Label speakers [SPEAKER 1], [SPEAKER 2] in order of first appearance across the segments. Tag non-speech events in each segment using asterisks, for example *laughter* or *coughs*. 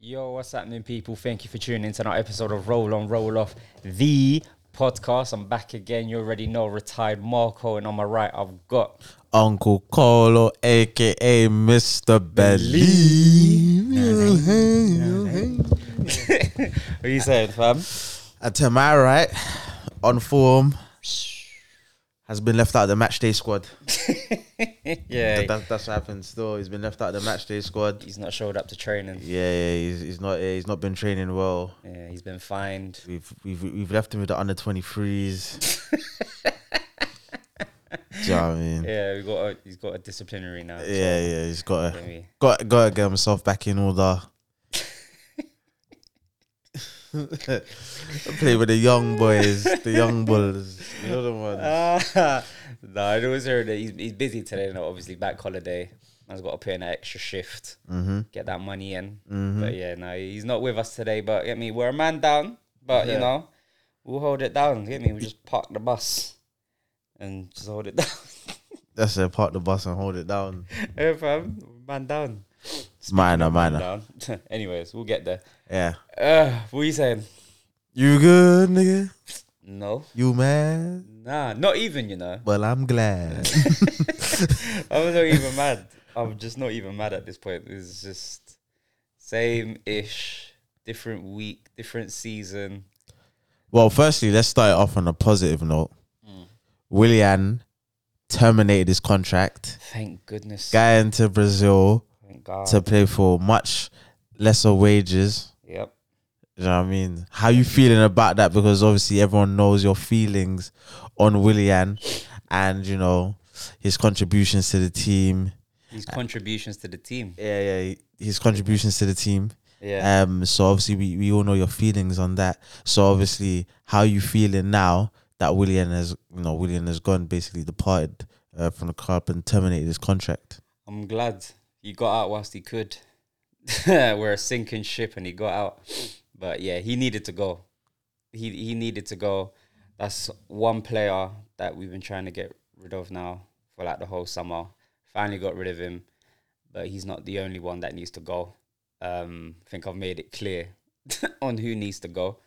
[SPEAKER 1] Yo, what's happening, people? Thank you for tuning in to another episode of Roll On Roll Off, the podcast. I'm back again. You already know, retired Marco, and on my right, I've got
[SPEAKER 2] Uncle Colo, aka Mr. Believe.
[SPEAKER 1] what you saying, fam?
[SPEAKER 2] And to my right, on form, has been left out of the match day squad. That,
[SPEAKER 1] Yeah,
[SPEAKER 2] that- that's what happened still. He's been left out of the match day squad.
[SPEAKER 1] he's not showed up to training.
[SPEAKER 2] Yeah, yeah he's, he's not yeah, he's not been training well.
[SPEAKER 1] Yeah, he's been fined.
[SPEAKER 2] We've we've we've left him with the under twenty threes. Do you know what I mean?
[SPEAKER 1] Yeah, we got a, he's got a disciplinary now. so,
[SPEAKER 2] Yeah, yeah, he's got to
[SPEAKER 1] I mean,
[SPEAKER 2] got got to get himself back in *laughs* order. Play with the young boys, the *laughs* young bulls. You know the ones.
[SPEAKER 1] Ah, *laughs* no, I always heard that he's, he's busy today. Now, obviously, back holiday. Man's got to put in an extra shift, get that money in. But yeah, no, he's not with us today. But get me, we're a man down. But you
[SPEAKER 2] Yeah.
[SPEAKER 1] know, we'll hold it down. Get me, we just park the bus and just hold it *laughs* down.
[SPEAKER 2] That's it. Park the bus and hold it down.
[SPEAKER 1] hey, fam, man down.
[SPEAKER 2] Minor,
[SPEAKER 1] Man
[SPEAKER 2] minor.
[SPEAKER 1] down. *laughs* Anyways, we'll get there.
[SPEAKER 2] Yeah.
[SPEAKER 1] Uh, what are you saying?
[SPEAKER 2] You good, nigga?
[SPEAKER 1] No,
[SPEAKER 2] You mad?
[SPEAKER 1] nah, not even. You know,
[SPEAKER 2] Well, I'm *laughs* glad.
[SPEAKER 1] I'm not even mad. I'm just not even mad at this point. It's just same ish, different week, different season.
[SPEAKER 2] well, firstly, let's start it off on a positive note. Mm. Willian terminated his contract,
[SPEAKER 1] Thank goodness.
[SPEAKER 2] got into Brazil
[SPEAKER 1] Thank God.
[SPEAKER 2] to play for much lesser wages.
[SPEAKER 1] yep.
[SPEAKER 2] You know what I mean? How you feeling about that? Because obviously everyone knows your feelings on Willian and you know his contributions to the team.
[SPEAKER 1] His contributions to the team.
[SPEAKER 2] Yeah, yeah, his contributions to the team.
[SPEAKER 1] Yeah.
[SPEAKER 2] Um, so obviously we, we all know your feelings on that. So obviously, how you feeling now that Willian has you know Willian has gone basically departed uh, from the club and terminated his contract?
[SPEAKER 1] I'm glad he got out whilst he could. *laughs* We're a sinking ship and he got out. But yeah, he needed to go. He he needed to go. That's one player that we've been trying to get rid of now for like the whole summer. Finally got rid of him. But he's not the only one that needs to go. Um, I think I've made it clear *laughs* on who needs to go.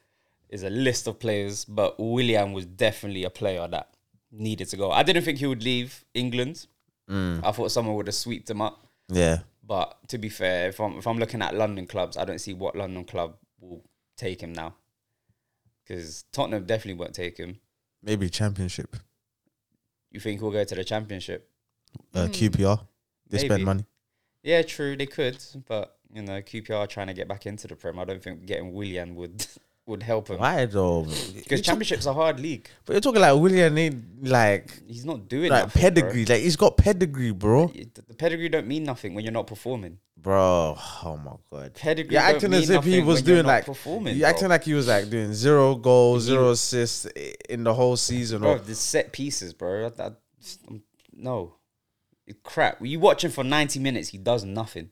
[SPEAKER 1] Is a list of players, but William was definitely a player that needed to go. I didn't think he would leave England. I thought someone would have sweeped him up.
[SPEAKER 2] Yeah,
[SPEAKER 1] But to be fair, if I'm if I'm looking at London clubs, I don't see what London club will take him now. Because Tottenham definitely won't take him.
[SPEAKER 2] maybe championship,
[SPEAKER 1] You think he'll go to the championship?
[SPEAKER 2] uh, QPR. They
[SPEAKER 1] Maybe.
[SPEAKER 2] spend money.
[SPEAKER 1] Yeah, true, they could, but you know, QPR are trying to get back into the Prem. I don't think getting Willian would *laughs* would help him
[SPEAKER 2] Why though?
[SPEAKER 1] because Championship's a hard league.
[SPEAKER 2] But you're talking like William need like
[SPEAKER 1] He's not doing
[SPEAKER 2] like
[SPEAKER 1] nothing, bro.
[SPEAKER 2] pedigree. Like he's got pedigree, bro.
[SPEAKER 1] It- The pedigree don't mean nothing when you're not performing.
[SPEAKER 2] Bro, oh my god.
[SPEAKER 1] Pedigree
[SPEAKER 2] You're
[SPEAKER 1] don't
[SPEAKER 2] acting
[SPEAKER 1] mean
[SPEAKER 2] as if he
[SPEAKER 1] nothing
[SPEAKER 2] was
[SPEAKER 1] when you're
[SPEAKER 2] doing
[SPEAKER 1] not
[SPEAKER 2] like
[SPEAKER 1] performing,
[SPEAKER 2] You're
[SPEAKER 1] bro.
[SPEAKER 2] acting like he was like doing zero goals, zero assists i- in the whole season.
[SPEAKER 1] bro.
[SPEAKER 2] Or,
[SPEAKER 1] The set pieces, bro. I, I, I'm- no, It- crap. You watch him for ninety minutes. He does nothing.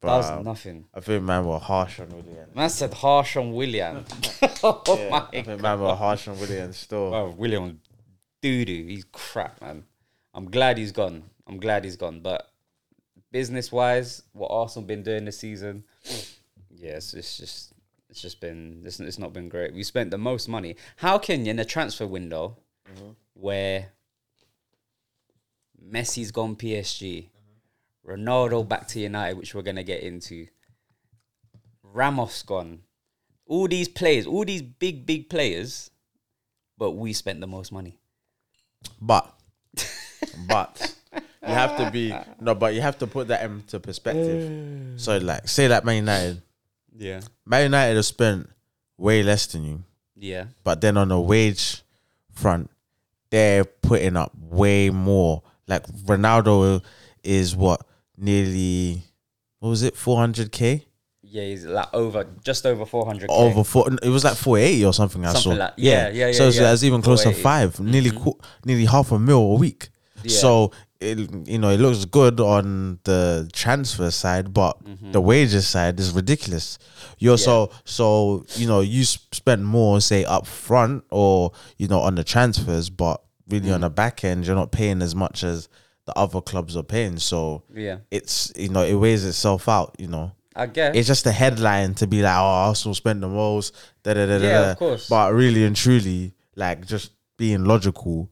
[SPEAKER 1] Does
[SPEAKER 2] Bruh.
[SPEAKER 1] nothing.
[SPEAKER 2] I think man were harsh on William.
[SPEAKER 1] Man said harsh on William. *laughs* oh
[SPEAKER 2] I
[SPEAKER 1] my
[SPEAKER 2] think man were harsh on William still.
[SPEAKER 1] Bro, William doo doo. He's crap, man. I'm glad he's gone. I'm glad he's gone. But business wise, what Arsenal been doing this season, yeah, it's, it's just it's just been it's, it's not been great. We spent the most money. How can you in a transfer window where Messi's gone PSG, Ronaldo back to United, which we're gonna get into, Ramos gone. All these players, all these big, big players, but we spent the most money.
[SPEAKER 2] But
[SPEAKER 1] *laughs*
[SPEAKER 2] but you have to be no, but you have to put that into perspective. so like say like Man United.
[SPEAKER 1] Yeah.
[SPEAKER 2] Man United have spent way less than you.
[SPEAKER 1] Yeah.
[SPEAKER 2] But then on the wage front, they're putting up way more. Like Ronaldo is what nearly what was it, four hundred k
[SPEAKER 1] Yeah, he's like over just over 400k.
[SPEAKER 2] over four. It was like four eighty or something. I
[SPEAKER 1] Something
[SPEAKER 2] saw.
[SPEAKER 1] like- yeah, Mm-hmm. yeah, yeah,
[SPEAKER 2] So it's
[SPEAKER 1] yeah.
[SPEAKER 2] that's even close to
[SPEAKER 1] 480.
[SPEAKER 2] five, nearly qu- nearly half a mil a week. So it you know it looks good on the transfer side, but
[SPEAKER 1] Mm-hmm.
[SPEAKER 2] the wages side is ridiculous. You're so so you know you s- spent more say up front or you know on the transfers, but really
[SPEAKER 1] Mm.
[SPEAKER 2] on the back end you're not paying as much as the other clubs are paying. So
[SPEAKER 1] Yeah.
[SPEAKER 2] it's you know it weighs itself out. You know
[SPEAKER 1] I guess.
[SPEAKER 2] it's just a headline to be like, oh, Arsenal spent the most. Da, da, da, da,
[SPEAKER 1] Yeah,
[SPEAKER 2] da.
[SPEAKER 1] of course.
[SPEAKER 2] But really and truly, like just being logical,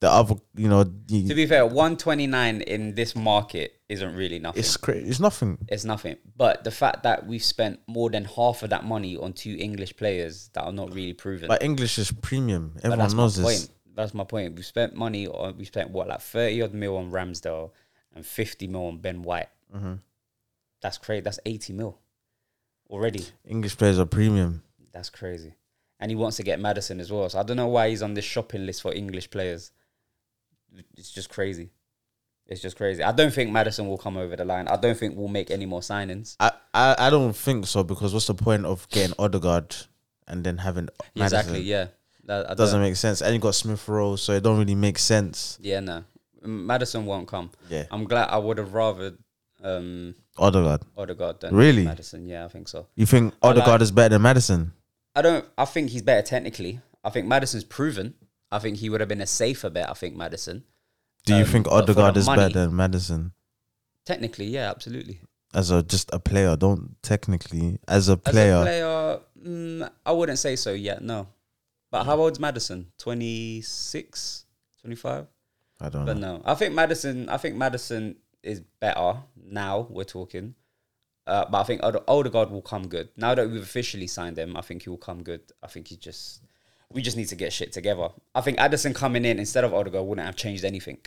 [SPEAKER 2] the other, you know, you-
[SPEAKER 1] Mm. to be fair, 129 in this market isn't really nothing. It's,
[SPEAKER 2] it's crazy. It's nothing.
[SPEAKER 1] nothing. But the fact that we've spent more than half of that money on two English players that are not really proven.
[SPEAKER 2] But English is premium. Everyone
[SPEAKER 1] that's
[SPEAKER 2] knows
[SPEAKER 1] my
[SPEAKER 2] this.
[SPEAKER 1] point. That's my point. We spent money on we spent what like thirty odd mil on Ramsdale and fifty mil on Ben White.
[SPEAKER 2] Mm-hmm.
[SPEAKER 1] That's crazy. That's eighty mil already.
[SPEAKER 2] English players are premium.
[SPEAKER 1] That's crazy. And he wants to get Madison as well. So I don't know why he's on this shopping list for English players. It's just crazy. It's just crazy. I don't think Madison will come over the line. I don't think we'll make any more signings.
[SPEAKER 2] I, I, I don't think so because what's the point of getting Odegaard and then having Madison?
[SPEAKER 1] Exactly. Yeah. That I
[SPEAKER 2] Doesn't
[SPEAKER 1] don't-
[SPEAKER 2] make sense. And you got Smith Rowe, so it don't really make sense.
[SPEAKER 1] Yeah. No. M- Madison won't come.
[SPEAKER 2] Yeah.
[SPEAKER 1] I'm glad. I would have rather um,
[SPEAKER 2] Odegaard.
[SPEAKER 1] Odegaard than
[SPEAKER 2] Really?
[SPEAKER 1] Madison. Yeah, I think so.
[SPEAKER 2] You think Odegaard is better than Madison?
[SPEAKER 1] I don't. I think he's better technically. I think Madison's proven. I think he would have been a safer bet. I think Madison.
[SPEAKER 2] Do you
[SPEAKER 1] Um,
[SPEAKER 2] think
[SPEAKER 1] but for the
[SPEAKER 2] Odegaard is
[SPEAKER 1] money-
[SPEAKER 2] better than Madison?
[SPEAKER 1] Technically, yeah, absolutely.
[SPEAKER 2] as a just a player. Don't technically as a
[SPEAKER 1] As
[SPEAKER 2] player.
[SPEAKER 1] a player, mm, I wouldn't say so yet. No. But how old's Madison? 26, 25?
[SPEAKER 2] I don't
[SPEAKER 1] But
[SPEAKER 2] know.
[SPEAKER 1] no, I think Madison. I think Madison is better now. We're talking, uh, but I think Ode- Odegaard will come good now that we've officially signed him. I think he will come good. I think he just we just need to get shit together. I think Addison coming in instead of Odegaard wouldn't have changed anything.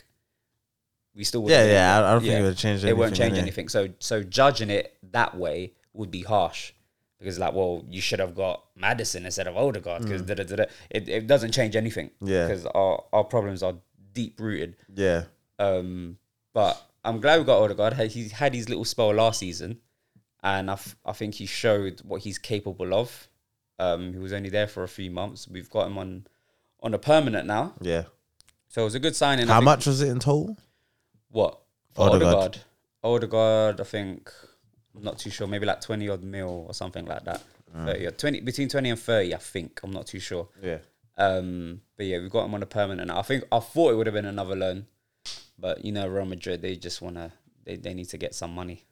[SPEAKER 1] We still would
[SPEAKER 2] Yeah, yeah, I- I don't think it would've changed
[SPEAKER 1] It won't
[SPEAKER 2] anything,
[SPEAKER 1] change
[SPEAKER 2] innit?
[SPEAKER 1] anything. So so judging it that way would be harsh. Because like, well, you should have got Madison instead of Odegaard. Because it, it doesn't change anything.
[SPEAKER 2] Mm. Yeah.
[SPEAKER 1] Because our, our problems are deep rooted.
[SPEAKER 2] Yeah,
[SPEAKER 1] Um, but I'm glad we got Odegaard. He- He had his little spell last season, and I, f- I think he showed what he's capable of. Um, he was only there for a few months. We've got him on on a permanent now,
[SPEAKER 2] yeah.
[SPEAKER 1] so it was a good signing. I
[SPEAKER 2] How
[SPEAKER 1] think-
[SPEAKER 2] much was it in total?
[SPEAKER 1] What for
[SPEAKER 2] Odegaard.
[SPEAKER 1] Odegaard? Odegaard, I think. I'm not too sure. Maybe like twenty odd mil or something like that. 30 or twenty between twenty and thirty, I think. I'm not too sure.
[SPEAKER 2] Yeah,
[SPEAKER 1] Um, but yeah, we got him on a permanent. I think I thought it would have been another loan, but you know, Real Madrid they just wanna they, they need to get some money.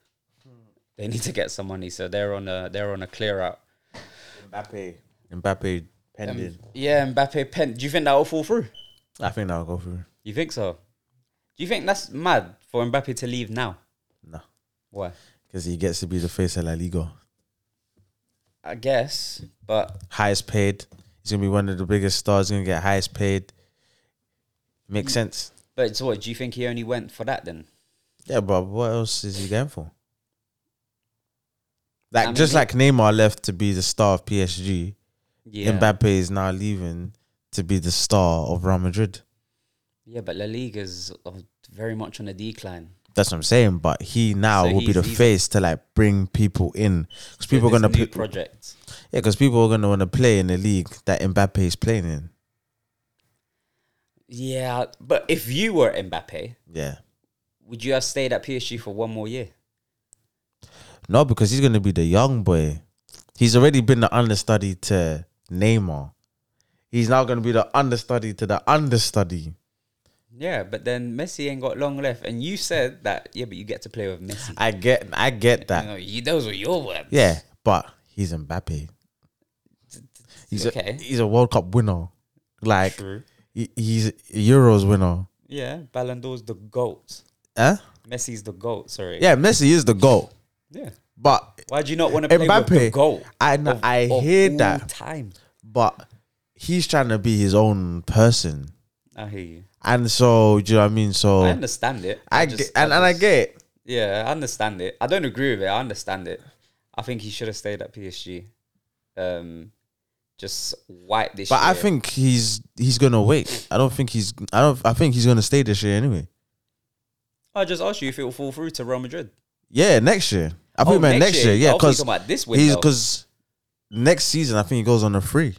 [SPEAKER 1] They need to get some money, so they're on a they're on a clear out.
[SPEAKER 2] Mbappe. Mbappe pending.
[SPEAKER 1] Yeah, Mbappe pen. Do you think that will fall through?
[SPEAKER 2] I think that'll go through.
[SPEAKER 1] You think so? Do you think that's mad for Mbappe to leave now?
[SPEAKER 2] No,
[SPEAKER 1] Why?
[SPEAKER 2] because he gets to be the face of La Liga,
[SPEAKER 1] I guess, but
[SPEAKER 2] highest paid. He's gonna be one of the biggest stars. He's gonna get highest paid. Makes
[SPEAKER 1] Mm.
[SPEAKER 2] sense.
[SPEAKER 1] but so what? Do you think he only went for that then?
[SPEAKER 2] Yeah, but what else is he going for? Like
[SPEAKER 1] I mean,
[SPEAKER 2] just
[SPEAKER 1] he-
[SPEAKER 2] like Neymar left to be the star of PSG,
[SPEAKER 1] Yeah,
[SPEAKER 2] Mbappe is now leaving to be the star of Real Madrid.
[SPEAKER 1] yeah, but La Liga's uh, very much on a decline.
[SPEAKER 2] That's what I'm saying. But he now
[SPEAKER 1] So
[SPEAKER 2] will be
[SPEAKER 1] he's-
[SPEAKER 2] the
[SPEAKER 1] he's-
[SPEAKER 2] face to like bring people in because people are
[SPEAKER 1] This
[SPEAKER 2] gonna
[SPEAKER 1] new
[SPEAKER 2] pl-
[SPEAKER 1] project.
[SPEAKER 2] yeah because people are gonna want to play in the league that Mbappe is playing in.
[SPEAKER 1] Yeah, but if you were Mbappe,
[SPEAKER 2] Yeah,
[SPEAKER 1] would you have stayed at PSG for one more year?
[SPEAKER 2] no, because he's gonna be the young boy. He's already been the understudy to Neymar. He's now gonna be the understudy to the understudy.
[SPEAKER 1] Yeah, but then Messi ain't got long left, and you said that. Yeah, but you get to play with Messi.
[SPEAKER 2] I get, I get
[SPEAKER 1] You
[SPEAKER 2] that.
[SPEAKER 1] know, you, those were your words.
[SPEAKER 2] Uh, Yeah, but he's Mbappe. He's
[SPEAKER 1] Okay.
[SPEAKER 2] A, he's a World Cup winner. Like
[SPEAKER 1] true.
[SPEAKER 2] he, he's a Euros winner.
[SPEAKER 1] Yeah, Ballon d'Or's the goat.
[SPEAKER 2] Huh?
[SPEAKER 1] Messi's the goat. Sorry.
[SPEAKER 2] Yeah, Messi is the goal,
[SPEAKER 1] Yeah.
[SPEAKER 2] but
[SPEAKER 1] Why do you not want to play with the
[SPEAKER 2] Mbappe,
[SPEAKER 1] goat?
[SPEAKER 2] I know- I hear
[SPEAKER 1] all
[SPEAKER 2] that.
[SPEAKER 1] Time.
[SPEAKER 2] but he's trying to be his own person,
[SPEAKER 1] I hear you.
[SPEAKER 2] and so do you know what I mean? So
[SPEAKER 1] I
[SPEAKER 2] I,
[SPEAKER 1] understand it.
[SPEAKER 2] get,
[SPEAKER 1] just-
[SPEAKER 2] and, and I
[SPEAKER 1] just-
[SPEAKER 2] get it.
[SPEAKER 1] Yeah, I understand it. I don't agree with it. I understand it. I think he should have stayed at PSG. Um, just wipe this.
[SPEAKER 2] but I
[SPEAKER 1] year.
[SPEAKER 2] think he's he's gonna wait. I don't think he's I don't I think he's gonna stay this year anyway.
[SPEAKER 1] I just asked you if it will fall through to Real Madrid.
[SPEAKER 2] Yeah, next year. I think
[SPEAKER 1] Oh,
[SPEAKER 2] he meant
[SPEAKER 1] next
[SPEAKER 2] next year.
[SPEAKER 1] year.
[SPEAKER 2] Yeah,
[SPEAKER 1] I thought you were
[SPEAKER 2] because
[SPEAKER 1] talking about this
[SPEAKER 2] he's
[SPEAKER 1] window.
[SPEAKER 2] because next season I think he goes on a free.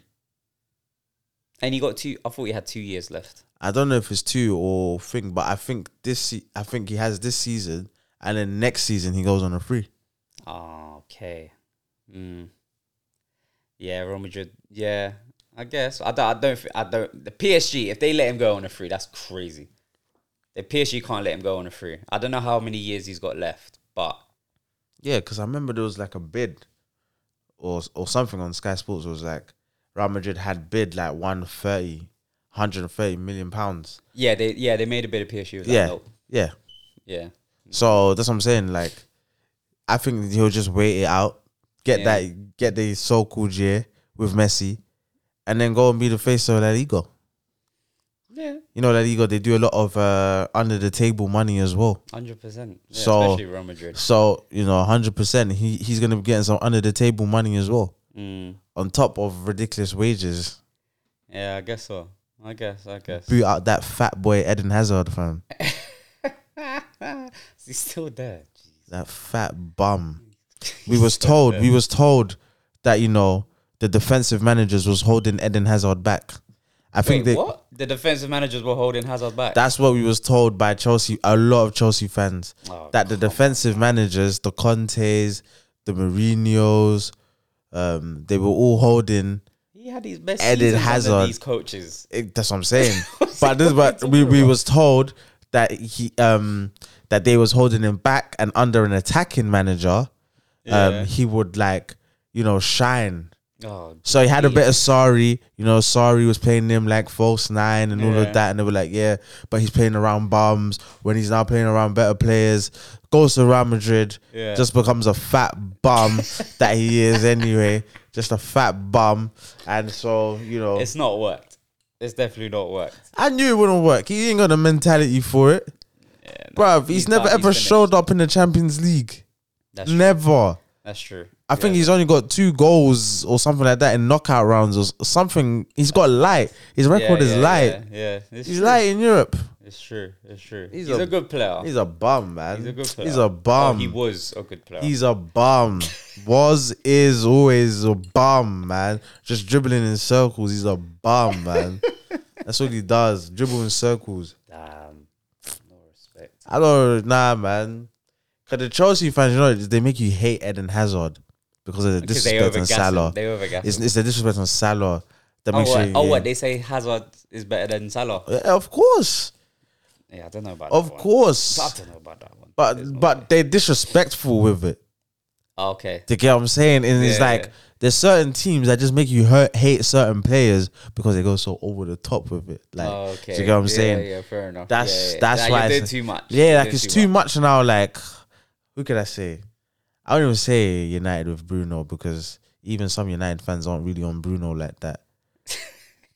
[SPEAKER 1] And you got two. I thought you had two years left.
[SPEAKER 2] I don't know if it's two or thing, but I think this. se- I think he has this season, and then next season he goes on a free.
[SPEAKER 1] Ah, okay. Mm. Yeah, Real Madrid. Yeah, I guess. I don't. I don't. thi- I don't. The PSG. If they let him go on a free, that's crazy. The PSG can't let him go on a free. I don't know how many years he's got left, but
[SPEAKER 2] Yeah, because I remember there was like a bid, or or something on Sky Sports was like Real Madrid had bid like 130, 130 million pounds.
[SPEAKER 1] yeah, they yeah they made a bit of PSG. Was like,
[SPEAKER 2] Yeah,
[SPEAKER 1] nope.
[SPEAKER 2] yeah.
[SPEAKER 1] yeah.
[SPEAKER 2] So that's what I'm saying. Like, I think he'll just wait it out, get
[SPEAKER 1] Yeah.
[SPEAKER 2] that, get the so-called year with Messi, and then go and be the face of La Liga.
[SPEAKER 1] Yeah,
[SPEAKER 2] You know, La Liga they do a lot of uh, under the table money as well.
[SPEAKER 1] hundred percent.
[SPEAKER 2] So-
[SPEAKER 1] especially Real Madrid.
[SPEAKER 2] So you know, hundred percent, he he's gonna be getting some under the table money as well,
[SPEAKER 1] Mm.
[SPEAKER 2] on top of ridiculous wages.
[SPEAKER 1] Yeah, I guess so. I guess. I guess.
[SPEAKER 2] Boot out that fat boy Eden Hazard, fam.
[SPEAKER 1] He's still there.
[SPEAKER 2] That fat bum.
[SPEAKER 1] *laughs*
[SPEAKER 2] We was told, we was told that you know the defensive managers was holding Eden Hazard back. I think
[SPEAKER 1] Wait,
[SPEAKER 2] they,
[SPEAKER 1] what? The defensive managers were holding Hazard back.
[SPEAKER 2] that's what we was told by Chelsea. A lot of Chelsea fans
[SPEAKER 1] Oh,
[SPEAKER 2] that the defensive managers, the Contes, the Mourinho's, um, they were all holding
[SPEAKER 1] he had his best
[SPEAKER 2] Eden
[SPEAKER 1] seasons
[SPEAKER 2] Hazard.
[SPEAKER 1] under these coaches.
[SPEAKER 2] It, that's what
[SPEAKER 1] *laughs*
[SPEAKER 2] I'm saying.
[SPEAKER 1] What's
[SPEAKER 2] but
[SPEAKER 1] it-
[SPEAKER 2] this,
[SPEAKER 1] what are
[SPEAKER 2] but
[SPEAKER 1] you
[SPEAKER 2] we,
[SPEAKER 1] talking
[SPEAKER 2] we
[SPEAKER 1] about?
[SPEAKER 2] was told that he um that they was holding him back and under an attacking manager,
[SPEAKER 1] Yeah.
[SPEAKER 2] um he would like you know shine.
[SPEAKER 1] Oh,
[SPEAKER 2] So he had a bit of sorry, you know. Sorry was playing him like false nine and all
[SPEAKER 1] Yeah.
[SPEAKER 2] of that, and they were like, "Yeah," but he's playing around bums when he's now playing around better players. Goes to Real Madrid,
[SPEAKER 1] Yeah.
[SPEAKER 2] just becomes a fat
[SPEAKER 1] *laughs*
[SPEAKER 2] bum that he is anyway, just a fat bum, and so you know
[SPEAKER 1] it's not worked. It's definitely not worked.
[SPEAKER 2] I knew it wouldn't work. He ain't got the mentality for it.
[SPEAKER 1] Yeah, no,
[SPEAKER 2] Bruv, he's, never
[SPEAKER 1] done-
[SPEAKER 2] ever
[SPEAKER 1] finished.
[SPEAKER 2] showed up in the Champions League.
[SPEAKER 1] That's true.
[SPEAKER 2] Never.
[SPEAKER 1] That's true.
[SPEAKER 2] I think he's only got two goals or something like that in knockout rounds or s- something. He's got light. His record is light.
[SPEAKER 1] Yeah, yeah. It's,
[SPEAKER 2] He's
[SPEAKER 1] true.
[SPEAKER 2] light in Europe.
[SPEAKER 1] it's true. It's true. He's,
[SPEAKER 2] He's
[SPEAKER 1] a,
[SPEAKER 2] a-
[SPEAKER 1] good player.
[SPEAKER 2] He's a bum, man.
[SPEAKER 1] He's a good player.
[SPEAKER 2] He's a bum.
[SPEAKER 1] Oh, he was a good player.
[SPEAKER 2] He's
[SPEAKER 1] *laughs*
[SPEAKER 2] a bum. Was is always a bum, man. Just dribbling in circles. He's a bum,
[SPEAKER 1] *laughs*
[SPEAKER 2] man. That's what he does. Dribble in circles.
[SPEAKER 1] Damn. No respect.
[SPEAKER 2] I don't nah, man. Cause the Chelsea fans, you know, they make you hate Eden Hazard because of the
[SPEAKER 1] Because they
[SPEAKER 2] disrespect on
[SPEAKER 1] overgas him.
[SPEAKER 2] Salah.
[SPEAKER 1] They overgas
[SPEAKER 2] It's,
[SPEAKER 1] him.
[SPEAKER 2] it's the disrespect on Salah that
[SPEAKER 1] Oh,
[SPEAKER 2] makes
[SPEAKER 1] what,
[SPEAKER 2] you.
[SPEAKER 1] oh
[SPEAKER 2] yeah.
[SPEAKER 1] what? They say Hazard is better than Salah.
[SPEAKER 2] Yeah, Of course,
[SPEAKER 1] Yeah, I don't know about that
[SPEAKER 2] of
[SPEAKER 1] one. I
[SPEAKER 2] course.
[SPEAKER 1] don't know about that one.
[SPEAKER 2] But
[SPEAKER 1] There's no-
[SPEAKER 2] but they're disrespectful with it.
[SPEAKER 1] Oh, okay.
[SPEAKER 2] To get what I'm saying, and it's
[SPEAKER 1] Yeah,
[SPEAKER 2] like
[SPEAKER 1] yeah.
[SPEAKER 2] there's certain teams that just make you hurt, hate certain players because they go so over the top with it. Like,
[SPEAKER 1] Oh, okay.
[SPEAKER 2] do you get what I'm
[SPEAKER 1] yeah,
[SPEAKER 2] saying?
[SPEAKER 1] Yeah, fair enough.
[SPEAKER 2] That's-
[SPEAKER 1] yeah, yeah.
[SPEAKER 2] that's
[SPEAKER 1] like
[SPEAKER 2] why
[SPEAKER 1] you
[SPEAKER 2] I
[SPEAKER 1] did
[SPEAKER 2] said-
[SPEAKER 1] too much.
[SPEAKER 2] Yeah,
[SPEAKER 1] You're
[SPEAKER 2] like
[SPEAKER 1] doing
[SPEAKER 2] it's too much now. Like, who could I say? I wouldn't even say United with Bruno because even some United fans aren't really on Bruno like
[SPEAKER 1] *laughs*
[SPEAKER 2] that.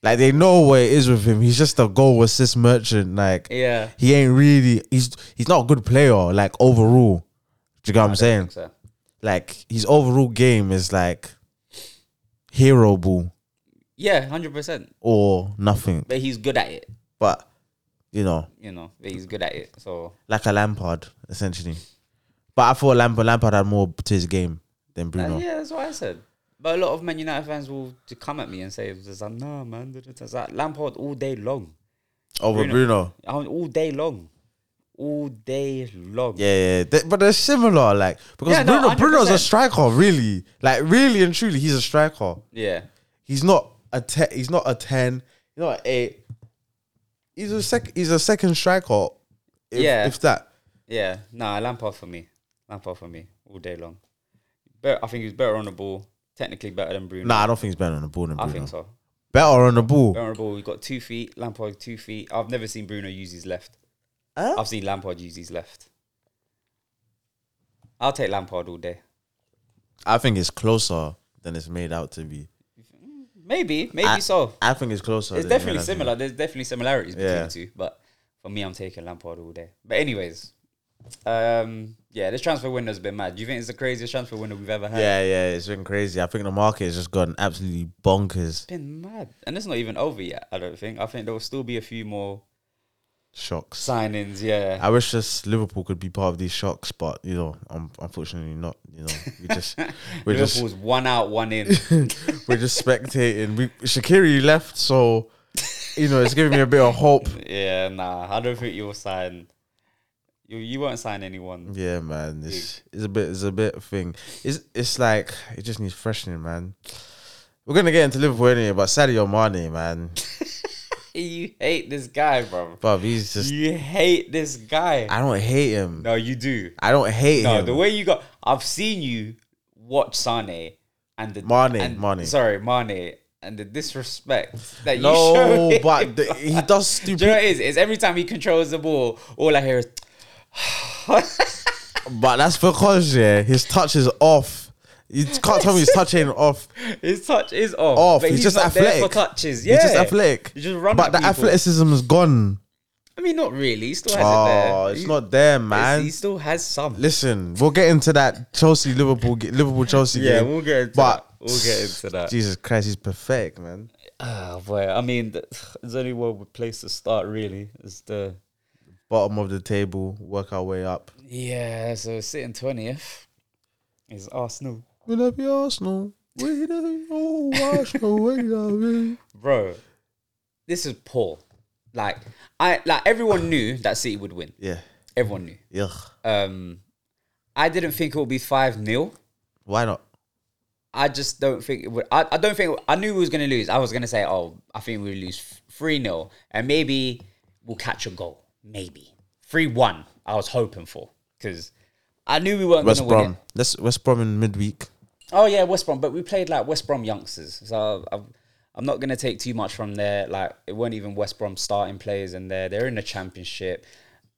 [SPEAKER 2] like they know what it is with him. He's just a goal assist merchant. Like
[SPEAKER 1] Yeah.
[SPEAKER 2] he ain't really. He's he's not a good player. Like overall, do you get what I'm
[SPEAKER 1] I
[SPEAKER 2] saying?
[SPEAKER 1] think so.
[SPEAKER 2] Like his overall game is like hero ball
[SPEAKER 1] Yeah, hundred percent.
[SPEAKER 2] or nothing.
[SPEAKER 1] But he's good at it.
[SPEAKER 2] But you know,
[SPEAKER 1] You know, but he's good at it. So
[SPEAKER 2] like a Lampard essentially. But I thought Lampard Lampard had more to his game than
[SPEAKER 1] Uh,
[SPEAKER 2] Bruno.
[SPEAKER 1] yeah, that's what I said. But a lot of Man United fans will to come at me and say, "It's like, no, man, it's like Lampard all day long,
[SPEAKER 2] Over
[SPEAKER 1] Bruno.
[SPEAKER 2] Bruno.
[SPEAKER 1] I mean, all day long, all day long."
[SPEAKER 2] Yeah, yeah, they- but they're similar, like because
[SPEAKER 1] Yeah, no,
[SPEAKER 2] Bruno Bruno's a
[SPEAKER 1] 100%.
[SPEAKER 2] striker, really, like really and truly, he's a striker.
[SPEAKER 1] yeah,
[SPEAKER 2] He's not a te- he's not a ten, he's not an eight. He's a sec. He's a second striker. If,
[SPEAKER 1] Yeah.
[SPEAKER 2] if that.
[SPEAKER 1] yeah. Nah, Lampard for me, Lampard for me, all day long. But I think he's better on the ball, technically better than Bruno.
[SPEAKER 2] Nah, I don't think he's better on the ball than
[SPEAKER 1] I
[SPEAKER 2] Bruno.
[SPEAKER 1] think so.
[SPEAKER 2] Better on the ball.
[SPEAKER 1] Better on the ball. We've got two feet. Lampard two feet. I've never seen Bruno use his left.
[SPEAKER 2] Huh?
[SPEAKER 1] I've seen Lampard use his left. I'll take Lampard all day.
[SPEAKER 2] I think it's closer than it's made out to be.
[SPEAKER 1] Maybe, maybe
[SPEAKER 2] I-
[SPEAKER 1] so.
[SPEAKER 2] I think it's closer.
[SPEAKER 1] It's
[SPEAKER 2] than it's
[SPEAKER 1] definitely
[SPEAKER 2] made out to be.
[SPEAKER 1] similar. There's definitely similarities between
[SPEAKER 2] Yeah.
[SPEAKER 1] the two, but for me, I'm taking Lampard all day. But anyways, um, yeah, this transfer window's been mad. Do you think it's the craziest transfer window we've ever had?
[SPEAKER 2] Yeah, yeah, it's been crazy. I think the market has just gone absolutely bonkers.
[SPEAKER 1] It's been mad, and it's not even over yet. I don't think. I think there will still be a few more
[SPEAKER 2] Shocks.
[SPEAKER 1] signings. Yeah,
[SPEAKER 2] I wish just Liverpool could be part of these shocks, but you know, um, unfortunately not. You know, we just
[SPEAKER 1] *laughs*
[SPEAKER 2] we're just
[SPEAKER 1] Liverpool's one out, one in. *laughs*
[SPEAKER 2] we're just spectating. We Shakiri left, so you know, it's giving me a bit of hope.
[SPEAKER 1] Yeah, nah, I don't think you'll sign. You you won't sign anyone.
[SPEAKER 2] Yeah, man, it's it's a bit it's a bit thing. It's it's like it just needs freshening, man. We're gonna get into Liverpool anyway, but Sadio Mane, man,
[SPEAKER 1] You hate this guy, bro.
[SPEAKER 2] but he's just.
[SPEAKER 1] You hate this guy.
[SPEAKER 2] I don't hate him.
[SPEAKER 1] No, you do.
[SPEAKER 2] I don't hate
[SPEAKER 1] No,
[SPEAKER 2] him.
[SPEAKER 1] the way you got, I've seen you watch Sane and the
[SPEAKER 2] Mane,
[SPEAKER 1] and,
[SPEAKER 2] Mane.
[SPEAKER 1] Sorry, Mane, and the disrespect that you *laughs* show.
[SPEAKER 2] no,
[SPEAKER 1] him.
[SPEAKER 2] but the, he does
[SPEAKER 1] do you know
[SPEAKER 2] stupid.
[SPEAKER 1] what it is? It's every time he controls the ball, all I hear is.
[SPEAKER 2] But that's because yeah, his touch is off. You can't tell me his touch ain't off.
[SPEAKER 1] His touch is off.
[SPEAKER 2] Off,
[SPEAKER 1] but
[SPEAKER 2] he's just
[SPEAKER 1] not there
[SPEAKER 2] athletic.
[SPEAKER 1] for touches. Yeah,
[SPEAKER 2] He's just athletic.
[SPEAKER 1] You just run
[SPEAKER 2] but
[SPEAKER 1] at
[SPEAKER 2] the
[SPEAKER 1] people.
[SPEAKER 2] athleticism is gone.
[SPEAKER 1] I mean, not really. He still has it there.
[SPEAKER 2] Oh, it's
[SPEAKER 1] He-
[SPEAKER 2] not there,
[SPEAKER 1] it's-
[SPEAKER 2] man.
[SPEAKER 1] He still has some.
[SPEAKER 2] Listen, we'll get into that Chelsea Liverpool Liverpool Chelsea
[SPEAKER 1] Yeah,
[SPEAKER 2] game.
[SPEAKER 1] we'll get into
[SPEAKER 2] but
[SPEAKER 1] that. We'll get into that.
[SPEAKER 2] Jesus Christ, he's pathetic, man.
[SPEAKER 1] Ah, boy. I mean, th- there's only one place to start, really. Is the
[SPEAKER 2] Bottom of the table, work our way up.
[SPEAKER 1] yeah. So sitting twentieth is Arsenal,
[SPEAKER 2] We love you, Arsenal. We love you, Arsenal. We love you.
[SPEAKER 1] *laughs* bro. This is poor. Like I like everyone knew that City would win.
[SPEAKER 2] Yeah.
[SPEAKER 1] Everyone knew.
[SPEAKER 2] Ugh.
[SPEAKER 1] Um, I didn't think it would be five 0
[SPEAKER 2] Why not?
[SPEAKER 1] I just don't think it would. I, I don't think I knew we was gonna lose. I was gonna say, oh, I think we lose three 0 and maybe we'll catch a goal. Maybe three one. I was hoping for because I knew we weren't
[SPEAKER 2] West
[SPEAKER 1] gonna win
[SPEAKER 2] Brom.
[SPEAKER 1] it.
[SPEAKER 2] That's West Brom in midweek.
[SPEAKER 1] Oh yeah, West Brom, but we played like West Brom youngsters, so I'm, I'm not gonna take too much from there. Like it weren't even West Brom starting players in there. They're in the Championship,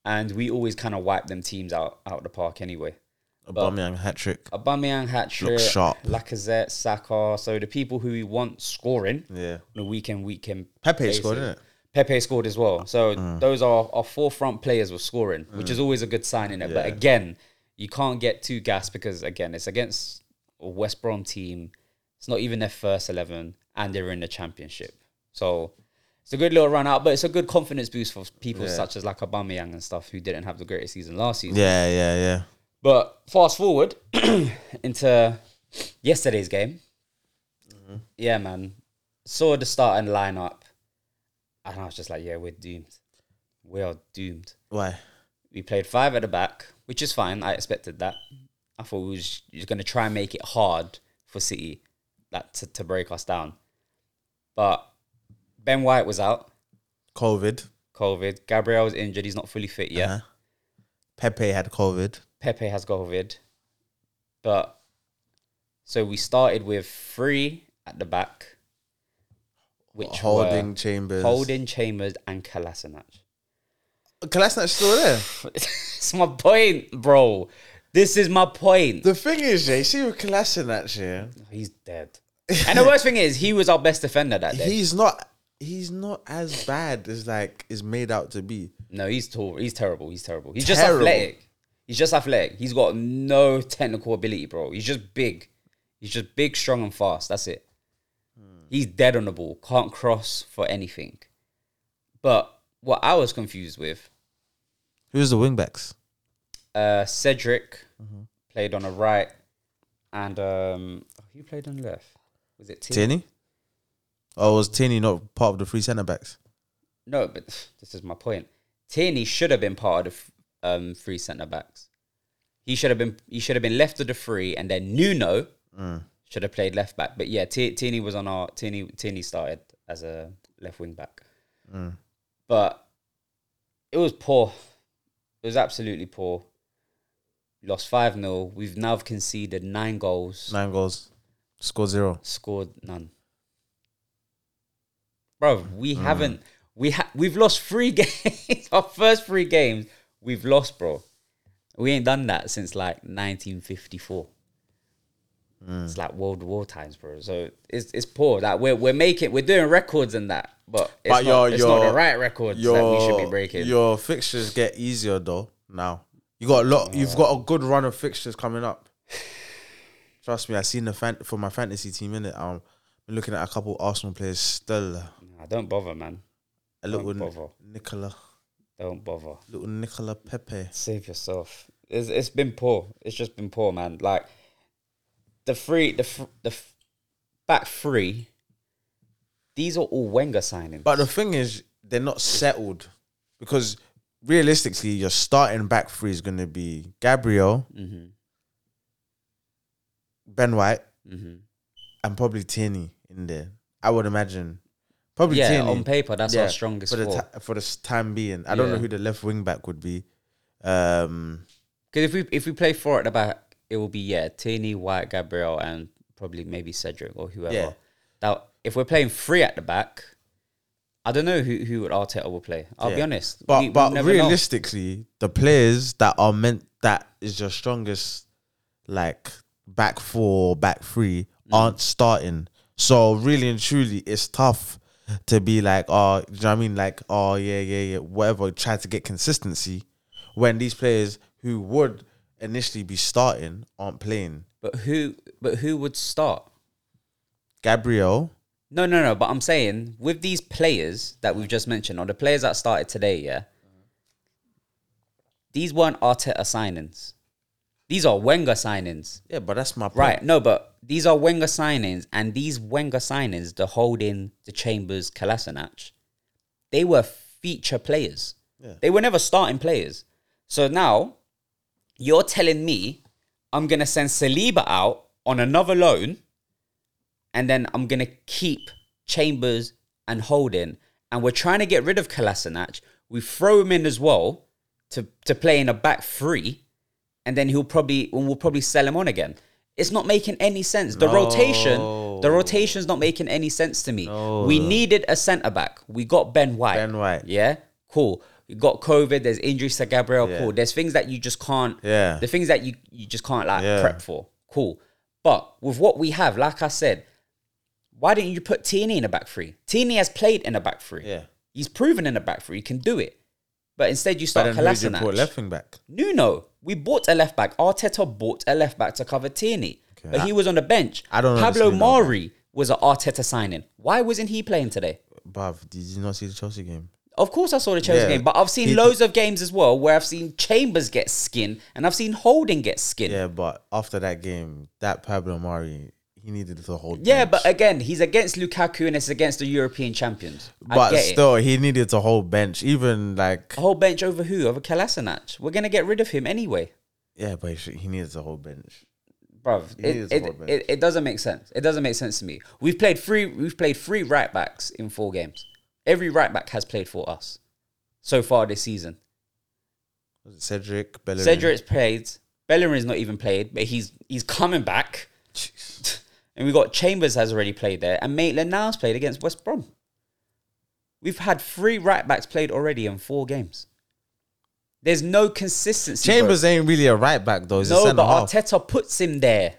[SPEAKER 1] and we always kind of wipe them teams out out of the park anyway.
[SPEAKER 2] Aubameyang hat trick.
[SPEAKER 1] Aubameyang, Hatcher,
[SPEAKER 2] Look sharp.
[SPEAKER 1] Lacazette, Saka. So the people who we want scoring
[SPEAKER 2] Yeah.
[SPEAKER 1] on a weekend weekend.
[SPEAKER 2] Pepe scored, Mm. didn't it?
[SPEAKER 1] Pepe scored as well. So those are our four front players were scoring, which
[SPEAKER 2] Mm.
[SPEAKER 1] is always a good sign in it. But again, you can't get too gassed because again, it's against a West Brom team. It's not even their first eleven, and they're in the championship. So it's a good little run out, but it's a good confidence boost for people such as like Aubameyang and stuff who didn't have the greatest season last season.
[SPEAKER 2] Yeah, yeah, yeah.
[SPEAKER 1] But fast forward *clears throat* into yesterday's game. Yeah, man. Saw the starting lineup, and I was just like, "Yeah, we're doomed. We are doomed."
[SPEAKER 2] Why?
[SPEAKER 1] We played five at the back, which is fine. I expected that. I thought we was going to try and make it hard for City, like to, to break us down. But Ben White was out,
[SPEAKER 2] COVID.
[SPEAKER 1] COVID. Gabriel was injured. He's not fully fit yet.
[SPEAKER 2] Uh-huh. Pepe had COVID.
[SPEAKER 1] Pepe has COVID. But so we started with three at the back, which
[SPEAKER 2] holding
[SPEAKER 1] holding
[SPEAKER 2] chambers.
[SPEAKER 1] holding Chambers and Kalasinac.
[SPEAKER 2] Kalasnac's still there.
[SPEAKER 1] it's my point, bro. This is my point.
[SPEAKER 2] The thing is, yeah, you see with Kalasnac, yeah,
[SPEAKER 1] He's dead. And the worst thing is, he was our best defender that day.
[SPEAKER 2] he's not he's not as bad as like is made out to be.
[SPEAKER 1] no, he's tall. He's terrible. He's terrible. He's just
[SPEAKER 2] Terrible.
[SPEAKER 1] athletic. He's just athletic. He's got no technical ability, bro. He's just big. He's just big, strong, and fast. That's it. He's dead on the ball. Can't cross for anything. But what I was confused with,
[SPEAKER 2] Who's the wingbacks?
[SPEAKER 1] uh, Cedric played on the right, and um, who played on the left? Was it Tim?
[SPEAKER 2] Tierney? Or Oh, was Tierney not part of the three centre backs?
[SPEAKER 1] No, but this is my point. Tierney should have been part of the f- um, three centre backs. He should have been. He should have been left of the three, and then Nuno should have played left back. But yeah, T- Tierney was on our Tierney. Tierney started as a left wing back, but it was poor. It was absolutely poor. We Lost five 0 We've now conceded nine goals,
[SPEAKER 2] Nine goals. Score zero.
[SPEAKER 1] scored none. Bro, we haven't. We ha- we've lost three *laughs* games. Our first three games, we've lost, bro. We ain't done that since like 1954.
[SPEAKER 2] Hmm.
[SPEAKER 1] It's like World War times, bro. So it's it's poor. Like we're we're making we're doing records and that, but it's, not,
[SPEAKER 2] But your-
[SPEAKER 1] it's not
[SPEAKER 2] your-
[SPEAKER 1] the right records that we should be breaking.
[SPEAKER 2] Your fixtures get easier though now. You got a lot you've got a good run of fixtures coming up. *sighs* Trust me, I seen the fan for my fantasy team in it. I'm looking at a couple Arsenal players still.
[SPEAKER 1] Nah, don't bother, man.
[SPEAKER 2] A little
[SPEAKER 1] bother.
[SPEAKER 2] Nicola
[SPEAKER 1] Don't bother.
[SPEAKER 2] little Nicola Pepe.
[SPEAKER 1] save yourself. It's it's been poor. It's just been poor, man. Like the three, the fr- the f- back three. These are all Wenger signings.
[SPEAKER 2] But the thing is, they're not settled because realistically, your starting back three is going to be Gabriel,
[SPEAKER 1] Mm-hmm.
[SPEAKER 2] Ben White,
[SPEAKER 1] Mm-hmm.
[SPEAKER 2] and probably Tierney in there. I would imagine. Probably
[SPEAKER 1] yeah,
[SPEAKER 2] Tierney.
[SPEAKER 1] on paper, that's
[SPEAKER 2] Yeah,
[SPEAKER 1] our strongest
[SPEAKER 2] for the
[SPEAKER 1] four.
[SPEAKER 2] ti- for the s- time being. I don't know
[SPEAKER 1] Yeah.
[SPEAKER 2] who the left wing back would be. Um,
[SPEAKER 1] Because if we if we play four at the back, it will be yeah, Tierney, White, Gabriel, and probably maybe Cedric or whoever.
[SPEAKER 2] Yeah.
[SPEAKER 1] Now, if we're playing three at the back, I don't know who who Arteta will play. I'll be
[SPEAKER 2] Yeah.
[SPEAKER 1] honest.
[SPEAKER 2] but
[SPEAKER 1] We- we
[SPEAKER 2] but
[SPEAKER 1] never know.
[SPEAKER 2] realistically, the players that are meant that is your strongest, like back four, back three,
[SPEAKER 1] Mm.
[SPEAKER 2] aren't starting. So really and truly, it's tough to be like, oh, do you know what I mean? Like, oh yeah, yeah, yeah, whatever. Try to get consistency when these players who would initially be starting aren't playing.
[SPEAKER 1] but who but who would start?
[SPEAKER 2] Gabriel,
[SPEAKER 1] No, no, no. But I'm saying with these players that we've just mentioned, or the players that started today, yeah, these weren't Arteta signings. These are Wenger signings.
[SPEAKER 2] yeah, but that's my point.
[SPEAKER 1] Right. No, but these are Wenger signings, and these Wenger signings, the Holding, the Chambers, Kolasinac, they were feature players.
[SPEAKER 2] Yeah.
[SPEAKER 1] They were never starting players. So now you're telling me I'm going to send Saliba out on another loan, and then I'm going to keep Chambers and Holding, and we're trying to get rid of Kolasinac. We throw him in as well to, to play in a back three and then he'll probably and we'll probably sell him on again. It's not making any sense. The rotation, the rotation's not making any sense to me. We needed a centre back. We got Ben White.
[SPEAKER 2] Ben White.
[SPEAKER 1] Yeah, cool. We got COVID. There's injuries to Gabriel.
[SPEAKER 2] Yeah.
[SPEAKER 1] Cool. There's things that you just can't.
[SPEAKER 2] Yeah.
[SPEAKER 1] The things that you you just can't like
[SPEAKER 2] Yeah.
[SPEAKER 1] prep for. Cool. But with what we have, like I said, why didn't you put Tierney in a back three? Tierney has played in a back three.
[SPEAKER 2] Yeah.
[SPEAKER 1] He's proven in a back three. He can do it. But instead, you
[SPEAKER 2] But
[SPEAKER 1] start
[SPEAKER 2] then who did you put
[SPEAKER 1] Kolasinac.
[SPEAKER 2] left wing back?
[SPEAKER 1] Nuno, we bought a left back. Arteta bought a left back to cover Tierney, but he was on the bench.
[SPEAKER 2] I don't know this
[SPEAKER 1] Pablo
[SPEAKER 2] Nuno
[SPEAKER 1] Mari was an Arteta signing. Why wasn't he playing today?
[SPEAKER 2] Bruv, did you not see the Chelsea game?
[SPEAKER 1] Of course, I saw the Chelsea
[SPEAKER 2] Yeah.
[SPEAKER 1] game, but I've seen
[SPEAKER 2] He-
[SPEAKER 1] loads of games as well where I've seen Chambers get skinned and I've seen Holding get skinned. Yeah,
[SPEAKER 2] Yeah, but after that game, that Pablo Mari, he needed to hold.
[SPEAKER 1] but again, he's against Lukaku and it's against the European champions. I
[SPEAKER 2] but
[SPEAKER 1] get it. Oh.
[SPEAKER 2] still, he needed to hold bench. Even like,
[SPEAKER 1] A whole bench over who? Over Kalasanac. We're going to get rid of him anyway.
[SPEAKER 2] yeah, but he, should, he needed to hold bench.
[SPEAKER 1] bruv,
[SPEAKER 2] He
[SPEAKER 1] it,
[SPEAKER 2] needs a
[SPEAKER 1] it,
[SPEAKER 2] whole bench.
[SPEAKER 1] it, it doesn't make sense. It doesn't make sense to me. We've played three. We've played three right backs in four games. Every right back has played for us so far this season.
[SPEAKER 2] Was it Cedric Bellerin?
[SPEAKER 1] Cedric's played. Bellerin's not even played, but he's he's coming back.
[SPEAKER 2] Jeez.
[SPEAKER 1] And we got Chambers has already played there, and Maitland Niles played against West Brom. We've had three right backs played already in four games. There's no consistency. bro.
[SPEAKER 2] Chambers ain't really a right back though. He's a
[SPEAKER 1] No,
[SPEAKER 2] centre
[SPEAKER 1] but
[SPEAKER 2] half
[SPEAKER 1] Arteta puts him there.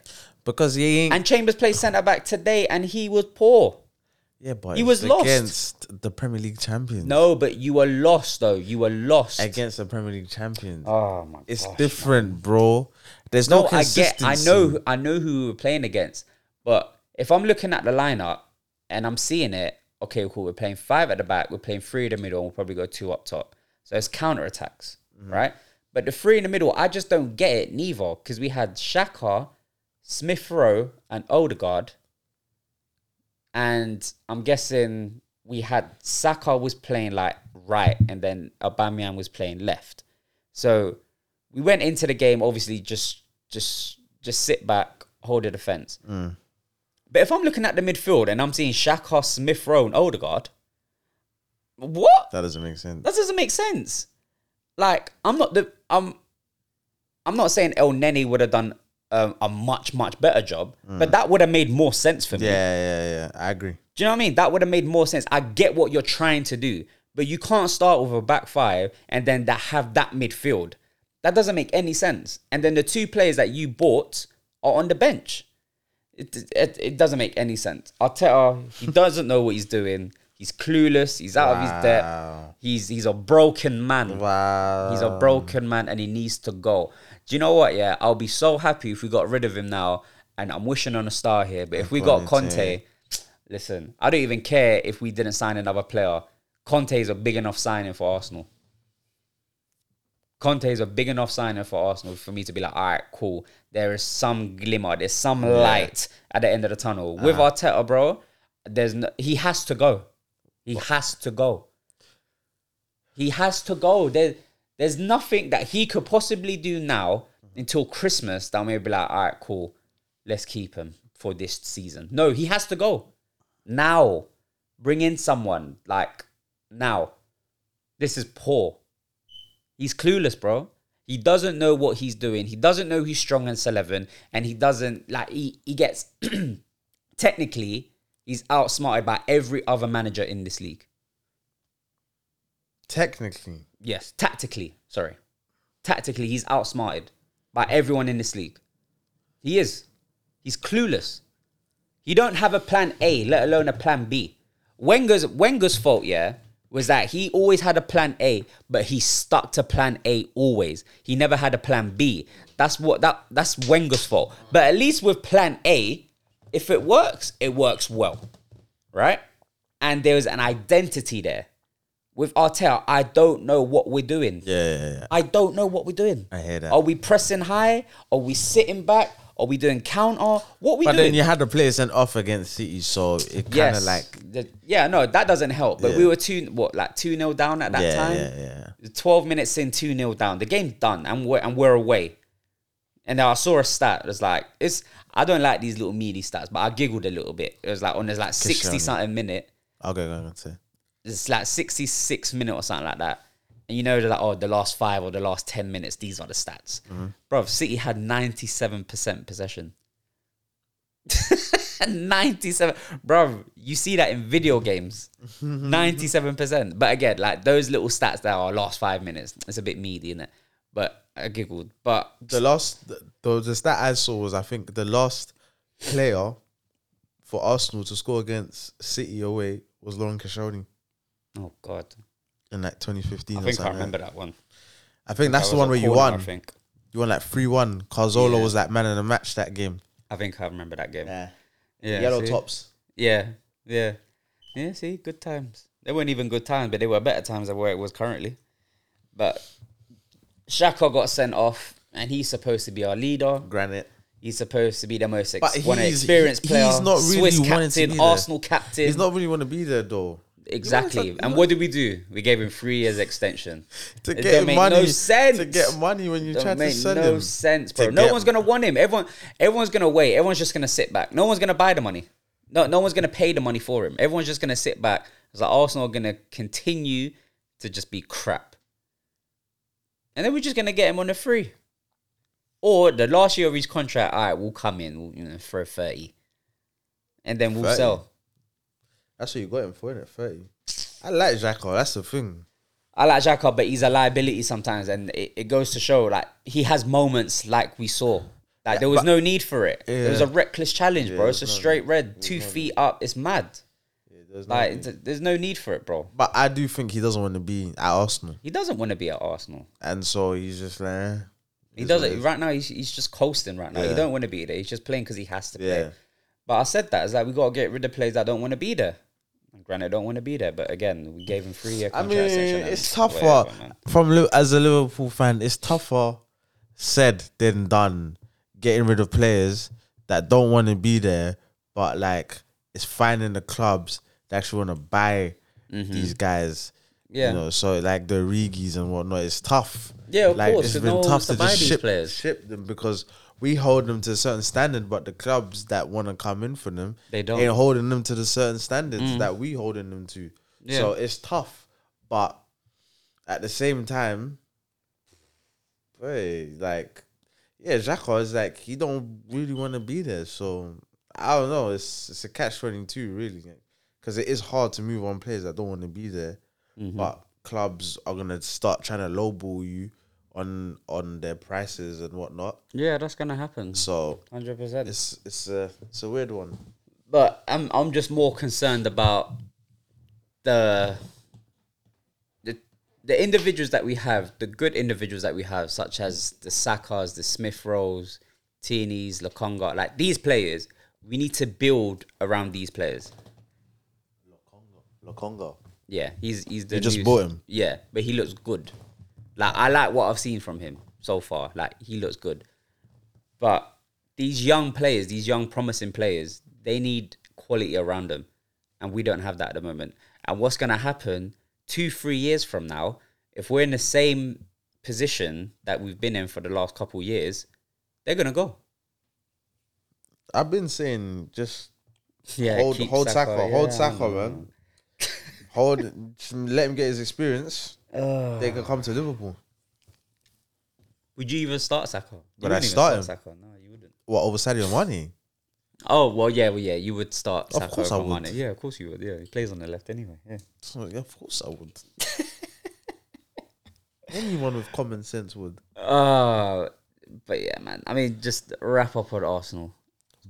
[SPEAKER 2] because he ain't.
[SPEAKER 1] And Chambers played centre back today, and he was poor.
[SPEAKER 2] yeah, but
[SPEAKER 1] he
[SPEAKER 2] it's
[SPEAKER 1] was lost.
[SPEAKER 2] against the Premier League champions.
[SPEAKER 1] No, but you were lost though. You were lost.
[SPEAKER 2] against the Premier League champions.
[SPEAKER 1] Oh my
[SPEAKER 2] it's
[SPEAKER 1] gosh.
[SPEAKER 2] different, bro. There's no,
[SPEAKER 1] No, I get.
[SPEAKER 2] consistency.
[SPEAKER 1] I know. I know who we were playing against. But if I'm looking at the lineup and I'm seeing it, okay, cool. We're playing five at the back. We're playing three in the middle, and we'll probably go two up top. So it's counter attacks,
[SPEAKER 2] Mm-hmm.
[SPEAKER 1] right? But the three in the middle, I just don't get it neither because we had Shaka, Smith Rowe, and Odegaard. and I'm guessing we had Saka was playing like right, and then Aubameyang was playing left. So we went into the game obviously just just just sit back, hold the defense. But if I'm looking at the midfield and I'm seeing Shaka, Smith Rowe, and Odegaard, what
[SPEAKER 2] That doesn't make sense.
[SPEAKER 1] that doesn't make sense. Like I'm not the I'm I'm not saying El Neni would have done um, a much much better job, but that would have made more sense for me.
[SPEAKER 2] Yeah, yeah, yeah. I agree.
[SPEAKER 1] Do you know what I mean? That would have made more sense. I get what you're trying to do, but you can't start with a back five and then that have that midfield. That doesn't make any sense. And then the two players that you bought are on the bench. It, it, it doesn't make any sense. Arteta,
[SPEAKER 2] *laughs*
[SPEAKER 1] he doesn't know what he's doing. He's clueless. He's out of his depth.
[SPEAKER 2] Wow.
[SPEAKER 1] He's he's a broken man.
[SPEAKER 2] Wow.
[SPEAKER 1] He's a broken man and he needs to go. Do you know what? Yeah, I'll be so happy if we got rid of him now. And I'm wishing on a star here. But if we got Conte,
[SPEAKER 2] Conte.
[SPEAKER 1] listen, I don't even care if we didn't sign another player. Conte is a big enough signing for Arsenal. Conte is a big enough signing for Arsenal for me to be like, all right, cool. There is some glimmer, there's some light at the end of the tunnel. With Arteta, bro, there's no, he has to go. He has to go. He has to go. There, there's nothing that he could possibly do now until Christmas that may be like, all right, cool, let's keep him for this season. No, he has to go now. Bring in someone like now. This is poor. He's clueless, bro. He doesn't know what he's doing. He doesn't know he's strong and 11, and he doesn't like he he gets *clears throat* technically he's outsmarted by every other manager in this league.
[SPEAKER 2] Technically,
[SPEAKER 1] Yes, tactically, sorry. Tactically, he's outsmarted by everyone in this league. He is. He's clueless. He don't have a plan A, let alone a plan B. Wenger's Wenger's fault, yeah, was that he always had a plan A, but he stuck to plan A always. He never had a plan B. That's what that that's Wenger's fault. But at least with plan A, if it works, it works well. Right? And there is an identity there. With Arteta, I don't know what we're doing.
[SPEAKER 2] yeah, yeah, yeah.
[SPEAKER 1] I don't know what we're doing.
[SPEAKER 2] I hear that.
[SPEAKER 1] Are we pressing high? Are we sitting back? Are we doing counter? What are we
[SPEAKER 2] But
[SPEAKER 1] doing?
[SPEAKER 2] then you had to play sent off against City, so it kind of
[SPEAKER 1] yes.
[SPEAKER 2] like
[SPEAKER 1] The- yeah, no, that doesn't help. But we
[SPEAKER 2] Yeah.
[SPEAKER 1] were two what like two 0 down at that
[SPEAKER 2] yeah,
[SPEAKER 1] time.
[SPEAKER 2] yeah, yeah.
[SPEAKER 1] Twelve minutes in, two 0 down. The game's done, and we're and we're away. And then I saw a stat. It was like it's. I don't like these little meaty stats, but I giggled a little bit. It was like on there's like sixty
[SPEAKER 2] Cristiano.
[SPEAKER 1] something minute.
[SPEAKER 2] Okay, go on, say.
[SPEAKER 1] it's like 66 minute or something like that. And you know, they're like, oh, the last five or the last 10 minutes, these are the stats.
[SPEAKER 2] Mm-hmm.
[SPEAKER 1] Bro, City had 97% possession. *laughs* 97. Bro, you see that in video games.
[SPEAKER 2] *laughs*
[SPEAKER 1] 97%. But again, like those little stats that are last five minutes, it's a bit meaty, innit? But I giggled. But
[SPEAKER 2] The last, the, the, the stat I saw was I think the last player for Arsenal to score against City away was Lauren Koscielny
[SPEAKER 1] oh, God.
[SPEAKER 2] in like 2015.
[SPEAKER 1] I
[SPEAKER 2] or
[SPEAKER 1] think I
[SPEAKER 2] something.
[SPEAKER 1] remember that one.
[SPEAKER 2] I think that's
[SPEAKER 1] That
[SPEAKER 2] the
[SPEAKER 1] was
[SPEAKER 2] one
[SPEAKER 1] a
[SPEAKER 2] where you
[SPEAKER 1] corner, I
[SPEAKER 2] won.
[SPEAKER 1] think.
[SPEAKER 2] You won like three one. Carzola
[SPEAKER 1] Yeah.
[SPEAKER 2] was like man of the match that game.
[SPEAKER 1] I think I remember that game.
[SPEAKER 2] Yeah,
[SPEAKER 1] Yeah,
[SPEAKER 2] yellow
[SPEAKER 1] see?
[SPEAKER 2] tops.
[SPEAKER 1] Yeah, yeah, yeah. See, good times. They weren't even good times, but they were better times than where it was currently. But Shaka got sent off, and he's supposed to be our leader.
[SPEAKER 2] Granite.
[SPEAKER 1] He's supposed to be the most
[SPEAKER 2] But
[SPEAKER 1] ex- one
[SPEAKER 2] he's-
[SPEAKER 1] experienced
[SPEAKER 2] he-
[SPEAKER 1] player.
[SPEAKER 2] he's not really
[SPEAKER 1] Swiss
[SPEAKER 2] wanting to
[SPEAKER 1] captain,
[SPEAKER 2] be there.
[SPEAKER 1] Arsenal captain.
[SPEAKER 2] He's not really want to be there though.
[SPEAKER 1] exactly. And what did we do? We gave him three years extension.
[SPEAKER 2] To
[SPEAKER 1] It
[SPEAKER 2] get
[SPEAKER 1] don't make
[SPEAKER 2] money,
[SPEAKER 1] no sense.
[SPEAKER 2] to get money when you
[SPEAKER 1] Don't
[SPEAKER 2] try to
[SPEAKER 1] make
[SPEAKER 2] sell
[SPEAKER 1] no
[SPEAKER 2] him.
[SPEAKER 1] sense, bro.
[SPEAKER 2] To
[SPEAKER 1] No
[SPEAKER 2] get-
[SPEAKER 1] one's gonna want him. Everyone, everyone's gonna wait. Everyone's just gonna sit back. No one's gonna buy the money. No, no one's gonna pay the money for him. Everyone's just gonna sit back. It's like Arsenal are gonna continue to just be crap, and then we're just gonna get him on a free, or the last year of his contract. All right, we'll come in, we'll, you know, throw thirty, and then we'll
[SPEAKER 2] 30?
[SPEAKER 1] sell.
[SPEAKER 2] That's what you got him for, innit? Thirty. I like Jacko. That's the thing.
[SPEAKER 1] I like Jacob, but he's a liability sometimes, and it, it goes to show like he has moments like we saw. Like there was no need for it. It was a reckless challenge, bro. It's a straight red, two feet up. It's mad.
[SPEAKER 2] There's no-
[SPEAKER 1] Like th- there's no need for it, bro.
[SPEAKER 2] But I do think he doesn't want to be at Arsenal,
[SPEAKER 1] He doesn't want to be at Arsenal.
[SPEAKER 2] and so he's just like, eh.
[SPEAKER 1] He
[SPEAKER 2] It's what it
[SPEAKER 1] doesn't
[SPEAKER 2] is.
[SPEAKER 1] right now. He's, he's just coasting right now. He
[SPEAKER 2] Yeah.
[SPEAKER 1] don't want to be there. He's just playing because he has to play.
[SPEAKER 2] yeah.
[SPEAKER 1] But I said that. It's like we gotta get rid of players that don't want to be there. And Granite don't want to be there, but again, we gave him three year
[SPEAKER 2] I
[SPEAKER 1] contract.
[SPEAKER 2] mean,
[SPEAKER 1] extension and
[SPEAKER 2] it's tougher
[SPEAKER 1] whatever, man.
[SPEAKER 2] from Liv- as a Liverpool fan. It's tougher said than done. Getting rid of players that don't want to be there, but like it's finding the clubs that actually want to buy these guys.
[SPEAKER 1] Mm-hmm. Yeah.
[SPEAKER 2] you know, so like the Rigis and whatnot. It's tough.
[SPEAKER 1] Yeah, of
[SPEAKER 2] like,
[SPEAKER 1] course, 'cause no one wants to buy these
[SPEAKER 2] ship
[SPEAKER 1] players.
[SPEAKER 2] ship them because. We hold them to a certain standard, but the clubs that want to come in for them,
[SPEAKER 1] They don't. Mm.
[SPEAKER 2] ain't holding them to the certain standards that we holding them to.
[SPEAKER 1] Yeah.
[SPEAKER 2] So it's tough, but at the same time, hey, like, yeah, Xhaka is like he don't really want to be there. So I don't know. It's it's a catch twenty two really, because it is hard to move on players that don't want to be there,
[SPEAKER 1] Mm-hmm.
[SPEAKER 2] but clubs are gonna start trying to lowball you on on their prices and whatnot.
[SPEAKER 1] yeah, that's gonna happen.
[SPEAKER 2] So
[SPEAKER 1] Hundred percent.
[SPEAKER 2] it's it's a it's a weird one.
[SPEAKER 1] but I'm I'm just more concerned about the the the individuals that we have, the good individuals that we have, such as the Sakas, the Smith Rolls, Teenies, Lakonga, like these players, we need to build around these players.
[SPEAKER 2] Lokonga.
[SPEAKER 1] Yeah, he's he's the
[SPEAKER 2] You just
[SPEAKER 1] new-
[SPEAKER 2] bought him?
[SPEAKER 1] Yeah, but he looks good. Like I like what I've seen from him so far. Like he looks good. But these young players, these young promising players, they need quality around them. and we don't have that at the moment. And what's going to happen two, three years from now, if we're in the same position that we've been in for the last couple years, they're going to go.
[SPEAKER 2] I've been saying just
[SPEAKER 1] Yeah,
[SPEAKER 2] hold
[SPEAKER 1] keep
[SPEAKER 2] hold
[SPEAKER 1] Saka,
[SPEAKER 2] Saka, hold
[SPEAKER 1] yeah,
[SPEAKER 2] Saka,
[SPEAKER 1] man.
[SPEAKER 2] man. hold, *laughs* just let him get his experience. they can come to Liverpool.
[SPEAKER 1] Would you even start Saka? You
[SPEAKER 2] Would I
[SPEAKER 1] wouldn't even
[SPEAKER 2] start him?
[SPEAKER 1] Saka? No, you wouldn't.
[SPEAKER 2] What over Sadio Mane?
[SPEAKER 1] Oh well, yeah, well, yeah. You would start.
[SPEAKER 2] Of
[SPEAKER 1] Saka
[SPEAKER 2] course I
[SPEAKER 1] over
[SPEAKER 2] would.
[SPEAKER 1] Mane. Yeah, of course you would. Yeah, he plays on the left anyway. Yeah.
[SPEAKER 2] So, yeah, of course I would. Anyone with common sense would.
[SPEAKER 1] Uh, but yeah, man. I mean, just wrap up on Arsenal.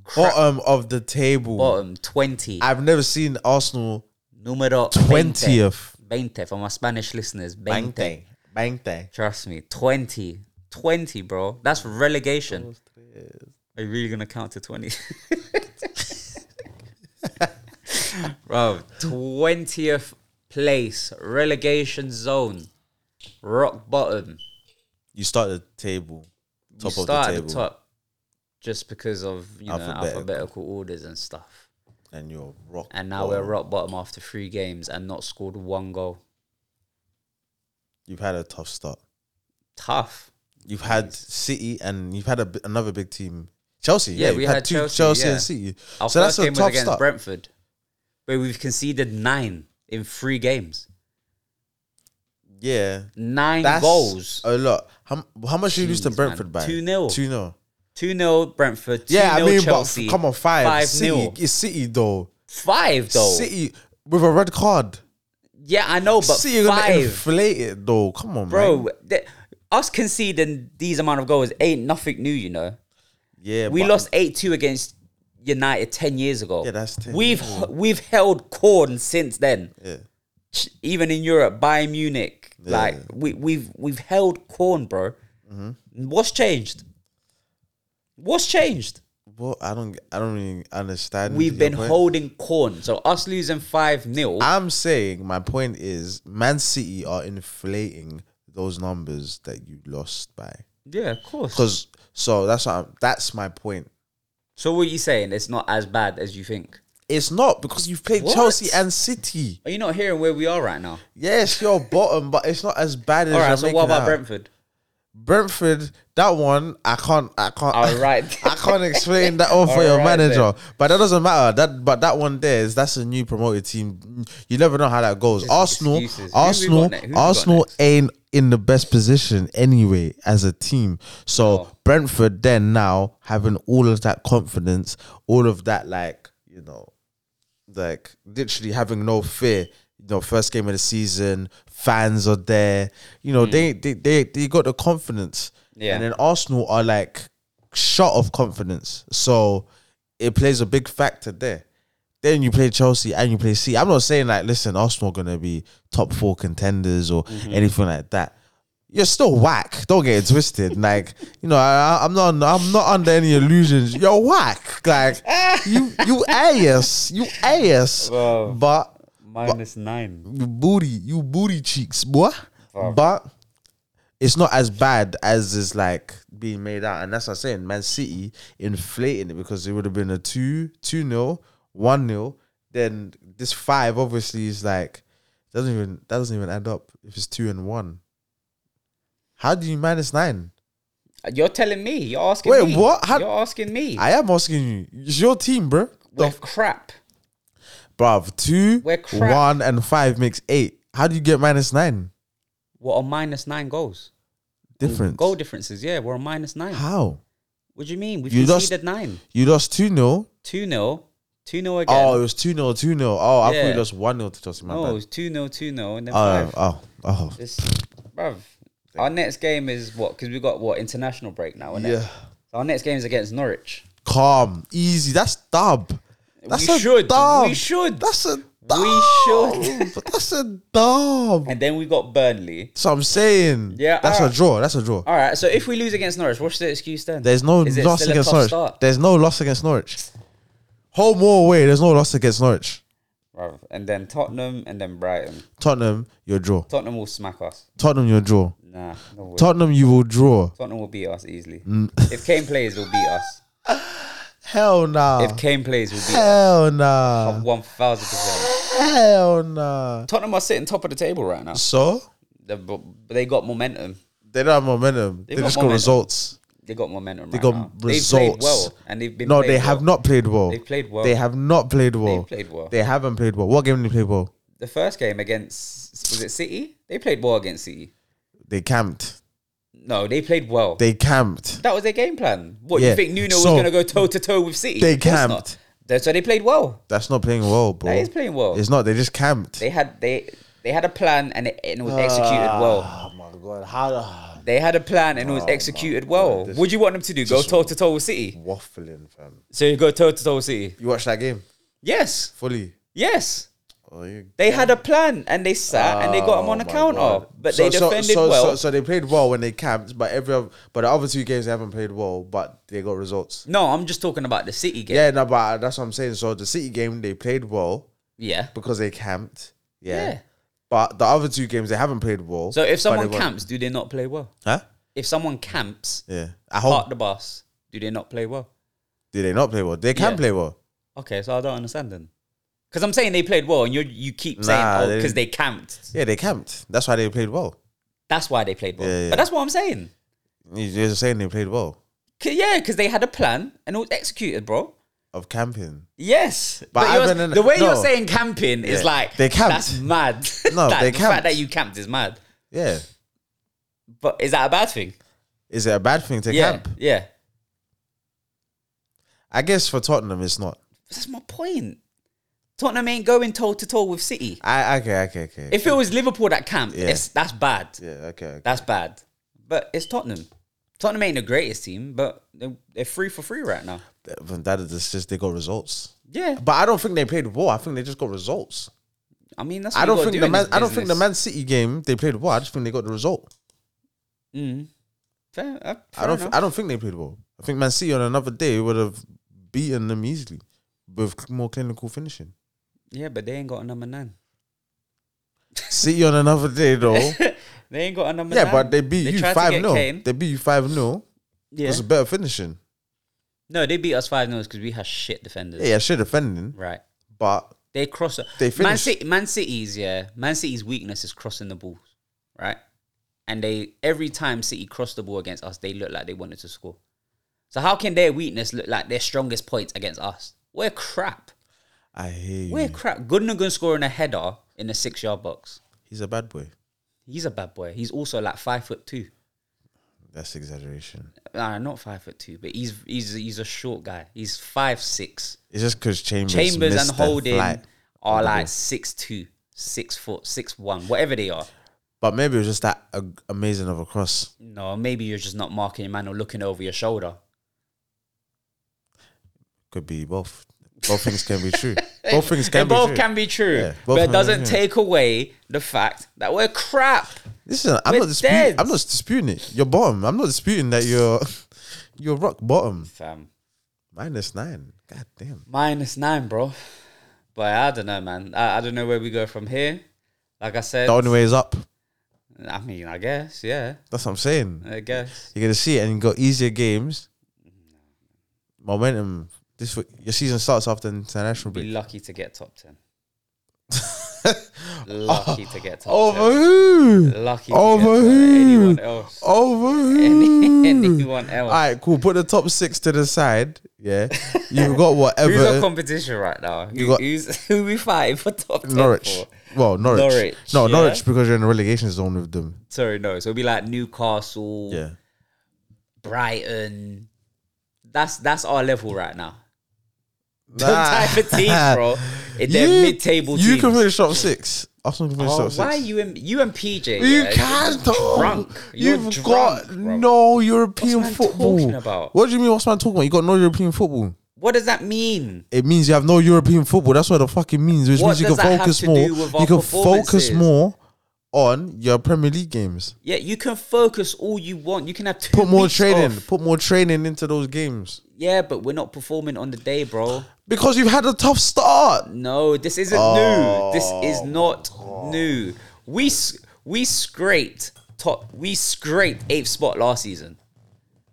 [SPEAKER 1] Crap.
[SPEAKER 2] Bottom um, of the table.
[SPEAKER 1] Bottom twenty.
[SPEAKER 2] I've never seen Arsenal
[SPEAKER 1] Numero 20.
[SPEAKER 2] 20th.
[SPEAKER 1] 20 for my Spanish listeners. 20.
[SPEAKER 2] Bangte. Bangte.
[SPEAKER 1] Trust me. 20. 20, bro. That's relegation. Are you really going to count to 20? *laughs* bro, 20th place. Relegation zone. Rock bottom.
[SPEAKER 2] You start the table.
[SPEAKER 1] You
[SPEAKER 2] Top of the
[SPEAKER 1] start at
[SPEAKER 2] table.
[SPEAKER 1] the top just because of you know
[SPEAKER 2] Alphabetical.
[SPEAKER 1] alphabetical orders and stuff.
[SPEAKER 2] And you're rock.
[SPEAKER 1] And now we're
[SPEAKER 2] bottom.
[SPEAKER 1] rock bottom after three games and not scored one goal.
[SPEAKER 2] You've had a tough start.
[SPEAKER 1] Tough.
[SPEAKER 2] You've had City and you've had a, bi- another big team. Chelsea.
[SPEAKER 1] Yeah,
[SPEAKER 2] Yeah, you've
[SPEAKER 1] we
[SPEAKER 2] had,
[SPEAKER 1] had
[SPEAKER 2] two
[SPEAKER 1] Chelsea,
[SPEAKER 2] Chelsea,
[SPEAKER 1] yeah.
[SPEAKER 2] and City.
[SPEAKER 1] Our
[SPEAKER 2] so
[SPEAKER 1] first
[SPEAKER 2] that's a
[SPEAKER 1] game was
[SPEAKER 2] tough
[SPEAKER 1] against
[SPEAKER 2] start.
[SPEAKER 1] Brentford, where we've conceded nine in three games.
[SPEAKER 2] yeah.
[SPEAKER 1] Nine
[SPEAKER 2] That's
[SPEAKER 1] goals.
[SPEAKER 2] a lot. How, how much you lose to
[SPEAKER 1] Jeez, man.
[SPEAKER 2] Brentford by?
[SPEAKER 1] 2-0.
[SPEAKER 2] 2 0.
[SPEAKER 1] 2 0 Brentford, 2
[SPEAKER 2] Yeah, I mean,
[SPEAKER 1] Chelsea.
[SPEAKER 2] but come on, five.
[SPEAKER 1] 5
[SPEAKER 2] City,
[SPEAKER 1] 0.
[SPEAKER 2] It's City, though.
[SPEAKER 1] 5 though.
[SPEAKER 2] City with a red card.
[SPEAKER 1] Yeah, I know, but
[SPEAKER 2] City are going to
[SPEAKER 1] 5.
[SPEAKER 2] inflate it, though. Come on, man.
[SPEAKER 1] Bro, th- us conceding these amount of goals ain't nothing new, you know.
[SPEAKER 2] Yeah,
[SPEAKER 1] We
[SPEAKER 2] but-
[SPEAKER 1] lost 8 2 against United 10 years ago.
[SPEAKER 2] Yeah, that's 10
[SPEAKER 1] We've,
[SPEAKER 2] years ago.
[SPEAKER 1] we've held corn since then.
[SPEAKER 2] Yeah.
[SPEAKER 1] ch- even in Europe, Bayern Munich, like we, we've we've held corn, bro.
[SPEAKER 2] Mm-hmm.
[SPEAKER 1] What's changed? What's changed?
[SPEAKER 2] Well, I don't, I don't really understand.
[SPEAKER 1] We've
[SPEAKER 2] your
[SPEAKER 1] been
[SPEAKER 2] point. Ah.
[SPEAKER 1] holding corn. So us losing five 0
[SPEAKER 2] I'm saying my point is, Man City are inflating those numbers that you lost by.
[SPEAKER 1] yeah, of course.
[SPEAKER 2] Because so that's what I'm, that's my point.
[SPEAKER 1] So what are you saying? It's not as bad as you think.
[SPEAKER 2] It's not because you've played
[SPEAKER 1] What?
[SPEAKER 2] Chelsea and City.
[SPEAKER 1] Are you not hearing where we are right now?
[SPEAKER 2] Yes, you're bottom, but it's not as bad as.
[SPEAKER 1] All right.
[SPEAKER 2] you're
[SPEAKER 1] So
[SPEAKER 2] making
[SPEAKER 1] what about
[SPEAKER 2] out.
[SPEAKER 1] Brentford?
[SPEAKER 2] Brentford? That one, I can't, I can't.
[SPEAKER 1] All right.
[SPEAKER 2] *laughs* I can't explain that one for
[SPEAKER 1] All
[SPEAKER 2] your
[SPEAKER 1] right
[SPEAKER 2] manager, but that doesn't matter. That but that one there is that's a new promoted team. You never know how that goes. Arsenal,
[SPEAKER 1] excuses. Who we got
[SPEAKER 2] Arsenal,
[SPEAKER 1] next? Who we got
[SPEAKER 2] Arsenal
[SPEAKER 1] next?
[SPEAKER 2] ain't in the best position anyway as a team. So
[SPEAKER 1] Oh.
[SPEAKER 2] Brentford then now having all of that confidence, all of that like you know, like literally having no fear. You know, first game of the season, fans are there. You know, they, they they they got the confidence.
[SPEAKER 1] Yeah.
[SPEAKER 2] And then Arsenal are like shot of confidence. So it plays a big factor there. Then you play Chelsea and you play C. I'm not saying like, listen, Arsenal are gonna be top four contenders or anything like that. You're still whack. Don't get it twisted. Like you know, I, I- I'm not. I'm not under any illusions. You're whack. Like you, you ass. You ass.
[SPEAKER 1] Bro.
[SPEAKER 2] But
[SPEAKER 1] Minus nine.
[SPEAKER 2] you booty, you booty cheeks, boy. But it's not as bad as it's like being made out, and that's what I'm saying. Man City inflating it because it would have been a two, two nil, one nil. Then this five obviously is like doesn't even that doesn't even add up if it's two and one. How do you minus nine?
[SPEAKER 1] You're telling me. You're asking
[SPEAKER 2] Wait,
[SPEAKER 1] me.
[SPEAKER 2] what? How-
[SPEAKER 1] You're asking me.
[SPEAKER 2] I am asking you. It's your team, bro.
[SPEAKER 1] We're
[SPEAKER 2] The
[SPEAKER 1] crap.
[SPEAKER 2] bruv, two,
[SPEAKER 1] We're crap.
[SPEAKER 2] one, and five makes eight. How do you get minus nine?
[SPEAKER 1] We're on minus nine goals.
[SPEAKER 2] Difference.
[SPEAKER 1] Goal differences. Yeah, we're on minus nine.
[SPEAKER 2] How?
[SPEAKER 1] What do you mean? We've
[SPEAKER 2] You lost-
[SPEAKER 1] conceded nine.
[SPEAKER 2] You lost 2 0.
[SPEAKER 1] 2 0. 2 0 again.
[SPEAKER 2] Oh, it was 2 0, 2 0. Oh, I thought
[SPEAKER 1] Yeah.
[SPEAKER 2] you lost 1 0 to Chelsea. My
[SPEAKER 1] no,
[SPEAKER 2] bad.
[SPEAKER 1] it's 2 0, 2 0, and then
[SPEAKER 2] Oh,
[SPEAKER 1] 5.
[SPEAKER 2] oh, oh.
[SPEAKER 1] This, bruv, our next game is what? Because we got what? International break now, isn't it?
[SPEAKER 2] Yeah.
[SPEAKER 1] So our next game is against Norwich.
[SPEAKER 2] Calm. Easy. That's dub. That's
[SPEAKER 1] we
[SPEAKER 2] a
[SPEAKER 1] should.
[SPEAKER 2] dub.
[SPEAKER 1] We should.
[SPEAKER 2] That's a dub.
[SPEAKER 1] should.
[SPEAKER 2] But *laughs* that's a dub.
[SPEAKER 1] and then we got Burnley.
[SPEAKER 2] So I'm saying.
[SPEAKER 1] Yeah,
[SPEAKER 2] That's
[SPEAKER 1] alright.
[SPEAKER 2] a draw. That's a draw.
[SPEAKER 1] All right, so if we lose against Norwich, what's the excuse then?
[SPEAKER 2] There's no
[SPEAKER 1] Is it
[SPEAKER 2] loss
[SPEAKER 1] still a
[SPEAKER 2] against
[SPEAKER 1] tough
[SPEAKER 2] Norwich.
[SPEAKER 1] start?
[SPEAKER 2] There's no loss against Norwich. Home or away, there's no loss against Norwich.
[SPEAKER 1] Bruv, And then Tottenham and then Brighton.
[SPEAKER 2] Tottenham, your draw.
[SPEAKER 1] Tottenham will smack us.
[SPEAKER 2] Tottenham, your draw.
[SPEAKER 1] Nah, no way.
[SPEAKER 2] Tottenham, you will draw. Mm.
[SPEAKER 1] Tottenham will beat us easily. If Kane plays, will beat us.
[SPEAKER 2] Hell nah.
[SPEAKER 1] If Kane plays, we'll be
[SPEAKER 2] Ah. Hell nah.
[SPEAKER 1] one thousand percent.
[SPEAKER 2] Hell nah.
[SPEAKER 1] Tottenham are sitting top of the table right now.
[SPEAKER 2] So
[SPEAKER 1] They- But they got momentum.
[SPEAKER 2] they don't have momentum. They,
[SPEAKER 1] got
[SPEAKER 2] just got
[SPEAKER 1] momentum.
[SPEAKER 2] results.
[SPEAKER 1] They got momentum.
[SPEAKER 2] They
[SPEAKER 1] right
[SPEAKER 2] got
[SPEAKER 1] now. They've played
[SPEAKER 2] results.
[SPEAKER 1] well, and they've been.
[SPEAKER 2] No,
[SPEAKER 1] playing
[SPEAKER 2] they have
[SPEAKER 1] well.
[SPEAKER 2] not played well.
[SPEAKER 1] They played well.
[SPEAKER 2] They have not played well.
[SPEAKER 1] They played well.
[SPEAKER 2] They haven't played well. What game did they play well?
[SPEAKER 1] the first game against was it City? They played well against City.
[SPEAKER 2] They camped.
[SPEAKER 1] No, they played well.
[SPEAKER 2] They camped.
[SPEAKER 1] that was their game plan. What
[SPEAKER 2] Yeah,
[SPEAKER 1] you think Nuno
[SPEAKER 2] so-
[SPEAKER 1] was going to go toe to toe with City?
[SPEAKER 2] They
[SPEAKER 1] Of course not.
[SPEAKER 2] camped. Oh.
[SPEAKER 1] They- So they played well.
[SPEAKER 2] That's not playing well, bro.
[SPEAKER 1] That is playing well.
[SPEAKER 2] It's not. They just camped.
[SPEAKER 1] They had they they had a plan and it, and it was executed well.
[SPEAKER 2] Oh my god! How
[SPEAKER 1] They had a plan and it
[SPEAKER 2] Oh
[SPEAKER 1] was executed well. What do you want them to do? Go toe to toe with City.
[SPEAKER 2] *sighs* waffling, fam.
[SPEAKER 1] So you go toe to toe with City.
[SPEAKER 2] You watched that game
[SPEAKER 1] Yes,
[SPEAKER 2] fully.
[SPEAKER 1] yes.
[SPEAKER 2] Oh, you...
[SPEAKER 1] They had a plan and they sat and they got him on the counter, but they defended
[SPEAKER 2] Oh so,
[SPEAKER 1] well.
[SPEAKER 2] So, so they played well when they camped, but every other, but the other two games they haven't played well, but they got results.
[SPEAKER 1] no, I'm just talking about the City game.
[SPEAKER 2] Yeah, no, but that's what I'm saying. So the City game they played well
[SPEAKER 1] yeah.
[SPEAKER 2] because they camped. Yeah.
[SPEAKER 1] Yeah.
[SPEAKER 2] But the other two games they haven't played well.
[SPEAKER 1] So if
[SPEAKER 2] but they
[SPEAKER 1] someone
[SPEAKER 2] won.
[SPEAKER 1] camps, do they not play well?
[SPEAKER 2] huh?
[SPEAKER 1] If someone camps,
[SPEAKER 2] Yeah, at home
[SPEAKER 1] park the bus, do they not play well?
[SPEAKER 2] did they not play well? They can
[SPEAKER 1] Yeah.
[SPEAKER 2] play well.
[SPEAKER 1] Okay, so I don't understand then. Because I'm saying they played well, and you you keep
[SPEAKER 2] Nah,
[SPEAKER 1] saying
[SPEAKER 2] they
[SPEAKER 1] oh because
[SPEAKER 2] didn't.
[SPEAKER 1] they camped.
[SPEAKER 2] Yeah, they camped. That's why they played well.
[SPEAKER 1] That's why they played well.
[SPEAKER 2] Yeah, yeah.
[SPEAKER 1] But that's what I'm saying.
[SPEAKER 2] You- You're saying they played well
[SPEAKER 1] C- yeah, because they had a plan and it was executed, bro.
[SPEAKER 2] of camping.
[SPEAKER 1] Yes,
[SPEAKER 2] But
[SPEAKER 1] but,
[SPEAKER 2] I
[SPEAKER 1] you're-
[SPEAKER 2] haven't-
[SPEAKER 1] the way you're
[SPEAKER 2] no.
[SPEAKER 1] saying camping is
[SPEAKER 2] Yeah.
[SPEAKER 1] like
[SPEAKER 2] They camped.
[SPEAKER 1] That's mad.
[SPEAKER 2] No,
[SPEAKER 1] *laughs* Like,
[SPEAKER 2] they
[SPEAKER 1] the
[SPEAKER 2] camped.
[SPEAKER 1] fact that you camped is mad.
[SPEAKER 2] Yeah.
[SPEAKER 1] But is that a bad thing?
[SPEAKER 2] Is it a bad thing to
[SPEAKER 1] yeah,
[SPEAKER 2] camp?
[SPEAKER 1] yeah.
[SPEAKER 2] I guess for Tottenham, it's not.
[SPEAKER 1] That's my point. Tottenham ain't going toe to toe with City.
[SPEAKER 2] I okay, okay, okay.
[SPEAKER 1] If it was Liverpool that camped,
[SPEAKER 2] Yeah.
[SPEAKER 1] it's, that's bad.
[SPEAKER 2] yeah, okay, okay.
[SPEAKER 1] That's bad. But it's Tottenham. Tottenham ain't the greatest team, but they're, they're three for three right now.
[SPEAKER 2] That, that is just they got results.
[SPEAKER 1] Yeah,
[SPEAKER 2] But I don't think they played well. I think they just got results.
[SPEAKER 1] I mean that's. What
[SPEAKER 2] I
[SPEAKER 1] you
[SPEAKER 2] don't
[SPEAKER 1] gotta
[SPEAKER 2] think
[SPEAKER 1] do
[SPEAKER 2] the
[SPEAKER 1] in
[SPEAKER 2] man.
[SPEAKER 1] this
[SPEAKER 2] I don't think the
[SPEAKER 1] business.
[SPEAKER 2] Man City game they played well. I just think they got the result.
[SPEAKER 1] Mm. Fair, uh, fair
[SPEAKER 2] I don't.
[SPEAKER 1] enough.
[SPEAKER 2] I don't think they played well. I think Man City on another day would have beaten them easily with more
[SPEAKER 1] *laughs*
[SPEAKER 2] clinical finishing.
[SPEAKER 1] yeah, but they ain't got a number nine.
[SPEAKER 2] City on another day though.
[SPEAKER 1] *laughs*
[SPEAKER 2] yeah,
[SPEAKER 1] They ain't got a number. nine.
[SPEAKER 2] but they beat you
[SPEAKER 1] tried to
[SPEAKER 2] five
[SPEAKER 1] get
[SPEAKER 2] 0
[SPEAKER 1] Kane.
[SPEAKER 2] They beat you five 0
[SPEAKER 1] Yeah.
[SPEAKER 2] It's a better finishing.
[SPEAKER 1] No, they beat us five 0 because we had shit defenders.
[SPEAKER 2] Yeah, yeah, shit defending,
[SPEAKER 1] Right.
[SPEAKER 2] but
[SPEAKER 1] They cross.
[SPEAKER 2] They
[SPEAKER 1] Man,
[SPEAKER 2] finished.
[SPEAKER 1] City, Man City's yeah. Man City's weakness is crossing the balls, right? And they every time City crossed the ball against us, they looked like they wanted to score. So how can their weakness look like their strongest points against us? We're crap.
[SPEAKER 2] I hear you.
[SPEAKER 1] We're crap. Gundogan scoring a header in the six yard box.
[SPEAKER 2] He's a bad boy.
[SPEAKER 1] He's a bad boy. He's also like five foot two.
[SPEAKER 2] That's exaggeration.
[SPEAKER 1] Nah, not five foot two, but he's he's he's a short guy. He's five six.
[SPEAKER 2] It's just because Chambers,
[SPEAKER 1] Chambers
[SPEAKER 2] missed
[SPEAKER 1] and Holding
[SPEAKER 2] Flight.
[SPEAKER 1] are like six two, six foot, six one, whatever they are.
[SPEAKER 2] But maybe it was just that a- amazing of a cross.
[SPEAKER 1] No, maybe you're just not marking your man or looking over your shoulder.
[SPEAKER 2] Could be both. Both things can
[SPEAKER 1] *laughs*
[SPEAKER 2] be true. Both things can
[SPEAKER 1] They
[SPEAKER 2] be
[SPEAKER 1] both
[SPEAKER 2] true.
[SPEAKER 1] can be true,
[SPEAKER 2] Yeah, both
[SPEAKER 1] but
[SPEAKER 2] can
[SPEAKER 1] it
[SPEAKER 2] be
[SPEAKER 1] doesn't
[SPEAKER 2] true.
[SPEAKER 1] take away the fact that we're crap.
[SPEAKER 2] Listen, I'm
[SPEAKER 1] We're
[SPEAKER 2] not disputing.
[SPEAKER 1] dead.
[SPEAKER 2] I'm not disputing it. You're bottom. I'm not disputing that *laughs* you're you're rock bottom.
[SPEAKER 1] Fam.
[SPEAKER 2] Minus nine. God damn.
[SPEAKER 1] Minus nine, bro. But I don't know, man. I, I don't know where we go from here. Like I said,
[SPEAKER 2] The only way is up.
[SPEAKER 1] I mean, I guess, yeah,
[SPEAKER 2] That's what I'm saying.
[SPEAKER 1] I guess.
[SPEAKER 2] You're gonna see it, and you got easier games. Momentum. This w- your season starts after the international
[SPEAKER 1] Be
[SPEAKER 2] break.
[SPEAKER 1] lucky to get top
[SPEAKER 2] *laughs*
[SPEAKER 1] ten. lucky to get top
[SPEAKER 2] Over who?
[SPEAKER 1] ten. Lucky to
[SPEAKER 2] Over
[SPEAKER 1] get top
[SPEAKER 2] who?
[SPEAKER 1] anyone else.
[SPEAKER 2] Over who?
[SPEAKER 1] *laughs* Any,
[SPEAKER 2] Mm.
[SPEAKER 1] anyone else.
[SPEAKER 2] All right, cool. Put the top six to the side. Yeah, you've got whatever.
[SPEAKER 1] *laughs* Who's our competition right now? Who,
[SPEAKER 2] got-
[SPEAKER 1] who's *laughs* who we fighting for top ten
[SPEAKER 2] Norwich.
[SPEAKER 1] for?
[SPEAKER 2] Well, Norwich.
[SPEAKER 1] Norwich,
[SPEAKER 2] No,
[SPEAKER 1] yeah.
[SPEAKER 2] Norwich because you're in the relegation zone with them.
[SPEAKER 1] Sorry, no. So it'll be like Newcastle,
[SPEAKER 2] Yeah.
[SPEAKER 1] Brighton. That's that's our level right
[SPEAKER 2] *laughs*
[SPEAKER 1] now. The
[SPEAKER 2] Nah.
[SPEAKER 1] type of team, bro. In their mid-table
[SPEAKER 2] You
[SPEAKER 1] teams.
[SPEAKER 2] can finish top six. Arsenal can finish
[SPEAKER 1] Oh,
[SPEAKER 2] top six.
[SPEAKER 1] why are you and you and PJ?
[SPEAKER 2] You
[SPEAKER 1] yeah, you're
[SPEAKER 2] can't. though.
[SPEAKER 1] Drunk. You're
[SPEAKER 2] You've
[SPEAKER 1] drunk,
[SPEAKER 2] got
[SPEAKER 1] bro.
[SPEAKER 2] no European
[SPEAKER 1] What's man
[SPEAKER 2] football.
[SPEAKER 1] talking about?
[SPEAKER 2] What do you mean? What's man talking about? You got no European football.
[SPEAKER 1] What does that mean?
[SPEAKER 2] It means you have no European football. That's what the fucking means. Which
[SPEAKER 1] What
[SPEAKER 2] means you can
[SPEAKER 1] does that have
[SPEAKER 2] focus
[SPEAKER 1] to
[SPEAKER 2] more.
[SPEAKER 1] do with our
[SPEAKER 2] You can focus
[SPEAKER 1] performances?
[SPEAKER 2] more on your Premier League games.
[SPEAKER 1] Yeah, you can focus all you want. You can have two
[SPEAKER 2] Put more
[SPEAKER 1] weeks
[SPEAKER 2] training.
[SPEAKER 1] off.
[SPEAKER 2] Put more training into those games.
[SPEAKER 1] Yeah, but we're not performing on the day, bro.
[SPEAKER 2] Because you've had a tough start.
[SPEAKER 1] No, this isn't new. This is not new. We s- we scraped top. We scraped eighth spot last season.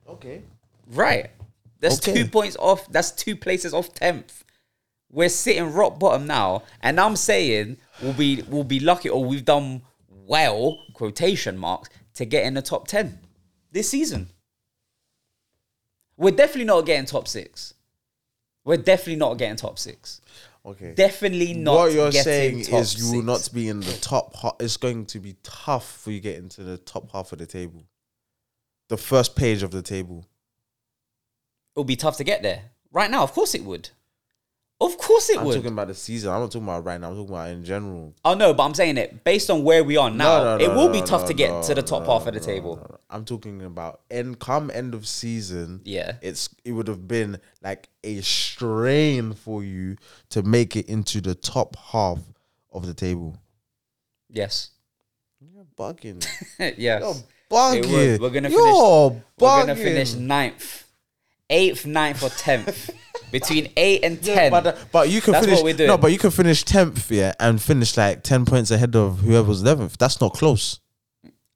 [SPEAKER 2] Okay.
[SPEAKER 1] Right. That's
[SPEAKER 2] Okay.
[SPEAKER 1] two points off. That's two places off tenth. We're sitting rock bottom now, and I'm saying we'll be we'll be lucky, or we've done well quotation marks to get in the top ten this season. We're definitely not getting top six. We're definitely not getting top six.
[SPEAKER 2] Okay.
[SPEAKER 1] Definitely not.
[SPEAKER 2] what you're
[SPEAKER 1] getting
[SPEAKER 2] saying
[SPEAKER 1] top
[SPEAKER 2] is you will
[SPEAKER 1] six.
[SPEAKER 2] not be in the top. ha- It's going to be tough for you to get into the top half of the table, the first page of the table.
[SPEAKER 1] It'll be tough to get there right now. Of course it would. Of course it
[SPEAKER 2] I'm
[SPEAKER 1] would.
[SPEAKER 2] talking about the season. I'm not talking about right now. I'm talking about in general.
[SPEAKER 1] Oh no, but I'm saying it based on where we are now.
[SPEAKER 2] No, no,
[SPEAKER 1] it
[SPEAKER 2] no,
[SPEAKER 1] will
[SPEAKER 2] no,
[SPEAKER 1] be tough
[SPEAKER 2] no,
[SPEAKER 1] to get
[SPEAKER 2] no,
[SPEAKER 1] to the top
[SPEAKER 2] no,
[SPEAKER 1] half of the
[SPEAKER 2] no,
[SPEAKER 1] table.
[SPEAKER 2] no, no. I'm talking about end come end of season.
[SPEAKER 1] Yeah.
[SPEAKER 2] it's it would have been like a strain for you to make it into the top half of the table.
[SPEAKER 1] Yes, *laughs*
[SPEAKER 2] You're bugging.
[SPEAKER 1] yes.
[SPEAKER 2] You're
[SPEAKER 1] *laughs*
[SPEAKER 2] bugging.
[SPEAKER 1] would. We're gonna finish-
[SPEAKER 2] You're bugging.
[SPEAKER 1] We're gonna finish ninth, eighth, ninth, or
[SPEAKER 2] *laughs*
[SPEAKER 1] tenth. Between eight and ten.
[SPEAKER 2] But, the- but you can
[SPEAKER 1] That's
[SPEAKER 2] finish
[SPEAKER 1] what we're doing.
[SPEAKER 2] no, but you can finish tenth, yeah, and finish like ten points ahead of whoever's eleventh. That's not close.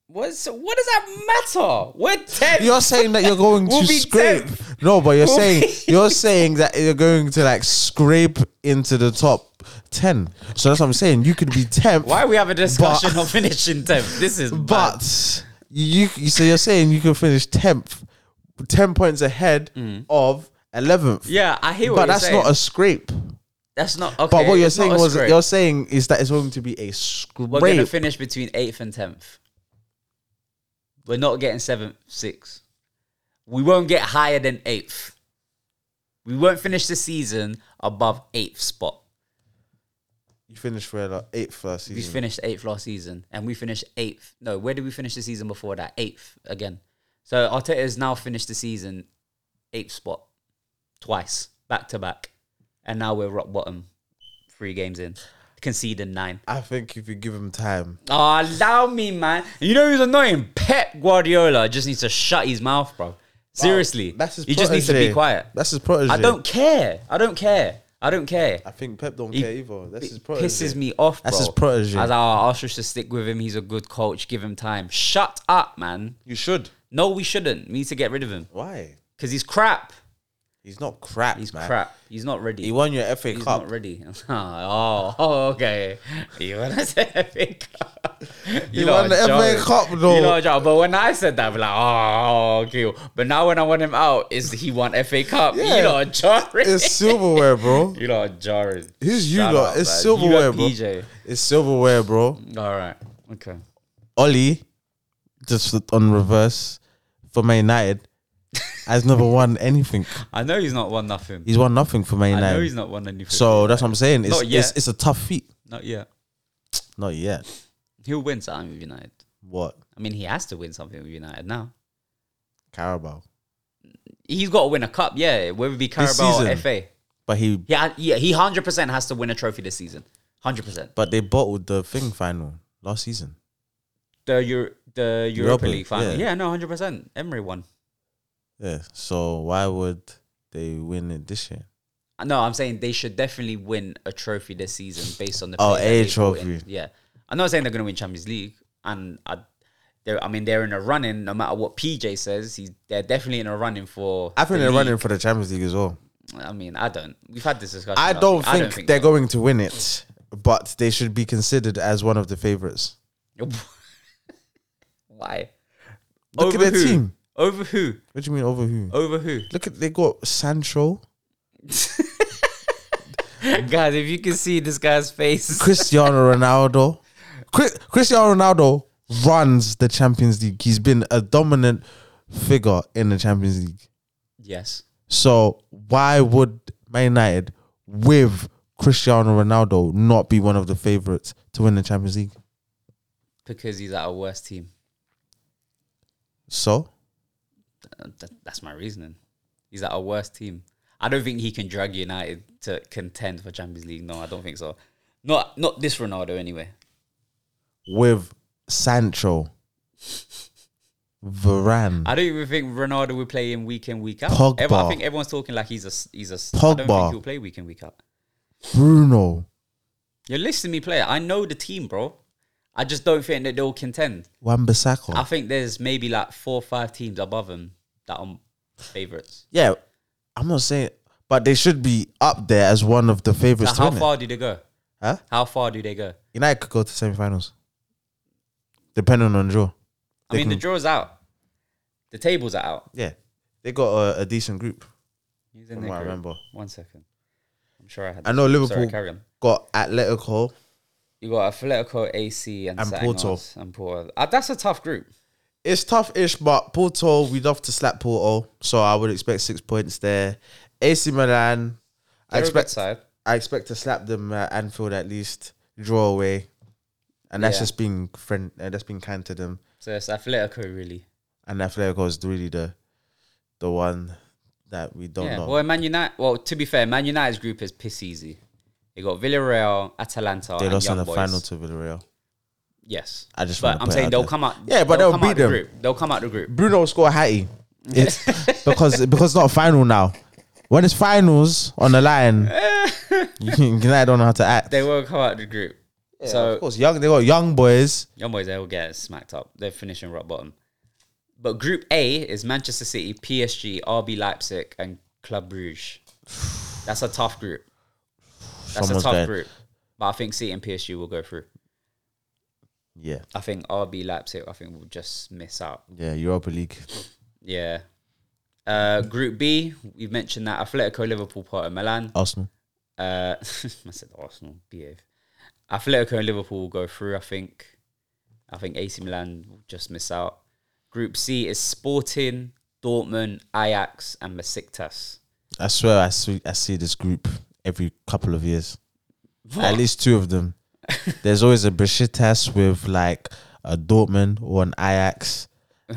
[SPEAKER 1] What's, what does that matter? We're tenth.
[SPEAKER 2] You're saying that you're
[SPEAKER 1] *laughs*
[SPEAKER 2] going
[SPEAKER 1] We'll
[SPEAKER 2] to
[SPEAKER 1] be
[SPEAKER 2] scrape.
[SPEAKER 1] 10th.
[SPEAKER 2] No, but you're
[SPEAKER 1] We'll
[SPEAKER 2] saying
[SPEAKER 1] be-
[SPEAKER 2] *laughs* you're saying that you're going to like scrape into the top ten. So that's what I'm saying. You could be tenth,
[SPEAKER 1] Why are we having a discussion of finishing tenth? This is bad.
[SPEAKER 2] but you. you- So you're saying you can finish tenth, ten points ahead of eleventh.
[SPEAKER 1] Mm. yeah, I hear what
[SPEAKER 2] but
[SPEAKER 1] you're
[SPEAKER 2] that's
[SPEAKER 1] saying.
[SPEAKER 2] not a scrape.
[SPEAKER 1] that's not okay.
[SPEAKER 2] But what you're
[SPEAKER 1] it's not
[SPEAKER 2] saying
[SPEAKER 1] a
[SPEAKER 2] was
[SPEAKER 1] scrape.
[SPEAKER 2] you're saying is that it's going to be a scrape.
[SPEAKER 1] we're gonna finish between eighth and tenth. We're not getting seventh, sixth. We won't get higher than eighth. We won't finish the season above eighth spot.
[SPEAKER 2] You finished for like eighth last
[SPEAKER 1] We
[SPEAKER 2] season.
[SPEAKER 1] finished eighth last season, and we finished eighth. No, where did we finish the season before that? Eighth again. So Arteta has now finished the season eighth spot twice, back to back, and now we're rock bottom, three games in, conceding nine.
[SPEAKER 2] I think if you give him time,
[SPEAKER 1] Oh, allow me, man. You know who's annoying? Pep Guardiola just needs to shut his mouth, bro. Seriously.
[SPEAKER 2] that's his.
[SPEAKER 1] he just needs to
[SPEAKER 2] protege.
[SPEAKER 1] be quiet.
[SPEAKER 2] That's his protege.
[SPEAKER 1] I don't care. I don't care. I don't care.
[SPEAKER 2] I think Pep don't care either. That's his
[SPEAKER 1] It
[SPEAKER 2] protege.
[SPEAKER 1] pisses me off, bro.
[SPEAKER 2] That's his protege.
[SPEAKER 1] As our Arsenal should stick with him. He's a good coach. Give him time. Shut up, man.
[SPEAKER 2] You should.
[SPEAKER 1] No, we shouldn't. We need to get rid of him
[SPEAKER 2] Why?
[SPEAKER 1] because he's crap.
[SPEAKER 2] He's not crap,
[SPEAKER 1] He's
[SPEAKER 2] man.
[SPEAKER 1] crap. He's not ready.
[SPEAKER 2] He won your FA
[SPEAKER 1] He's
[SPEAKER 2] Cup.
[SPEAKER 1] not ready. *laughs* oh, oh, okay. You want to *laughs* say FA Cup?
[SPEAKER 2] You
[SPEAKER 1] lot
[SPEAKER 2] won the
[SPEAKER 1] are
[SPEAKER 2] FA
[SPEAKER 1] jokes.
[SPEAKER 2] Cup,
[SPEAKER 1] You
[SPEAKER 2] though.
[SPEAKER 1] know, joke. but when I said that, I'm like, oh, okay. But now when I want him out, is he won FA Cup?
[SPEAKER 2] Yeah.
[SPEAKER 1] You know, jarring.
[SPEAKER 2] *laughs* It's silverware, bro.
[SPEAKER 1] *laughs* you know, jarring.
[SPEAKER 2] Who's you
[SPEAKER 1] Shout
[SPEAKER 2] lot?
[SPEAKER 1] out,
[SPEAKER 2] It's
[SPEAKER 1] man. You
[SPEAKER 2] silverware,
[SPEAKER 1] lot
[SPEAKER 2] bro.
[SPEAKER 1] PJ.
[SPEAKER 2] It's silverware, bro.
[SPEAKER 1] All right. Okay.
[SPEAKER 2] Ollie, just on reverse for Man United,
[SPEAKER 1] *laughs*
[SPEAKER 2] has never won anything.
[SPEAKER 1] I know he's not won nothing.
[SPEAKER 2] He's won nothing for Man
[SPEAKER 1] I know
[SPEAKER 2] United.
[SPEAKER 1] he's not won anything.
[SPEAKER 2] so that's what I'm saying. It's,
[SPEAKER 1] Not yet.
[SPEAKER 2] it's it's a tough feat.
[SPEAKER 1] not yet.
[SPEAKER 2] Not yet.
[SPEAKER 1] He'll win something with United.
[SPEAKER 2] What?
[SPEAKER 1] I mean, he has to win something with United now.
[SPEAKER 2] Carabao.
[SPEAKER 1] He's got to win a cup, yeah. Whether it be
[SPEAKER 2] This
[SPEAKER 1] Carabao or
[SPEAKER 2] season.
[SPEAKER 1] FA.
[SPEAKER 2] But he
[SPEAKER 1] Yeah, yeah, he hundred percent has to win a trophy this season. Hundred percent.
[SPEAKER 2] but they bottled the thing final last season.
[SPEAKER 1] The Euro, the Europa,
[SPEAKER 2] Europa,
[SPEAKER 1] League final. Yeah,
[SPEAKER 2] yeah.
[SPEAKER 1] no, hundred percent. Emery won.
[SPEAKER 2] Yeah. So why would they win it this year?
[SPEAKER 1] Uh, No, I'm saying they should definitely win a trophy this season based on the
[SPEAKER 2] Oh,
[SPEAKER 1] players that
[SPEAKER 2] a
[SPEAKER 1] they brought in.
[SPEAKER 2] trophy.
[SPEAKER 1] Yeah, I'm not saying they're gonna win Champions League, and I, they're, I mean they're in a running. No matter what PJ says, he's they're definitely in a running for.
[SPEAKER 2] I think
[SPEAKER 1] the
[SPEAKER 2] they're
[SPEAKER 1] league.
[SPEAKER 2] running for the Champions League as well.
[SPEAKER 1] I mean, I don't. We've had this discussion.
[SPEAKER 2] I
[SPEAKER 1] last
[SPEAKER 2] don't
[SPEAKER 1] week.
[SPEAKER 2] think, they're
[SPEAKER 1] so.
[SPEAKER 2] going to win it, but they should be considered as one of the favorites.
[SPEAKER 1] *laughs* Why?
[SPEAKER 2] Look at their
[SPEAKER 1] who?
[SPEAKER 2] team.
[SPEAKER 1] Over who?
[SPEAKER 2] What do you mean over who?
[SPEAKER 1] Over who?
[SPEAKER 2] Look at they got Sancho,
[SPEAKER 1] Guys, if you can see this guy's face,
[SPEAKER 2] Cristiano Ronaldo. Chris, Cristiano Ronaldo runs the Champions League. He's been a dominant figure in the Champions League.
[SPEAKER 1] yes,
[SPEAKER 2] So why would Man United with Cristiano Ronaldo not be one of the favorites to win the Champions League?
[SPEAKER 1] because he's at a worse team.
[SPEAKER 2] So
[SPEAKER 1] Uh, th- that's my reasoning. He's at a worse team. I don't think he can drag United to contend for Champions League. No, I don't think so. Not not this Ronaldo anyway.
[SPEAKER 2] with Sancho, Varane,
[SPEAKER 1] I don't even think Ronaldo will play in week in week out.
[SPEAKER 2] Pogba.
[SPEAKER 1] Ever- I think everyone's talking like he's a s- he's a. s- I don't
[SPEAKER 2] Pogba.
[SPEAKER 1] think he'll play week in week out.
[SPEAKER 2] Bruno,
[SPEAKER 1] You're listening to me, player. I know the team, bro. I just don't think that they'll contend. I
[SPEAKER 2] Wan-Bissaka.
[SPEAKER 1] think there's maybe like four or five teams above him that are favorites.
[SPEAKER 2] Yeah, I'm not saying, but they should be up there as one of the favorites.
[SPEAKER 1] Now,
[SPEAKER 2] to
[SPEAKER 1] how
[SPEAKER 2] win it.
[SPEAKER 1] far do they go?
[SPEAKER 2] Huh?
[SPEAKER 1] How far do they go?
[SPEAKER 2] United could go to semi-finals, depending on draw.
[SPEAKER 1] I mean, the draw's out. The tables are out.
[SPEAKER 2] Yeah, they got a, a decent group.
[SPEAKER 1] He's in
[SPEAKER 2] From
[SPEAKER 1] their
[SPEAKER 2] what Oh, I
[SPEAKER 1] group.
[SPEAKER 2] remember.
[SPEAKER 1] One second. I'm sure I had.
[SPEAKER 2] I know
[SPEAKER 1] this.
[SPEAKER 2] Liverpool
[SPEAKER 1] Sorry, carry on.
[SPEAKER 2] got Atletico.
[SPEAKER 1] You got Atletico, AC, and,
[SPEAKER 2] And
[SPEAKER 1] something
[SPEAKER 2] Porto.
[SPEAKER 1] else, and Porto. Ah, that's a tough group.
[SPEAKER 2] It's tough-ish, but Porto we'd love to slap Porto, so I would expect six points there. AC Milan, I
[SPEAKER 1] They're a good
[SPEAKER 2] expect
[SPEAKER 1] side.
[SPEAKER 2] I expect to slap them at Anfield at least, draw away, and that's
[SPEAKER 1] Yeah.
[SPEAKER 2] just being friend. Uh, that's being kind to them.
[SPEAKER 1] So it's Atletico, really.
[SPEAKER 2] And Atletico is really the the one that we don't
[SPEAKER 1] Yeah.
[SPEAKER 2] know.
[SPEAKER 1] Well, Man United. Well, to be fair, Man United's group is piss easy. They got Villarreal, Atalanta,
[SPEAKER 2] they
[SPEAKER 1] and
[SPEAKER 2] lost
[SPEAKER 1] Young
[SPEAKER 2] in the
[SPEAKER 1] Boys.
[SPEAKER 2] final to Villarreal.
[SPEAKER 1] Yes.
[SPEAKER 2] I just
[SPEAKER 1] But
[SPEAKER 2] wanna
[SPEAKER 1] I'm
[SPEAKER 2] put it
[SPEAKER 1] saying
[SPEAKER 2] out
[SPEAKER 1] they'll
[SPEAKER 2] there.
[SPEAKER 1] come out.
[SPEAKER 2] Yeah, but they'll
[SPEAKER 1] come
[SPEAKER 2] beat
[SPEAKER 1] out the
[SPEAKER 2] them.
[SPEAKER 1] group. They'll come out the group.
[SPEAKER 2] Bruno
[SPEAKER 1] *laughs*
[SPEAKER 2] score Hattie. It's because because it's not final now. When it's finals on
[SPEAKER 1] *laughs*
[SPEAKER 2] the line, *laughs* United don't know how to act.
[SPEAKER 1] They will come out the group.
[SPEAKER 2] of
[SPEAKER 1] so
[SPEAKER 2] course, young they got young boys.
[SPEAKER 1] young boys, they will get smacked up. They're finishing rock bottom. But Group A is Manchester City, PSG, RB Leipzig, and Club Brugge. That's a tough group. That's
[SPEAKER 2] Someone's
[SPEAKER 1] a tough
[SPEAKER 2] going-
[SPEAKER 1] group. But I think City and PSG will go through.
[SPEAKER 2] Yeah,
[SPEAKER 1] I think RB Leipzig, I think will just miss out.
[SPEAKER 2] yeah, Europa League.
[SPEAKER 1] Yeah. Uh, group B, we mentioned that Atletico, Liverpool, Porto, Milan.
[SPEAKER 2] Arsenal.
[SPEAKER 1] Uh, *laughs* I said Arsenal. Behave. Atletico and Liverpool will go through. I think. I think AC Milan will just miss out. Group C is Sporting, Dortmund, Ajax, and Besiktas.
[SPEAKER 2] I swear, I see, I see this group every couple of years.
[SPEAKER 1] What?
[SPEAKER 2] At least two of them. There's always a Besiktas with like a Dortmund or an *laughs* Ajax.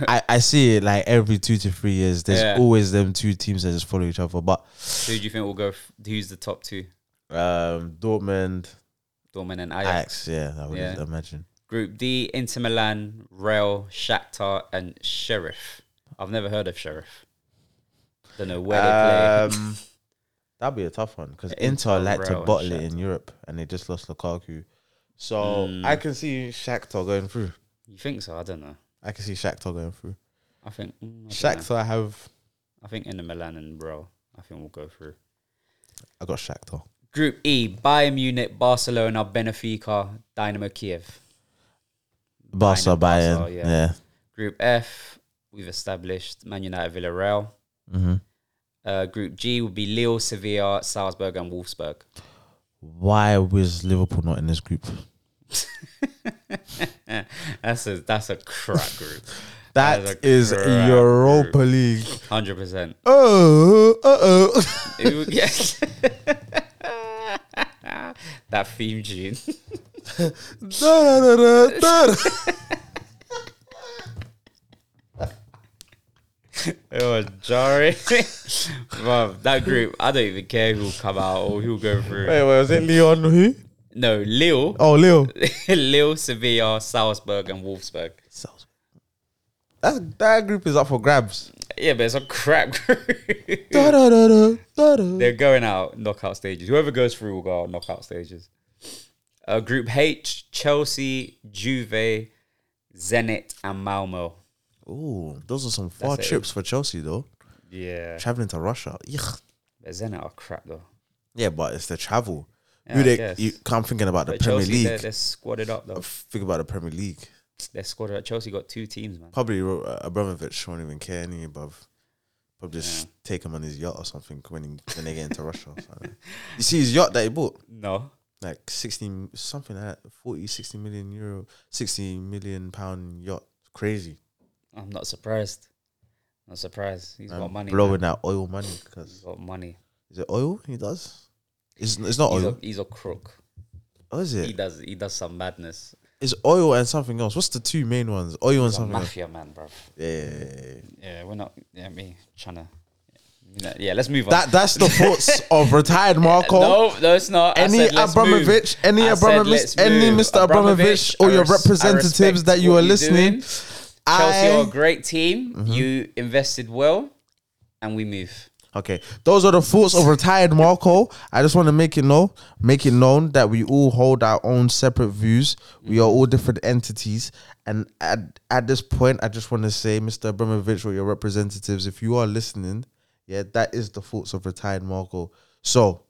[SPEAKER 2] I, I see it like every two to three years. There's
[SPEAKER 1] Yeah.
[SPEAKER 2] always them two teams that just follow each other. But
[SPEAKER 1] Who do you think will go? F- who's the top two?
[SPEAKER 2] um, Dortmund,
[SPEAKER 1] Dortmund and Ajax.
[SPEAKER 2] Ajax, yeah, I would
[SPEAKER 1] Yeah.
[SPEAKER 2] imagine.
[SPEAKER 1] Group D: Inter Milan, Real, Shakhtar, and Sheriff. I've never heard of Sheriff. Don't know where they play.
[SPEAKER 2] *laughs* Um, that'd be a tough one because
[SPEAKER 1] Inter,
[SPEAKER 2] Inter like to
[SPEAKER 1] Real,
[SPEAKER 2] bottle it
[SPEAKER 1] Shakhtar.
[SPEAKER 2] in Europe, and they just lost Lukaku. So I can see Shakhtar going through.
[SPEAKER 1] You think so? I don't know.
[SPEAKER 2] I can see Shakhtar going through.
[SPEAKER 1] I think. mm, I don't know.
[SPEAKER 2] Shakhtar have.
[SPEAKER 1] I think Inter Milan and Real. I think we'll go through.
[SPEAKER 2] I got Shakhtar.
[SPEAKER 1] Group E: Bayern Munich, Barcelona, Benfica, Dynamo Kiev.
[SPEAKER 2] Barca,
[SPEAKER 1] Bayern,
[SPEAKER 2] Bayern,
[SPEAKER 1] Barca, yeah.
[SPEAKER 2] yeah.
[SPEAKER 1] Group F: We've established Man United, Villarreal.
[SPEAKER 2] Mhm.
[SPEAKER 1] Uh, group G would be Lille, Sevilla, Salzburg, and Wolfsburg.
[SPEAKER 2] Why was Liverpool not in this group?
[SPEAKER 1] That's a that's a crap group. That
[SPEAKER 2] That
[SPEAKER 1] is a
[SPEAKER 2] is
[SPEAKER 1] crap
[SPEAKER 2] Europa League.
[SPEAKER 1] Hundred percent.
[SPEAKER 2] Oh, uh oh. *laughs*
[SPEAKER 1] Yes. *laughs* that theme tune. *laughs*
[SPEAKER 2] Da, da, da, da, da.
[SPEAKER 1] It was jarring. *laughs* Bruv, that group, I don't even care who'll come out or who'll go through.
[SPEAKER 2] Wait, wait, was it Leon? Who?
[SPEAKER 1] No, Lille, *laughs*
[SPEAKER 2] Oh, Leo.
[SPEAKER 1] Lille, Sevilla, Salzburg, and Wolfsburg.
[SPEAKER 2] That's, that group is up for grabs.
[SPEAKER 1] Yeah, but it's a crap *laughs* group.
[SPEAKER 2] Da, da, da, da, da, da.
[SPEAKER 1] They're going out knockout stages. Whoever goes through will go out knockout stages. Uh, group H: Chelsea, Juve, Zenit, and Malmo.
[SPEAKER 2] Ooh, those are some far
[SPEAKER 1] That's it.
[SPEAKER 2] trips for Chelsea, though.
[SPEAKER 1] Yeah,
[SPEAKER 2] Traveling to Russia. Yuck.
[SPEAKER 1] but Zenit are crap though.
[SPEAKER 2] Yeah, but it's the travel.
[SPEAKER 1] I
[SPEAKER 2] Who they,
[SPEAKER 1] guess.
[SPEAKER 2] you, I'm thinking about the
[SPEAKER 1] But
[SPEAKER 2] Premier
[SPEAKER 1] Chelsea, they're,
[SPEAKER 2] League.
[SPEAKER 1] they're squadded up though.
[SPEAKER 2] Think about the Premier League.
[SPEAKER 1] They're squadded up. Chelsea got two teams, man.
[SPEAKER 2] Probably uh, Abramovich won't even care any above. Probably just take him on his yacht or something when he, when they get into Russia.
[SPEAKER 1] *laughs*
[SPEAKER 2] or something. You see his yacht that he bought,
[SPEAKER 1] No,
[SPEAKER 2] like 16, something like that, 40, 60 million euro, 60 million pound yacht. Crazy.
[SPEAKER 1] I'm not surprised. Not surprised. He's got
[SPEAKER 2] I'm
[SPEAKER 1] money. man.
[SPEAKER 2] blowing out oil money because
[SPEAKER 1] He's got money.
[SPEAKER 2] is it oil he does? It's, it's not
[SPEAKER 1] He's
[SPEAKER 2] oil.
[SPEAKER 1] a, he's a crook.
[SPEAKER 2] Oh, is
[SPEAKER 1] He
[SPEAKER 2] it?
[SPEAKER 1] does he does some madness.
[SPEAKER 2] It's oil and something else. What's the two main ones? Oil and
[SPEAKER 1] He's a
[SPEAKER 2] something else.
[SPEAKER 1] mafia man, bro.
[SPEAKER 2] Yeah, yeah, yeah, yeah.
[SPEAKER 1] Yeah, we're not. Yeah, me trying to. yeah, let's move on.
[SPEAKER 2] That that's the thoughts of retired *laughs* Marco.
[SPEAKER 1] no, no, it's not. I
[SPEAKER 2] Any
[SPEAKER 1] said, let's
[SPEAKER 2] Abramovich,
[SPEAKER 1] move.
[SPEAKER 2] any
[SPEAKER 1] I said,
[SPEAKER 2] Abramovich,
[SPEAKER 1] let's
[SPEAKER 2] any
[SPEAKER 1] move.
[SPEAKER 2] Mr. Abramovich, or
[SPEAKER 1] I
[SPEAKER 2] your
[SPEAKER 1] res- I
[SPEAKER 2] representatives
[SPEAKER 1] respect
[SPEAKER 2] that you
[SPEAKER 1] what
[SPEAKER 2] are
[SPEAKER 1] you're
[SPEAKER 2] listening.
[SPEAKER 1] doing. Chelsea are a
[SPEAKER 2] I Mm-hmm.
[SPEAKER 1] great team. You invested well, and we move.
[SPEAKER 2] okay. Those are the thoughts of retired Marco. I just want to make it know, make it known that we all hold our own separate views. We are all different entities, and at at this point, I just want to say, Mr. Abramovich, or your representatives, if you are listening, Yeah, that is the faults of retired Marco. So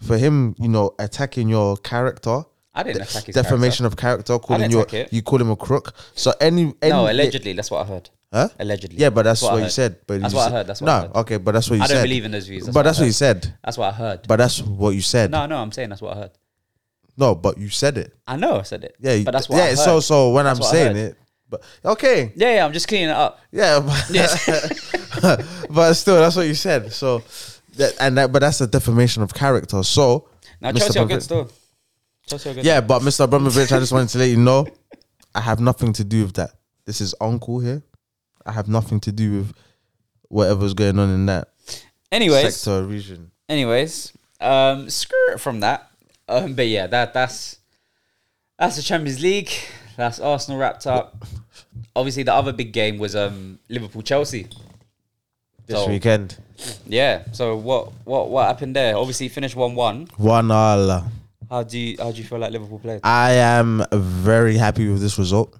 [SPEAKER 2] for him, you know, attacking your character,
[SPEAKER 1] I didn't attack his
[SPEAKER 2] defamation of character, calling
[SPEAKER 1] didn't
[SPEAKER 2] you
[SPEAKER 1] attack it.
[SPEAKER 2] you call him a crook. So any, any
[SPEAKER 1] character. No, allegedly, that's what I heard.
[SPEAKER 2] Huh?
[SPEAKER 1] Allegedly.
[SPEAKER 2] Yeah, but that's,
[SPEAKER 1] I
[SPEAKER 2] what, you
[SPEAKER 1] heard.
[SPEAKER 2] said. But
[SPEAKER 1] That's
[SPEAKER 2] you
[SPEAKER 1] what I
[SPEAKER 2] said-
[SPEAKER 1] heard, that's what
[SPEAKER 2] no,
[SPEAKER 1] I heard.
[SPEAKER 2] okay, but that's what you
[SPEAKER 1] I
[SPEAKER 2] said.
[SPEAKER 1] don't believe in those views. That's
[SPEAKER 2] but
[SPEAKER 1] what I
[SPEAKER 2] that's what you said.
[SPEAKER 1] That's what I heard.
[SPEAKER 2] But that's what you said. No,
[SPEAKER 1] No, no, I'm saying that's what I heard.
[SPEAKER 2] but you said it.
[SPEAKER 1] I know I said it.
[SPEAKER 2] Yeah, you-
[SPEAKER 1] but that's what
[SPEAKER 2] yeah.
[SPEAKER 1] I heard.
[SPEAKER 2] So so when
[SPEAKER 1] That's
[SPEAKER 2] I'm
[SPEAKER 1] what I
[SPEAKER 2] saying
[SPEAKER 1] heard.
[SPEAKER 2] it, but okay,
[SPEAKER 1] yeah, yeah, I'm just cleaning it up.
[SPEAKER 2] yeah, *laughs* but, *laughs* but still, that's what you said. So that and that, but that's a defamation of character. So
[SPEAKER 1] Now
[SPEAKER 2] Mr.
[SPEAKER 1] Chelsea are
[SPEAKER 2] Bavri-
[SPEAKER 1] good still. Chelsea are good.
[SPEAKER 2] Yeah, but Mr. Abramovich, I just wanted to let you know, I have nothing to do with that. This is uncle here. I have nothing to do with whatever's going on in that
[SPEAKER 1] Anyways,
[SPEAKER 2] sector region.
[SPEAKER 1] anyways, um, screw it from that. Um, but yeah, that that's that's the Champions League. That's Arsenal wrapped up. Obviously, the other big game was um Liverpool Chelsea.
[SPEAKER 2] This
[SPEAKER 1] So,
[SPEAKER 2] weekend,
[SPEAKER 1] Yeah. So what what what happened there? Obviously, finished one one.
[SPEAKER 2] one Allah.
[SPEAKER 1] How do you how do you feel like Liverpool played?
[SPEAKER 2] I am very happy with this result.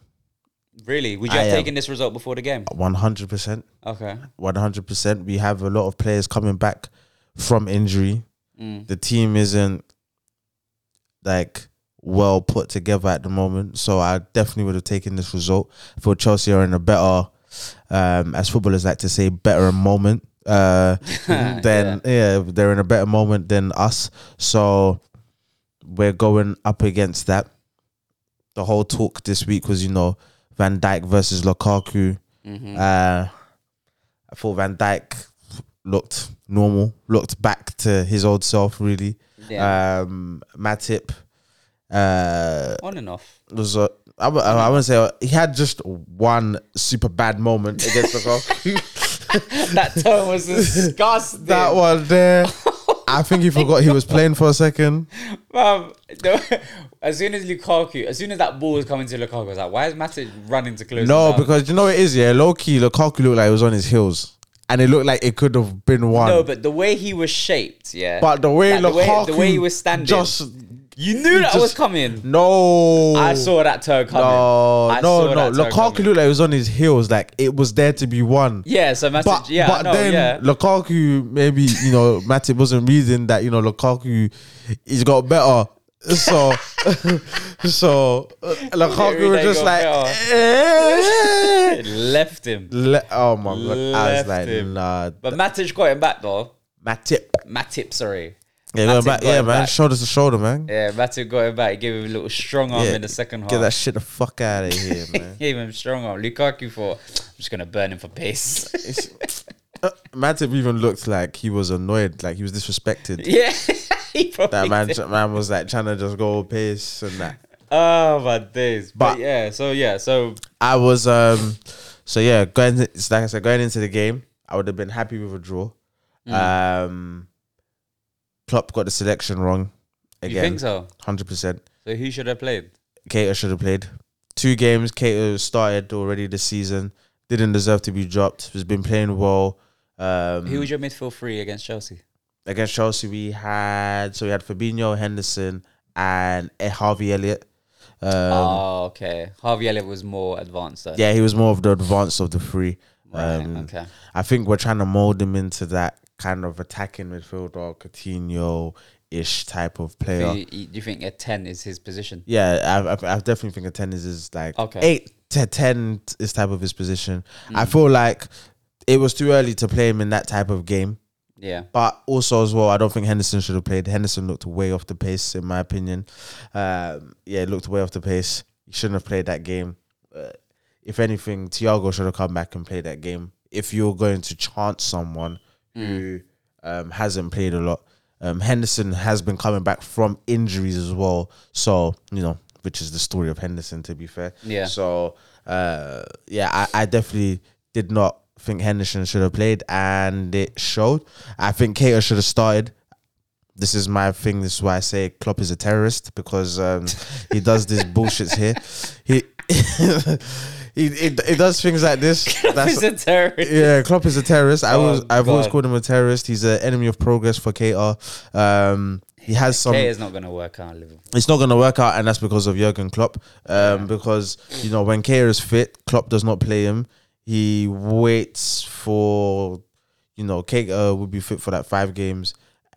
[SPEAKER 1] Really? Would you
[SPEAKER 2] I
[SPEAKER 1] have
[SPEAKER 2] am- Uh,
[SPEAKER 1] taken this result before the game?
[SPEAKER 2] One hundred percent.
[SPEAKER 1] Okay.
[SPEAKER 2] One hundred percent. We have a lot of players coming back from injury.
[SPEAKER 1] Mm.
[SPEAKER 2] The team isn't like well put together at the moment. So I definitely would have taken this result. For Chelsea are in a better, um, as footballers like to say, better moment. Uh, than yeah. they're in a better moment than us. So we're going up against that. The whole talk this week was, you know, Van Dyke versus Lukaku.
[SPEAKER 1] Mhm.
[SPEAKER 2] Uh, I thought Van Dyke looked normal, looked back to his old self, really.
[SPEAKER 1] Yeah.
[SPEAKER 2] Um, Matip uh,
[SPEAKER 1] on and off.
[SPEAKER 2] was a. I, w- I wouldn't say uh, he had just one super bad moment against
[SPEAKER 1] *laughs*
[SPEAKER 2] Lukaku.
[SPEAKER 1] That tone
[SPEAKER 2] *laughs*
[SPEAKER 1] was disgusting.
[SPEAKER 2] that one there, I think he forgot he was playing for a second.
[SPEAKER 1] Bruv, the- *laughs* as soon as Lukaku, as soon as that ball was coming to Lukaku, I was like, why is Matic running to close?
[SPEAKER 2] No,
[SPEAKER 1] him down?
[SPEAKER 2] because you know what it is, yeah. Low key, Lukaku looked like he was on his heels, and it looked like it could have been one.
[SPEAKER 1] no, but the way he was shaped, yeah.
[SPEAKER 2] but the way
[SPEAKER 1] Like, the way-
[SPEAKER 2] Lukaku,
[SPEAKER 1] the way he was standing.
[SPEAKER 2] just
[SPEAKER 1] you knew that
[SPEAKER 2] just-
[SPEAKER 1] was coming.
[SPEAKER 2] no,
[SPEAKER 1] I saw that turn coming.
[SPEAKER 2] Oh, no,
[SPEAKER 1] I
[SPEAKER 2] no,
[SPEAKER 1] saw
[SPEAKER 2] no.
[SPEAKER 1] that turn
[SPEAKER 2] Lukaku
[SPEAKER 1] coming.
[SPEAKER 2] looked like he was on his heels, like it was there to be one.
[SPEAKER 1] Yeah, so Matic,
[SPEAKER 2] But
[SPEAKER 1] yeah,
[SPEAKER 2] but
[SPEAKER 1] no,
[SPEAKER 2] then
[SPEAKER 1] yeah.
[SPEAKER 2] Lukaku maybe you know *laughs* Matip wasn't reading that you know Lukaku he's got better so *laughs* so uh,
[SPEAKER 1] read
[SPEAKER 2] Lukaku
[SPEAKER 1] that
[SPEAKER 2] was
[SPEAKER 1] he
[SPEAKER 2] just
[SPEAKER 1] got
[SPEAKER 2] like
[SPEAKER 1] better.
[SPEAKER 2] eh. *laughs*
[SPEAKER 1] Left him.
[SPEAKER 2] Le- oh my god! I was
[SPEAKER 1] Left
[SPEAKER 2] like,
[SPEAKER 1] him.
[SPEAKER 2] nah.
[SPEAKER 1] But Matic got him back though.
[SPEAKER 2] Matip.
[SPEAKER 1] Matip, sorry. Matip
[SPEAKER 2] Yeah, going back.
[SPEAKER 1] got
[SPEAKER 2] Yeah,
[SPEAKER 1] him
[SPEAKER 2] man.
[SPEAKER 1] back.
[SPEAKER 2] Shoulders to shoulder, man.
[SPEAKER 1] Yeah, Matic got him back. He gave him a little strong arm in the second half.
[SPEAKER 2] Get that shit the fuck out of here,
[SPEAKER 1] *laughs*
[SPEAKER 2] man.
[SPEAKER 1] Gave him strong arm. Lukaku for I'm just gonna burn him for pace. *laughs*
[SPEAKER 2] It's- Uh, Matip even looked like he was annoyed, like he was disrespected.
[SPEAKER 1] yeah. *laughs* he probably
[SPEAKER 2] That man,
[SPEAKER 1] did.
[SPEAKER 2] man was like trying to just go pace and that.
[SPEAKER 1] Oh my days. But,
[SPEAKER 2] But-
[SPEAKER 1] yeah, so yeah, so
[SPEAKER 2] I was um so yeah, going to, it's like I said, going into the game, I would have been happy with a draw.
[SPEAKER 1] Mm.
[SPEAKER 2] Um Klopp got the selection wrong
[SPEAKER 1] you
[SPEAKER 2] again.
[SPEAKER 1] think so?
[SPEAKER 2] Hundred percent.
[SPEAKER 1] So who should have played?
[SPEAKER 2] Cater should have played. Two games, Cater started already this season. Didn't deserve to be dropped. Has been playing well. Um,
[SPEAKER 1] Who was your midfield three against Chelsea?
[SPEAKER 2] against Chelsea, we had so we had Fabinho, Henderson, and eh, Harvey Elliott. Um,
[SPEAKER 1] oh, okay. Harvey Elliott was more advanced though.
[SPEAKER 2] yeah, he was more of the advanced of the three.
[SPEAKER 1] Right,
[SPEAKER 2] Um,
[SPEAKER 1] okay.
[SPEAKER 2] I think we're trying to mold him into that kind of attacking midfielder, Coutinho ish type of player.
[SPEAKER 1] Do you, you- do you think a ten is his position?
[SPEAKER 2] Yeah, I, I, I definitely think a ten is his like
[SPEAKER 1] Okay. Mm.
[SPEAKER 2] eight to ten is type of his position. I feel like it was too early to play him in that type of game.
[SPEAKER 1] Yeah.
[SPEAKER 2] But also as well, I don't think Henderson should have played. Henderson looked way off the pace, in my opinion. Um, yeah, looked way off the pace. He shouldn't have played that game. Uh, if anything, Thiago should have come back and played that game. If you're going to chance someone who um, hasn't played a lot, um, Henderson has been coming back from injuries as well. So you know, which is the story of Henderson, to be fair.
[SPEAKER 1] Yeah. *laughs*
[SPEAKER 2] So uh, yeah, I, I definitely did not think Henderson should have played, and it showed. I think Cato should have started. This is my thing. This is why I say Klopp is a terrorist
[SPEAKER 1] *laughs*
[SPEAKER 2] because um, he does this bullshits here. He, *laughs* he he he does things
[SPEAKER 1] *laughs*
[SPEAKER 2] like this. That's
[SPEAKER 1] He's a *laughs* terrorist.
[SPEAKER 2] yeah, Klopp is a terrorist. I
[SPEAKER 1] Oh,
[SPEAKER 2] was I've always
[SPEAKER 1] God.
[SPEAKER 2] called him a terrorist. He's an enemy of progress for Cato. Um, he has some.
[SPEAKER 1] K is not gonna work out in Liverpool.
[SPEAKER 2] It's not going to work out, and that's because of Jurgen Klopp. Um, because you know when Keir is fit, Klopp does not play him. He waits for you know, Kate uh, would be fit for like five games.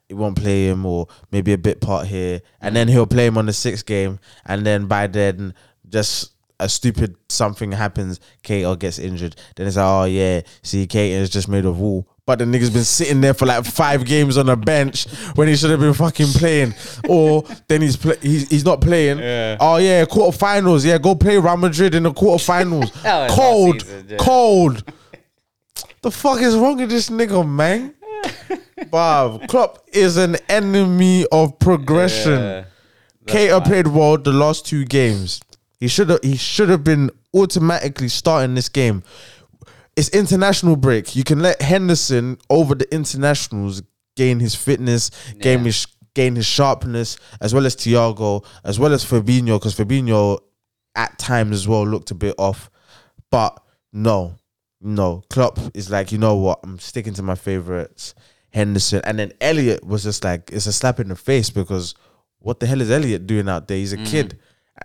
[SPEAKER 2] It won't play him, or maybe a bit part here, and then he'll play him on the sixth game, and then by then, just a stupid something happens. Kato gets injured. Then it's like, oh yeah, see, Kato is just made of wool. But the nigga's been sitting there for like five games on a bench when he should have been fucking playing. Or then he's play- he's, he's not playing.
[SPEAKER 1] Yeah.
[SPEAKER 2] Oh yeah, quarterfinals. Yeah, go play Real Madrid in the quarterfinals.
[SPEAKER 1] *laughs* That was last
[SPEAKER 2] cold,
[SPEAKER 1] season, yeah.
[SPEAKER 2] cold. the fuck is wrong with this nigga, man?
[SPEAKER 1] *laughs*
[SPEAKER 2] Bob Klopp is an enemy of progression.
[SPEAKER 1] Yeah.
[SPEAKER 2] Cater played well the last two games. He should have he should have been automatically starting this game. It's international break. You can let Henderson over the internationals gain his fitness, gain
[SPEAKER 1] Yeah.
[SPEAKER 2] his gain his sharpness, as well as Thiago, as well as Fabinho, because Fabinho at times as well looked a bit off. But no, no. Klopp is like, you know what? I'm sticking to my favorites. Henderson. And then Elliot was just like, it's a slap in the face because what the hell is Elliot doing out there? He's a kid.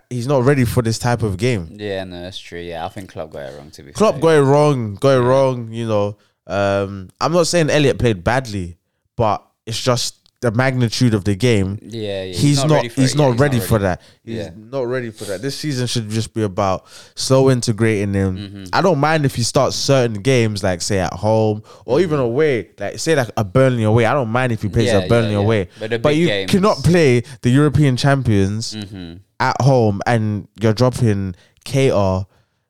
[SPEAKER 2] He's not ready for this type of game.
[SPEAKER 1] Yeah, no, that's true. Yeah, I think Klopp got it wrong to be
[SPEAKER 2] Klopp
[SPEAKER 1] fair.
[SPEAKER 2] got it wrong, got it wrong, you know. Um, I'm not saying Elliot played badly, but it's just the magnitude of the game.
[SPEAKER 1] Yeah, yeah, he's
[SPEAKER 2] He's
[SPEAKER 1] not
[SPEAKER 2] not.
[SPEAKER 1] ready for
[SPEAKER 2] He's
[SPEAKER 1] it yet,
[SPEAKER 2] not
[SPEAKER 1] he's not
[SPEAKER 2] ready for
[SPEAKER 1] ready.
[SPEAKER 2] that. He's
[SPEAKER 1] Yeah.
[SPEAKER 2] not ready for that. This season should just be about slow integrating him.
[SPEAKER 1] Mm-hmm.
[SPEAKER 2] I don't mind if he starts certain games, like say at home or even away, like say like a Burnley away. I don't mind if he plays
[SPEAKER 1] Mm-hmm. Yeah,
[SPEAKER 2] a Burnley
[SPEAKER 1] yeah, yeah.
[SPEAKER 2] away,
[SPEAKER 1] But the
[SPEAKER 2] but
[SPEAKER 1] big
[SPEAKER 2] you
[SPEAKER 1] games- Mm.
[SPEAKER 2] cannot play the European champions
[SPEAKER 1] Mm-hmm.
[SPEAKER 2] at home and you're dropping KR.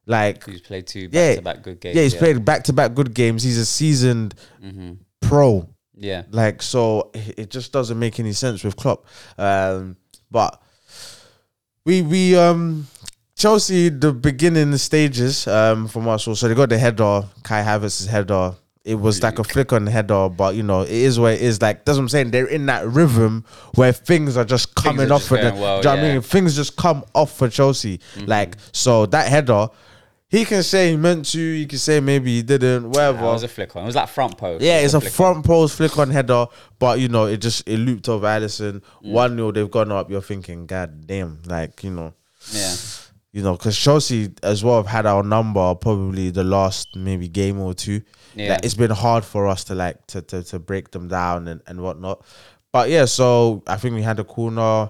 [SPEAKER 2] Like
[SPEAKER 1] He's played two back
[SPEAKER 2] Yeah.
[SPEAKER 1] to back good games.
[SPEAKER 2] yeah, he's played back to back good games. He's a seasoned
[SPEAKER 1] Mm-hmm.
[SPEAKER 2] pro.
[SPEAKER 1] Yeah.
[SPEAKER 2] Like so, it it just doesn't make any sense with Klopp. Um, but we we um Chelsea the beginning stages um from us so they got the header Kai Havertz's header. It was like a flick on the header, but you know it is what it is. Like that's what I'm saying. They're in that rhythm where things are just coming
[SPEAKER 1] are
[SPEAKER 2] off
[SPEAKER 1] just
[SPEAKER 2] for them.
[SPEAKER 1] going well,
[SPEAKER 2] Do you know what I
[SPEAKER 1] yeah. Mm-hmm.
[SPEAKER 2] mean? Things just come off for Chelsea. Like so that header, he can say he meant to. He can say maybe he didn't. Whatever.
[SPEAKER 1] That was a flick on. It was like front post.
[SPEAKER 2] Yeah, it's a
[SPEAKER 1] flick
[SPEAKER 2] front post flick on header, but you know, it just it looped over Allison. One 0 they've gone up. You're thinking, God damn, like you know,
[SPEAKER 1] on. Yeah.
[SPEAKER 2] you know, because Chelsea as well have had our number probably the last maybe game or two.
[SPEAKER 1] Yeah.
[SPEAKER 2] Like, it's been hard for us to like to to, to break them down and, and whatnot. But yeah, so I think we had a corner.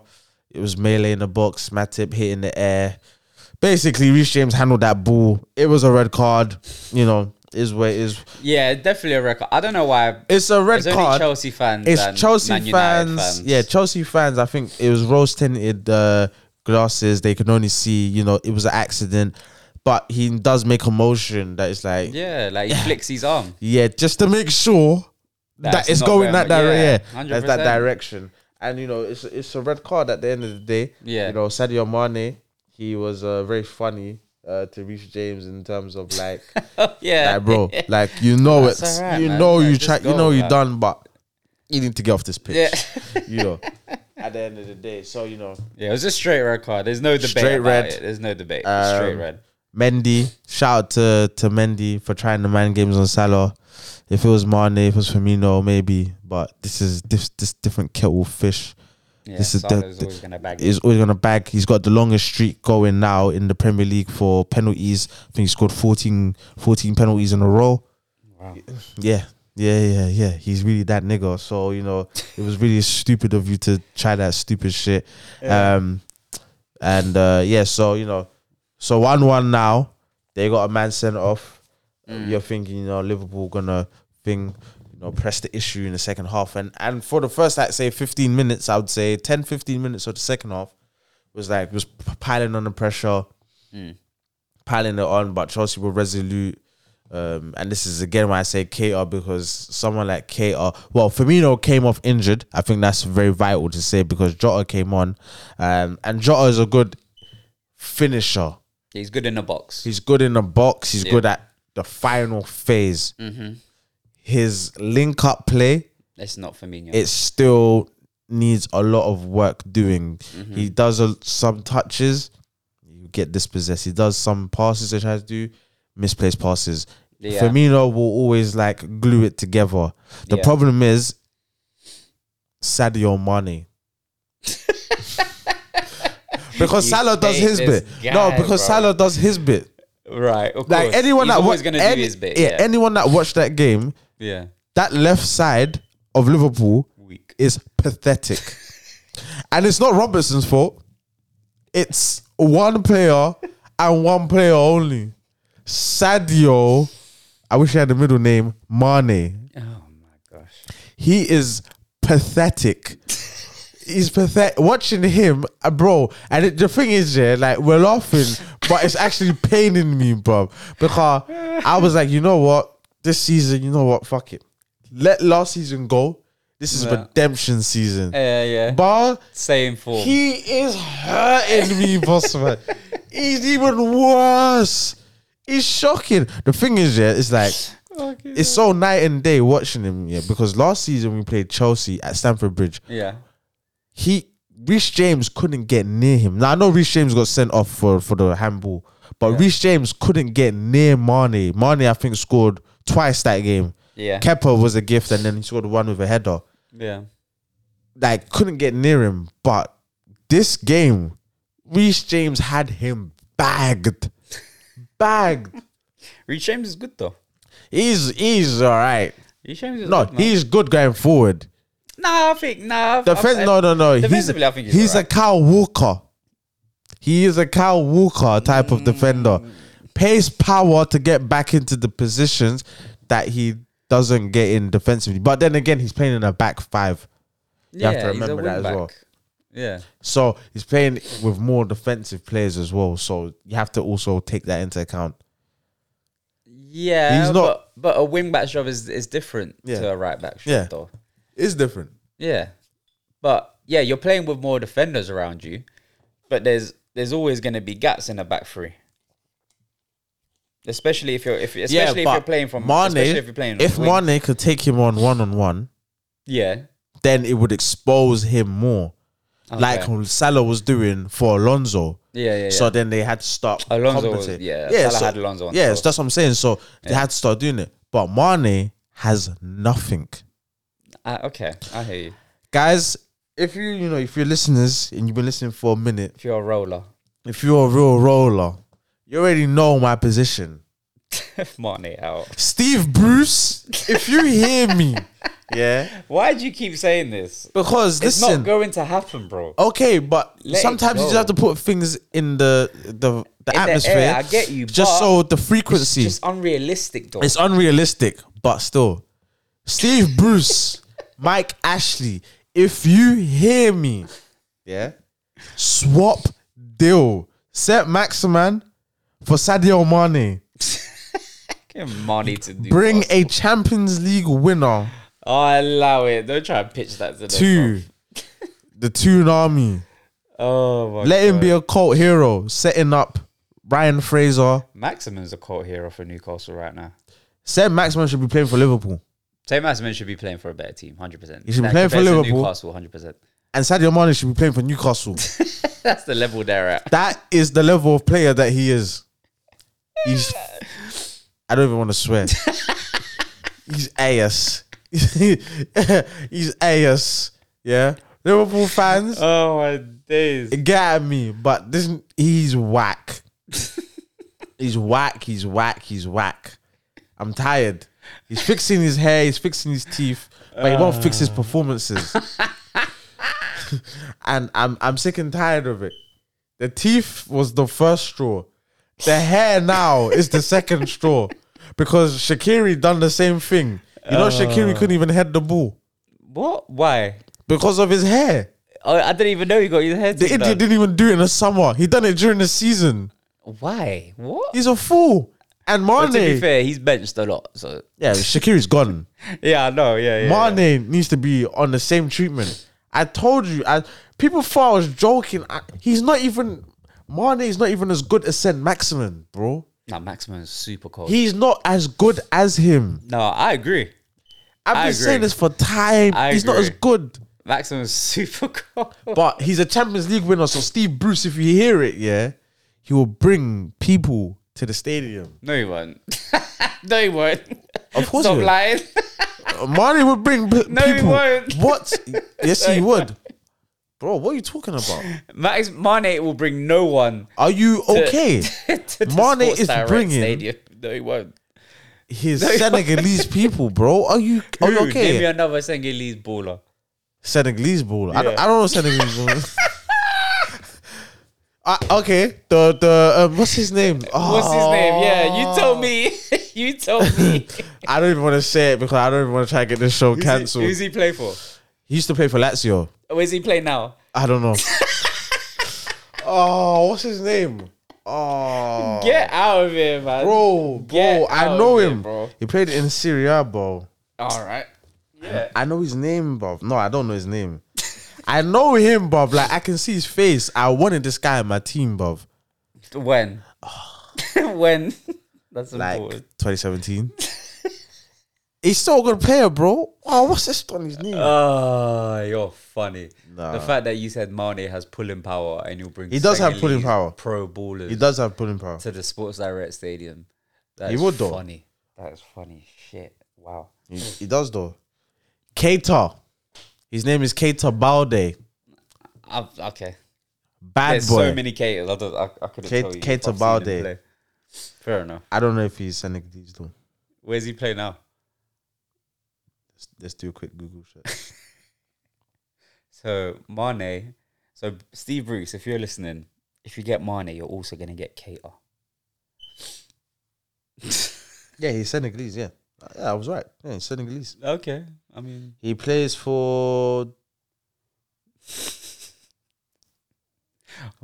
[SPEAKER 2] It was melee in the box, Matip hit in the air. Basically, Reece James handled that ball. It was a red card. You know, is where it is.
[SPEAKER 1] Yeah, definitely a record. I don't know why.
[SPEAKER 2] It's a red
[SPEAKER 1] It's only
[SPEAKER 2] card.
[SPEAKER 1] Chelsea fans.
[SPEAKER 2] It's
[SPEAKER 1] and
[SPEAKER 2] Chelsea
[SPEAKER 1] Man
[SPEAKER 2] fans,
[SPEAKER 1] United fans.
[SPEAKER 2] Yeah, Chelsea fans. I think it was rose tinted uh, glasses. They could only see. You know, it was an accident. But he does make a motion that is like, yeah,
[SPEAKER 1] Yeah, like he flicks his
[SPEAKER 2] *laughs*
[SPEAKER 1] arm.
[SPEAKER 2] just to make sure that
[SPEAKER 1] That's
[SPEAKER 2] it's
[SPEAKER 1] not
[SPEAKER 2] going
[SPEAKER 1] going
[SPEAKER 2] that
[SPEAKER 1] right. Yeah,
[SPEAKER 2] direction. Yeah, that's that
[SPEAKER 1] 100%.
[SPEAKER 2] direction. And you know, it's it's a red card at the end of the day.
[SPEAKER 1] Yeah.
[SPEAKER 2] you know, Sadio Mane, he was uh, very funny uh, to Reece James in terms of like,
[SPEAKER 1] yeah.
[SPEAKER 2] like Oh, *laughs* bro, like you know it,
[SPEAKER 1] That's alright,
[SPEAKER 2] you
[SPEAKER 1] man.
[SPEAKER 2] know
[SPEAKER 1] Like,
[SPEAKER 2] you
[SPEAKER 1] just
[SPEAKER 2] try, you
[SPEAKER 1] go,
[SPEAKER 2] know you
[SPEAKER 1] man.
[SPEAKER 2] done, but you need to get off this pitch
[SPEAKER 1] Yeah.
[SPEAKER 2] *laughs* you know, at the end of the day. So, you know,
[SPEAKER 1] yeah, it was a straight red card. There's no debate.
[SPEAKER 2] Straight
[SPEAKER 1] about
[SPEAKER 2] red.
[SPEAKER 1] It. There's no debate. It's straight
[SPEAKER 2] Um,
[SPEAKER 1] red.
[SPEAKER 2] Mendy, shout out to, to Mendy for trying the man games on Salah. If it was Mane, if it was Firmino, maybe. But this is this this different kettle of fish.
[SPEAKER 1] Yeah,
[SPEAKER 2] this is the-
[SPEAKER 1] Salah's
[SPEAKER 2] the-
[SPEAKER 1] always gonna bag. it.
[SPEAKER 2] He's always gonna bag. He's got the longest streak going now in the Premier League for penalties. I think he scored 14, 14 penalties in a row.
[SPEAKER 1] Wow.
[SPEAKER 2] Yeah. Yeah, yeah, yeah. He's really that nigga. So, you know, it was really stupid of you to try that stupid shit. Um and uh yeah, so you know, so one one now, they got a man sent off. You're thinking, you know, Liverpool gonna thing, you know, press the issue in the second half. And and for the first like say 15 minutes, I would say 10, 15 minutes of the second half was like was p- piling on the pressure
[SPEAKER 1] Hmm.
[SPEAKER 2] piling it on, but Chelsea were resolute. Um, and this is again why I say KR because someone like KR, well, Firmino came off injured. I think that's very vital to say because Jota came on, um, and Jota is a good finisher.
[SPEAKER 1] He's good in the box.
[SPEAKER 2] He's good in the box. He's
[SPEAKER 1] Yeah.
[SPEAKER 2] good at the final phase. His link up play,
[SPEAKER 1] Mm-hmm. It's not Firmino.
[SPEAKER 2] it still needs a lot of work doing.
[SPEAKER 1] Mm-hmm.
[SPEAKER 2] He does a, some touches, you get dispossessed. He does some passes he tries to do, misplaced passes.
[SPEAKER 1] Yeah.
[SPEAKER 2] Firmino will always like glue it together. The
[SPEAKER 1] Yeah.
[SPEAKER 2] problem is Sadio
[SPEAKER 1] *laughs*
[SPEAKER 2] Mane. because
[SPEAKER 1] You
[SPEAKER 2] Salah does
[SPEAKER 1] hate
[SPEAKER 2] his
[SPEAKER 1] this
[SPEAKER 2] bit. no,
[SPEAKER 1] guy,
[SPEAKER 2] because
[SPEAKER 1] bro.
[SPEAKER 2] Salah does his bit.
[SPEAKER 1] right. Of
[SPEAKER 2] Like
[SPEAKER 1] course.
[SPEAKER 2] anyone
[SPEAKER 1] He's
[SPEAKER 2] that
[SPEAKER 1] always
[SPEAKER 2] wa-
[SPEAKER 1] gonna
[SPEAKER 2] any-
[SPEAKER 1] do his bit.
[SPEAKER 2] yeah,
[SPEAKER 1] Yeah.
[SPEAKER 2] anyone that watched that game
[SPEAKER 1] yeah.
[SPEAKER 2] That left side of Liverpool
[SPEAKER 1] Weak.
[SPEAKER 2] is pathetic. and it's not Robertson's fault. It's one player and one player only. Sadio, I wish he had a middle name, Mane.
[SPEAKER 1] Oh my gosh.
[SPEAKER 2] He is pathetic. He's pathetic. Watching him, uh, bro, and it, the thing is, yeah, like we're laughing, but it's actually paining me, bro, because I was like, you know what, this season, you know what, fuck it, let last season go. This is
[SPEAKER 1] Yeah.
[SPEAKER 2] redemption season.
[SPEAKER 1] Yeah, yeah.
[SPEAKER 2] Bar,
[SPEAKER 1] Same form.
[SPEAKER 2] he is hurting me, boss man. He's even worse. He's shocking. The thing is, yeah, it's like
[SPEAKER 1] Fucking
[SPEAKER 2] it's so night and day watching him, yeah. Because last season we played Chelsea at Stamford Bridge.
[SPEAKER 1] yeah.
[SPEAKER 2] He Reece James couldn't get near him. Now I know Reece James got sent off for, for the handball, but Reece James couldn't get near Marnie. Marnie, I think, scored twice that game.
[SPEAKER 1] Yeah.
[SPEAKER 2] Kepper was a gift, and then he scored one with a header.
[SPEAKER 1] yeah.
[SPEAKER 2] Like couldn't get near him. But this game, Reece James had him
[SPEAKER 1] *laughs*
[SPEAKER 2] bagged. Bagged.
[SPEAKER 1] Reece James is good though.
[SPEAKER 2] He's he's alright.
[SPEAKER 1] Reece James is
[SPEAKER 2] No,
[SPEAKER 1] good, man.
[SPEAKER 2] he's good going forward.
[SPEAKER 1] Nah, I think nah. I-
[SPEAKER 2] Defense,
[SPEAKER 1] I-
[SPEAKER 2] no, no, no. He's,
[SPEAKER 1] defensively, I think he's
[SPEAKER 2] he's a
[SPEAKER 1] alright.
[SPEAKER 2] Kyle Walker. He is a Kyle Walker type of defender.
[SPEAKER 1] Mm.
[SPEAKER 2] Pays power to get back into the positions that he doesn't get in defensively. But then again, he's playing in a back five. You have to
[SPEAKER 1] he's a
[SPEAKER 2] remember that as
[SPEAKER 1] wing-back.
[SPEAKER 2] well.
[SPEAKER 1] Yeah.
[SPEAKER 2] So he's playing with more defensive players as well. So you have to also take that into account.
[SPEAKER 1] Yeah,
[SPEAKER 2] He's not-
[SPEAKER 1] But, but a wing back shove is, is different
[SPEAKER 2] Yeah.
[SPEAKER 1] to a right back shove,
[SPEAKER 2] Yeah.
[SPEAKER 1] though.
[SPEAKER 2] It's different.
[SPEAKER 1] Yeah, but yeah, you're playing with more defenders around you, but there's there's always going to be gaps in the back three, especially if you're if especially if you're playing from
[SPEAKER 2] Mane,
[SPEAKER 1] especially if you're playing
[SPEAKER 2] if
[SPEAKER 1] wing.
[SPEAKER 2] Mane could take him on one on one,
[SPEAKER 1] yeah,
[SPEAKER 2] then it would expose him more. Like Salah was doing for Alonso.
[SPEAKER 1] yeah, yeah, yeah.
[SPEAKER 2] So then they had to start
[SPEAKER 1] Alonso was-
[SPEAKER 2] compensating.
[SPEAKER 1] yeah, Salah had Alonso on
[SPEAKER 2] yeah,
[SPEAKER 1] top.
[SPEAKER 2] so that's what I'm saying. So they had to start doing it. But Mane has nothing.
[SPEAKER 1] Ah, okay, I hear you.
[SPEAKER 2] Guys, if you you know, if you're listeners and you've been listening for a minute,
[SPEAKER 1] If you're a roller, *laughs*
[SPEAKER 2] if you're a real roller, you already know my position.
[SPEAKER 1] Mane out.
[SPEAKER 2] Steve Bruce, if you hear
[SPEAKER 1] *laughs*
[SPEAKER 2] me, yeah.
[SPEAKER 1] Why do you keep saying this?
[SPEAKER 2] Because
[SPEAKER 1] It's
[SPEAKER 2] listen, Oh,
[SPEAKER 1] not going to happen, bro.
[SPEAKER 2] okay, but
[SPEAKER 1] Let it
[SPEAKER 2] sometimes you
[SPEAKER 1] go.
[SPEAKER 2] just have to put things in the the, the
[SPEAKER 1] air,
[SPEAKER 2] atmosphere.
[SPEAKER 1] I get you,
[SPEAKER 2] Just
[SPEAKER 1] but
[SPEAKER 2] so the
[SPEAKER 1] It's
[SPEAKER 2] frequency.
[SPEAKER 1] just unrealistic, though.
[SPEAKER 2] It's unrealistic, but still. Steve Bruce, Mike Ashley, if you hear me, yeah, swap deal. Set Maximan for Sadio Mane.
[SPEAKER 1] Give Mane to do
[SPEAKER 2] Bring
[SPEAKER 1] that.
[SPEAKER 2] a Champions League winner
[SPEAKER 1] Oh, I allow it. Don't try and pitch that to them. bro.
[SPEAKER 2] to *laughs* the Toonami.
[SPEAKER 1] Oh my
[SPEAKER 2] Let him
[SPEAKER 1] God.
[SPEAKER 2] be a cult hero, setting up Ryan Fraser.
[SPEAKER 1] Maximum's a cult hero for Newcastle right now.
[SPEAKER 2] Set Maximan should be playing for Liverpool.
[SPEAKER 1] Tay Maximum should be playing for a better team, hundred percent.
[SPEAKER 2] He should be playing for Liverpool.
[SPEAKER 1] Newcastle, hundred percent. *laughs*
[SPEAKER 2] And Sadio Mane should be playing for Newcastle.
[SPEAKER 1] That's the level they're at.
[SPEAKER 2] That is the level of player that he is. He's. I don't even want to swear. He's ass. *laughs* He's ass. Yeah, Liverpool fans,
[SPEAKER 1] Oh my days!
[SPEAKER 2] get at me, but this he's whack. he's whack. He's whack. He's whack. I'm tired. He's fixing his hair. He's fixing his teeth, but he won't fix his performances. and I'm I'm sick and tired of it. The teeth was the first straw. The hair now is the second straw because Shakiri done the same thing. You know, Shakiri couldn't even head the ball
[SPEAKER 1] What? Why?
[SPEAKER 2] because of his hair.
[SPEAKER 1] Oh, I didn't even know you got your head.
[SPEAKER 2] The idiot didn't even do it in the summer. He done it during the season.
[SPEAKER 1] Why? What?
[SPEAKER 2] He's a fool. And
[SPEAKER 1] But to be
[SPEAKER 2] Mane,
[SPEAKER 1] fair, he's benched a lot. So
[SPEAKER 2] yeah, Shakiri's gone.
[SPEAKER 1] yeah, I know. Yeah, yeah.
[SPEAKER 2] Mane needs to be on the same treatment. I told you, I, people thought I was joking. I, he's not even Mane is not even as good as Saint Maximin, bro.
[SPEAKER 1] Nah, Maximum's super cold.
[SPEAKER 2] He's not as good as him.
[SPEAKER 1] no, I agree.
[SPEAKER 2] I've
[SPEAKER 1] I
[SPEAKER 2] been
[SPEAKER 1] agree.
[SPEAKER 2] saying this for time.
[SPEAKER 1] I
[SPEAKER 2] he's not as
[SPEAKER 1] agree.
[SPEAKER 2] good,
[SPEAKER 1] Maximum's *laughs* super cold.
[SPEAKER 2] but he's a Champions League winner. So Steve Bruce, if you hear it, yeah, he will bring people to the stadium.
[SPEAKER 1] No, he won't. *laughs* no, he won't.
[SPEAKER 2] Of course
[SPEAKER 1] Stop
[SPEAKER 2] he will.
[SPEAKER 1] lying.
[SPEAKER 2] Uh, Mane would bring p-
[SPEAKER 1] No, he
[SPEAKER 2] people.
[SPEAKER 1] won't.
[SPEAKER 2] *laughs* What? Yes, he would. Bro, what are you talking about?
[SPEAKER 1] *laughs* Max Mane will bring no one *laughs*
[SPEAKER 2] Are you okay?
[SPEAKER 1] to the
[SPEAKER 2] Mane
[SPEAKER 1] Sports
[SPEAKER 2] is
[SPEAKER 1] Direct
[SPEAKER 2] bringing-
[SPEAKER 1] Stadium. *laughs* No, he won't.
[SPEAKER 2] his Senegalese people, bro. Are you are you
[SPEAKER 1] Who? Give me
[SPEAKER 2] okay?
[SPEAKER 1] another Senegalese baller.
[SPEAKER 2] Senegalese ball. I, don't,
[SPEAKER 1] Yeah.
[SPEAKER 2] I don't know Senegalese ball. *laughs* Uh, okay, the the um, what's his name?
[SPEAKER 1] What's his name? Yeah, you
[SPEAKER 2] told
[SPEAKER 1] told me. *laughs* you told me.
[SPEAKER 2] I don't even want to say it because I don't even want to try to get this show cancelled.
[SPEAKER 1] Who's he play for?
[SPEAKER 2] He used to play for Lazio.
[SPEAKER 1] Where's he play now?
[SPEAKER 2] I
[SPEAKER 1] *laughs*
[SPEAKER 2] don't know. oh, what's his name? Oh,
[SPEAKER 1] Get out of here, man.
[SPEAKER 2] bro, bro,
[SPEAKER 1] Get
[SPEAKER 2] I
[SPEAKER 1] out
[SPEAKER 2] know
[SPEAKER 1] of here,
[SPEAKER 2] him.
[SPEAKER 1] bro.
[SPEAKER 2] He played in Syria, bro.
[SPEAKER 1] All right. Yeah.
[SPEAKER 2] I know his name, bro. No, I don't know his name. I know him, bro. Like I can see his face. I wanted this guy in my team, bro.
[SPEAKER 1] When? *laughs* when? That's
[SPEAKER 2] Like
[SPEAKER 1] important.
[SPEAKER 2] 2017. *laughs* He's still a good player, bro. Oh, what's this on his knee?
[SPEAKER 1] Oh, you're funny.
[SPEAKER 2] Nah.
[SPEAKER 1] The fact that you said Mane has pulling power and you'll bring
[SPEAKER 2] He does have
[SPEAKER 1] Senegalese
[SPEAKER 2] pulling power.
[SPEAKER 1] pro ballers
[SPEAKER 2] he does have pulling power.
[SPEAKER 1] to the Sports Direct Stadium. That's
[SPEAKER 2] He would, though.
[SPEAKER 1] funny. That's funny. Shit. Wow.
[SPEAKER 2] He, he does though. Keita. His name is Keita Balde.
[SPEAKER 1] i okay.
[SPEAKER 2] Bad
[SPEAKER 1] There's
[SPEAKER 2] boy.
[SPEAKER 1] so many Caters. I, don't- I, I couldn't
[SPEAKER 2] Kate-
[SPEAKER 1] tell you.
[SPEAKER 2] Kate
[SPEAKER 1] if I've seen
[SPEAKER 2] Balde.
[SPEAKER 1] him play. Fair enough.
[SPEAKER 2] I don't know if he's Senegalese though.
[SPEAKER 1] Where's he play now?
[SPEAKER 2] Let's, let's do a quick Google
[SPEAKER 1] *laughs*
[SPEAKER 2] search.
[SPEAKER 1] So Mane. So Steve Bruce, if you're listening, if you get Mane, you're also gonna get Cater.
[SPEAKER 2] yeah, he's Senegalese. Yeah, yeah, I was right. Yeah, he's Senegalese.
[SPEAKER 1] Okay. I mean,
[SPEAKER 2] He plays for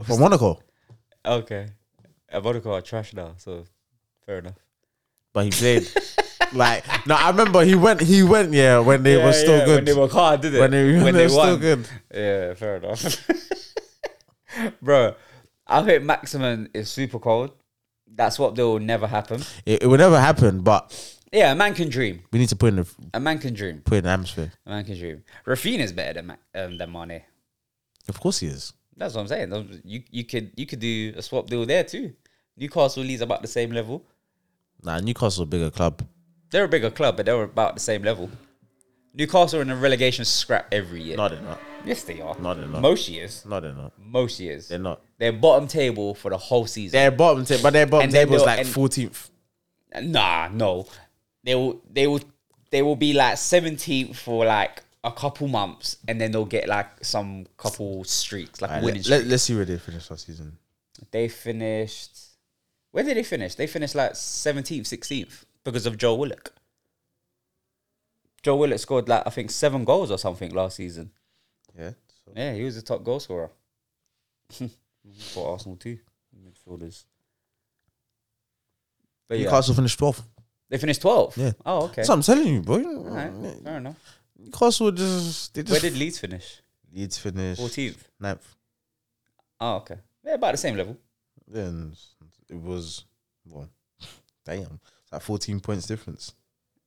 [SPEAKER 2] for Monaco,
[SPEAKER 1] okay. Avodaco are trash now, so fair enough.
[SPEAKER 2] but he played *laughs* like no. I remember he went. He went. Yeah, when they were still
[SPEAKER 1] When
[SPEAKER 2] good.
[SPEAKER 1] they were hard, did it?
[SPEAKER 2] When *laughs* they- when they were still good.
[SPEAKER 1] Yeah, fair enough. *laughs* Bro, I think Maximin is super cold. That's what will never happen.
[SPEAKER 2] it, it would never happen. But
[SPEAKER 1] Yeah, a man can dream.
[SPEAKER 2] we need to put in the
[SPEAKER 1] A man can dream.
[SPEAKER 2] put in the atmosphere.
[SPEAKER 1] A man can dream. Rafinha's better than Ma- um, than Mane.
[SPEAKER 2] Of course he is.
[SPEAKER 1] That's what I'm saying. Those- You you could you could do a swap deal there too. Newcastle leads about the same level.
[SPEAKER 2] Nah, Newcastle a bigger club.
[SPEAKER 1] They're a bigger club, but they're about the same level. Newcastle are in a relegation scrap every year.
[SPEAKER 2] No, they're not.
[SPEAKER 1] yes, they are.
[SPEAKER 2] No, they're not.
[SPEAKER 1] Most years.
[SPEAKER 2] No, they're not.
[SPEAKER 1] Most years.
[SPEAKER 2] They're not.
[SPEAKER 1] They're bottom table for the whole season.
[SPEAKER 2] They're bottom table, but their bottom
[SPEAKER 1] And then
[SPEAKER 2] table is
[SPEAKER 1] they'll-
[SPEAKER 2] like
[SPEAKER 1] and-
[SPEAKER 2] fourteenth.
[SPEAKER 1] nah, no. They will they will they will be like seventeenth for like a couple months and then they'll get like some couple streaks, like winning
[SPEAKER 2] Let,
[SPEAKER 1] streaks.
[SPEAKER 2] let, us see where they finish last season.
[SPEAKER 1] They finished. Where did they finish? They finished like 17th, 16th because of Joe Willock. Joe Willock scored like, I think, seven goals or something last season.
[SPEAKER 2] Yeah. So.
[SPEAKER 1] Yeah, he was the top goal scorer. *laughs* For Arsenal, too. Midfielders. But yeah,
[SPEAKER 2] Newcastle finished twelfth.
[SPEAKER 1] they finished 12th.
[SPEAKER 2] Yeah.
[SPEAKER 1] Oh, okay.
[SPEAKER 2] That's what I'm telling you, bro.
[SPEAKER 1] All right. Fair enough.
[SPEAKER 2] Newcastle just they
[SPEAKER 1] Where
[SPEAKER 2] just
[SPEAKER 1] did Leeds finish?
[SPEAKER 2] Leeds finished
[SPEAKER 1] 14th.
[SPEAKER 2] ninth.
[SPEAKER 1] Oh, okay. They're about the same level.
[SPEAKER 2] Then it was well, damn, it's like fourteen points difference.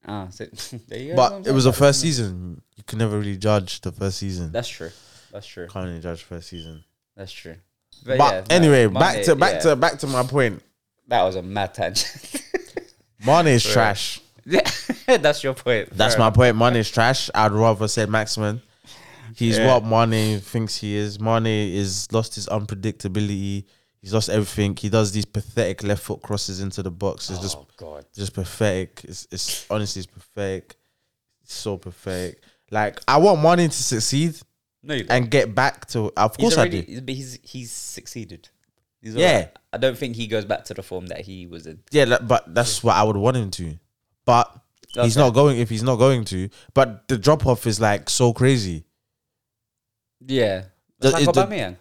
[SPEAKER 1] Ah, so *laughs* there you go. That's what I'm
[SPEAKER 2] but it
[SPEAKER 1] saying.
[SPEAKER 2] was the first season. You can never really judge the first season.
[SPEAKER 1] That's true. That's true.
[SPEAKER 2] Can't really judge first season.
[SPEAKER 1] That's true.
[SPEAKER 2] But,
[SPEAKER 1] yeah, no,
[SPEAKER 2] anyway,
[SPEAKER 1] Mane,
[SPEAKER 2] back to back
[SPEAKER 1] yeah.
[SPEAKER 2] to back to my point.
[SPEAKER 1] That was a mad tangent. *laughs*
[SPEAKER 2] Mane is trash.
[SPEAKER 1] That's your point.
[SPEAKER 2] That's my point. Mane is trash. I'd rather say Maxman. He's
[SPEAKER 1] Yeah.
[SPEAKER 2] what Mane thinks he is. Mane is lost his unpredictability. He's lost everything. He does these pathetic left foot crosses into the box. It's just
[SPEAKER 1] Oh God.
[SPEAKER 2] just pathetic. It's, it's honestly it's pathetic. It's so pathetic. Like I want Mane to succeed
[SPEAKER 1] No, you
[SPEAKER 2] and get back to. Of
[SPEAKER 1] he's
[SPEAKER 2] course
[SPEAKER 1] already.
[SPEAKER 2] I do.
[SPEAKER 1] he's- But he's he's succeeded. He's
[SPEAKER 2] Yeah.
[SPEAKER 1] alright. I don't think he goes back to the form that he was in.
[SPEAKER 2] Yeah, like, but that's what I would want him to. But he's
[SPEAKER 1] Okay.
[SPEAKER 2] not going if he's not going to. But the drop off is like so crazy.
[SPEAKER 1] Yeah.
[SPEAKER 2] The-
[SPEAKER 1] like
[SPEAKER 2] it- the-
[SPEAKER 1] Aubameyang.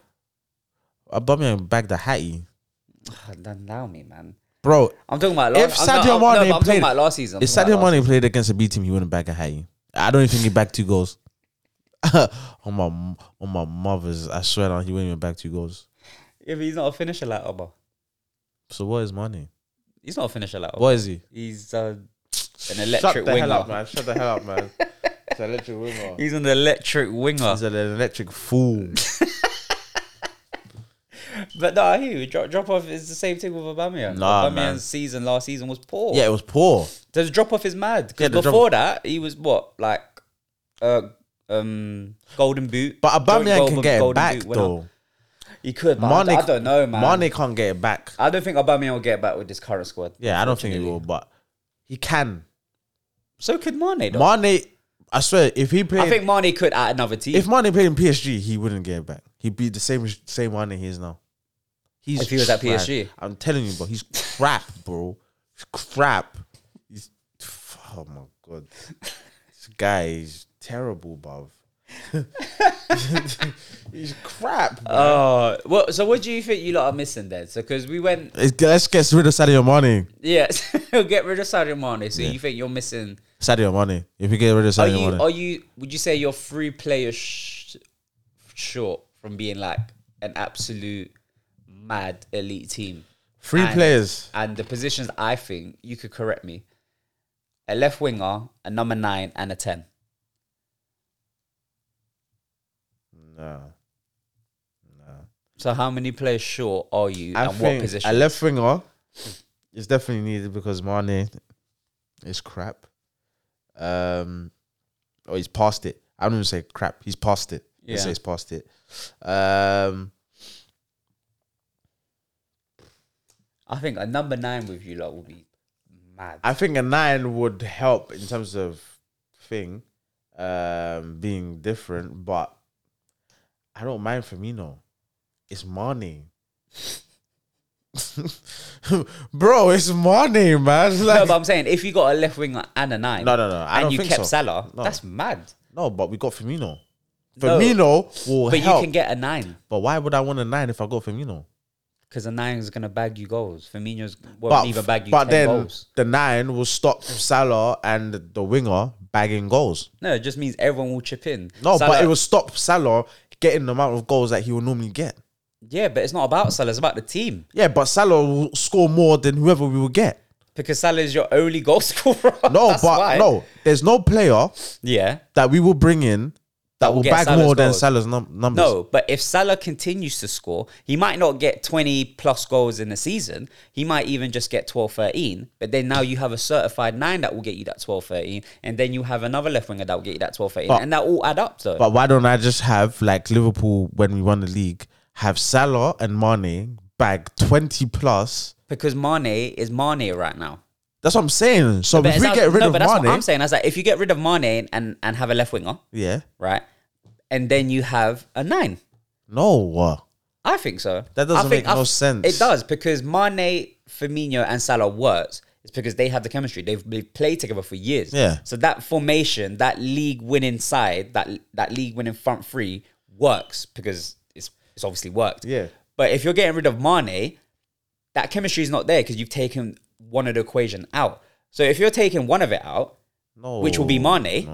[SPEAKER 2] Aubameyang bagged a hattie,
[SPEAKER 1] Ah, don't allow me, man.
[SPEAKER 2] bro.
[SPEAKER 1] I'm talking about
[SPEAKER 2] If
[SPEAKER 1] last. I'm not-
[SPEAKER 2] Sadio
[SPEAKER 1] I'm- no,
[SPEAKER 2] Mane
[SPEAKER 1] but I'm
[SPEAKER 2] played-
[SPEAKER 1] talking about last season. I'm
[SPEAKER 2] If
[SPEAKER 1] talking
[SPEAKER 2] Sadio
[SPEAKER 1] about last-
[SPEAKER 2] Mane played against a B team, he wouldn't bag a hattie. I don't even think he bagged two goals. *laughs* on my on my mother's, I swear down, he wouldn't even bag two goals.
[SPEAKER 1] if he's not a finisher like Oba,
[SPEAKER 2] So what is money?
[SPEAKER 1] he's not a finisher like Oba.
[SPEAKER 2] What is he?
[SPEAKER 1] He's uh, an electric
[SPEAKER 2] Shut the hell
[SPEAKER 1] winger.
[SPEAKER 2] up, man. Shut the hell up, man. It's an electric *laughs* winger.
[SPEAKER 1] He's an electric winger.
[SPEAKER 2] He's an electric fool.
[SPEAKER 1] *laughs* But no, I hear you. Drop, drop off is the same thing with Aubameyang.
[SPEAKER 2] Nah,
[SPEAKER 1] Aubameyang's
[SPEAKER 2] man.
[SPEAKER 1] season last season was poor.
[SPEAKER 2] yeah, it was poor.
[SPEAKER 1] So the drop off is mad. Because
[SPEAKER 2] Yeah, the drop-
[SPEAKER 1] before that, he was what like, uh, um, golden boot.
[SPEAKER 2] But
[SPEAKER 1] Joint
[SPEAKER 2] Aubameyang can
[SPEAKER 1] Golden-
[SPEAKER 2] get it
[SPEAKER 1] golden
[SPEAKER 2] back
[SPEAKER 1] boot winner.
[SPEAKER 2] though.
[SPEAKER 1] He could. But I, I don't know, man.
[SPEAKER 2] Mane can't get it back.
[SPEAKER 1] I don't think Aubameyang will get back with this current squad.
[SPEAKER 2] Yeah, I don't think he will. But He can.
[SPEAKER 1] So could Mane though.
[SPEAKER 2] Mane, I swear, if he played,
[SPEAKER 1] I think Mane could at another team.
[SPEAKER 2] if Mane played in PSG, he wouldn't get it back. He'd be the same same Mane he is now. He's
[SPEAKER 1] If he was at
[SPEAKER 2] trash.
[SPEAKER 1] PSG.
[SPEAKER 2] I'm telling you, bro, he's crap, bro. He's crap. He's oh my god, this guy is terrible, bruv. *laughs* he's crap. bro.
[SPEAKER 1] Oh, well, so what do you think you lot are missing then? So, because we went,
[SPEAKER 2] Let's- Let's get rid of Sadio Mane.
[SPEAKER 1] *laughs* yes, get rid of Sadio Mane. So you think you're missing?
[SPEAKER 2] Sadio Mane. If we get rid of
[SPEAKER 1] Are
[SPEAKER 2] Sadio
[SPEAKER 1] you?
[SPEAKER 2] Mane,
[SPEAKER 1] Are you? Would you say you're three players sh- short from being like an absolute mad elite team?
[SPEAKER 2] three
[SPEAKER 1] and-
[SPEAKER 2] players.
[SPEAKER 1] and the positions I think you could correct me: a left winger, a number nine, and a ten.
[SPEAKER 2] Nah.
[SPEAKER 1] So how many players short are you,
[SPEAKER 2] I
[SPEAKER 1] and what
[SPEAKER 2] think
[SPEAKER 1] position?
[SPEAKER 2] a left winger is definitely needed because Mane is crap. Um, or he's past it. I don't even say crap. He's past it. Yeah.
[SPEAKER 1] Yeah.
[SPEAKER 2] say he's past it. Um,
[SPEAKER 1] I think a number nine with you lot will be mad.
[SPEAKER 2] I think a nine would help in terms of thing um, being different, but I don't mind Firmino. It's Mane. *laughs* Bro, it's Mane, man.
[SPEAKER 1] no,
[SPEAKER 2] Like,
[SPEAKER 1] but I'm saying if you got a left winger and a nine,
[SPEAKER 2] No, no, no. I
[SPEAKER 1] and
[SPEAKER 2] don't
[SPEAKER 1] you
[SPEAKER 2] think
[SPEAKER 1] kept
[SPEAKER 2] so.
[SPEAKER 1] Salah,
[SPEAKER 2] No.
[SPEAKER 1] that's mad.
[SPEAKER 2] No, but we got Firmino.
[SPEAKER 1] No.
[SPEAKER 2] Firmino will
[SPEAKER 1] But
[SPEAKER 2] help.
[SPEAKER 1] you can get a nine
[SPEAKER 2] but why would I want a nine if I got Firmino?
[SPEAKER 1] because a nine is gonna bag you goals. Firmino's won't
[SPEAKER 2] But,
[SPEAKER 1] even bag you
[SPEAKER 2] but
[SPEAKER 1] 10
[SPEAKER 2] then
[SPEAKER 1] goals.
[SPEAKER 2] the nine will stop Salah and the winger bagging goals.
[SPEAKER 1] No, it just means everyone will chip in.
[SPEAKER 2] No,
[SPEAKER 1] Salah-
[SPEAKER 2] but it will stop Salah getting the amount of goals that he will normally get.
[SPEAKER 1] yeah, but it's not about Salah. It's about the team
[SPEAKER 2] Yeah, but Salah will score more than whoever we will get.
[SPEAKER 1] because Salah is your only goal *laughs* scorer.
[SPEAKER 2] No,
[SPEAKER 1] That's
[SPEAKER 2] but
[SPEAKER 1] why.
[SPEAKER 2] no, there's no player
[SPEAKER 1] yeah.
[SPEAKER 2] that we will bring in that, will
[SPEAKER 1] get
[SPEAKER 2] bag
[SPEAKER 1] Salah's
[SPEAKER 2] more than
[SPEAKER 1] goals.
[SPEAKER 2] Salah's num- numbers.
[SPEAKER 1] No, but if Salah continues to score, he might not get 20 plus goals in a season. He might even just get 12, 13. But then now you have a certified nine that will get you that 12, 13. And then you have another left winger that will get you that 12, 13.
[SPEAKER 2] But-
[SPEAKER 1] and that all add up, though.
[SPEAKER 2] But why don't I just have like Liverpool when we won the league have Salah and Mane bag twenty plus?
[SPEAKER 1] because Mane is Mane right now.
[SPEAKER 2] That's what I'm saying. So
[SPEAKER 1] But
[SPEAKER 2] if we
[SPEAKER 1] it's-
[SPEAKER 2] get rid
[SPEAKER 1] no,
[SPEAKER 2] of
[SPEAKER 1] but that's what I'm
[SPEAKER 2] Mane,
[SPEAKER 1] saying. I was like, if you get rid of Mane and, and have a left winger,
[SPEAKER 2] yeah,
[SPEAKER 1] right? And then you have a nine.
[SPEAKER 2] no, uh,
[SPEAKER 1] I think so.
[SPEAKER 2] That doesn't
[SPEAKER 1] I think-
[SPEAKER 2] make no
[SPEAKER 1] I-
[SPEAKER 2] sense.
[SPEAKER 1] It does because Mane, Firmino, and Salah works. It's because they have the chemistry. They've, they've played together for years.
[SPEAKER 2] Yeah.
[SPEAKER 1] So that formation, that league winning side, that that league winning front three works because it's it's obviously worked.
[SPEAKER 2] Yeah.
[SPEAKER 1] But if you're getting rid of Mane, that chemistry is not there because you've taken one of the equation out. So if you're taking one of it out,
[SPEAKER 2] no,
[SPEAKER 1] which will be Mane,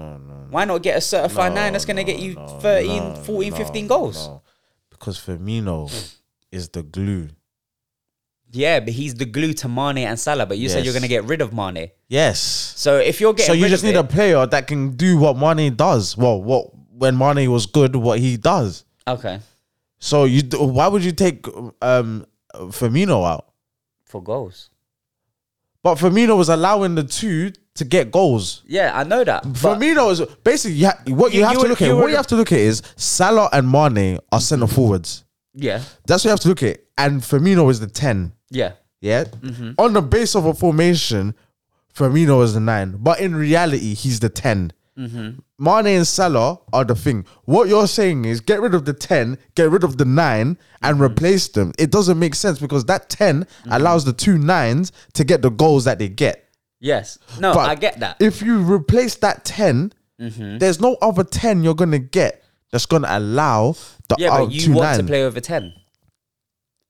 [SPEAKER 1] why not get a certified nine that's going to get you 13, 14, 15 goals?
[SPEAKER 2] no. because Firmino is the glue.
[SPEAKER 1] Yeah, but he's the glue to Mane and Salah. But you said you're
[SPEAKER 2] Yes.
[SPEAKER 1] going to get rid of Mane.
[SPEAKER 2] Yes.
[SPEAKER 1] So if you're getting
[SPEAKER 2] So you
[SPEAKER 1] rid
[SPEAKER 2] just
[SPEAKER 1] of
[SPEAKER 2] need
[SPEAKER 1] it,
[SPEAKER 2] a player that can do what Mane does. Well, what when Mane was good, what he does.
[SPEAKER 1] okay
[SPEAKER 2] So you, d- why would you take um Firmino out?
[SPEAKER 1] for goals.
[SPEAKER 2] But Firmino was allowing the two to get goals.
[SPEAKER 1] Yeah, I know that. but-
[SPEAKER 2] Firmino is basically you ha- what you,
[SPEAKER 1] You-
[SPEAKER 2] have
[SPEAKER 1] you
[SPEAKER 2] to
[SPEAKER 1] would-
[SPEAKER 2] look at.
[SPEAKER 1] you
[SPEAKER 2] What
[SPEAKER 1] would-
[SPEAKER 2] you have to look at is Salah and Mane are centre forwards.
[SPEAKER 1] yeah,
[SPEAKER 2] That's what you have to look at. And Firmino is the ten.
[SPEAKER 1] yeah,
[SPEAKER 2] Yeah,
[SPEAKER 1] Mm-hmm.
[SPEAKER 2] on the base of a formation, Firmino is the nine, but in reality, he's the 10
[SPEAKER 1] Mm-hmm.
[SPEAKER 2] Mane and Salah are the thing. What you're saying is get rid of the ten, get rid of the nine,
[SPEAKER 1] Mm-hmm.
[SPEAKER 2] and replace them. It doesn't make sense because that 10 allows the two nines to get the goals that they get.
[SPEAKER 1] yes. *laughs* No,
[SPEAKER 2] But
[SPEAKER 1] I get that. Mm-hmm.
[SPEAKER 2] If you replace that 10, there's no other 10 you're going to get that's going to allow the
[SPEAKER 1] yeah,
[SPEAKER 2] other
[SPEAKER 1] but you
[SPEAKER 2] two
[SPEAKER 1] want
[SPEAKER 2] nine.
[SPEAKER 1] to play over ten.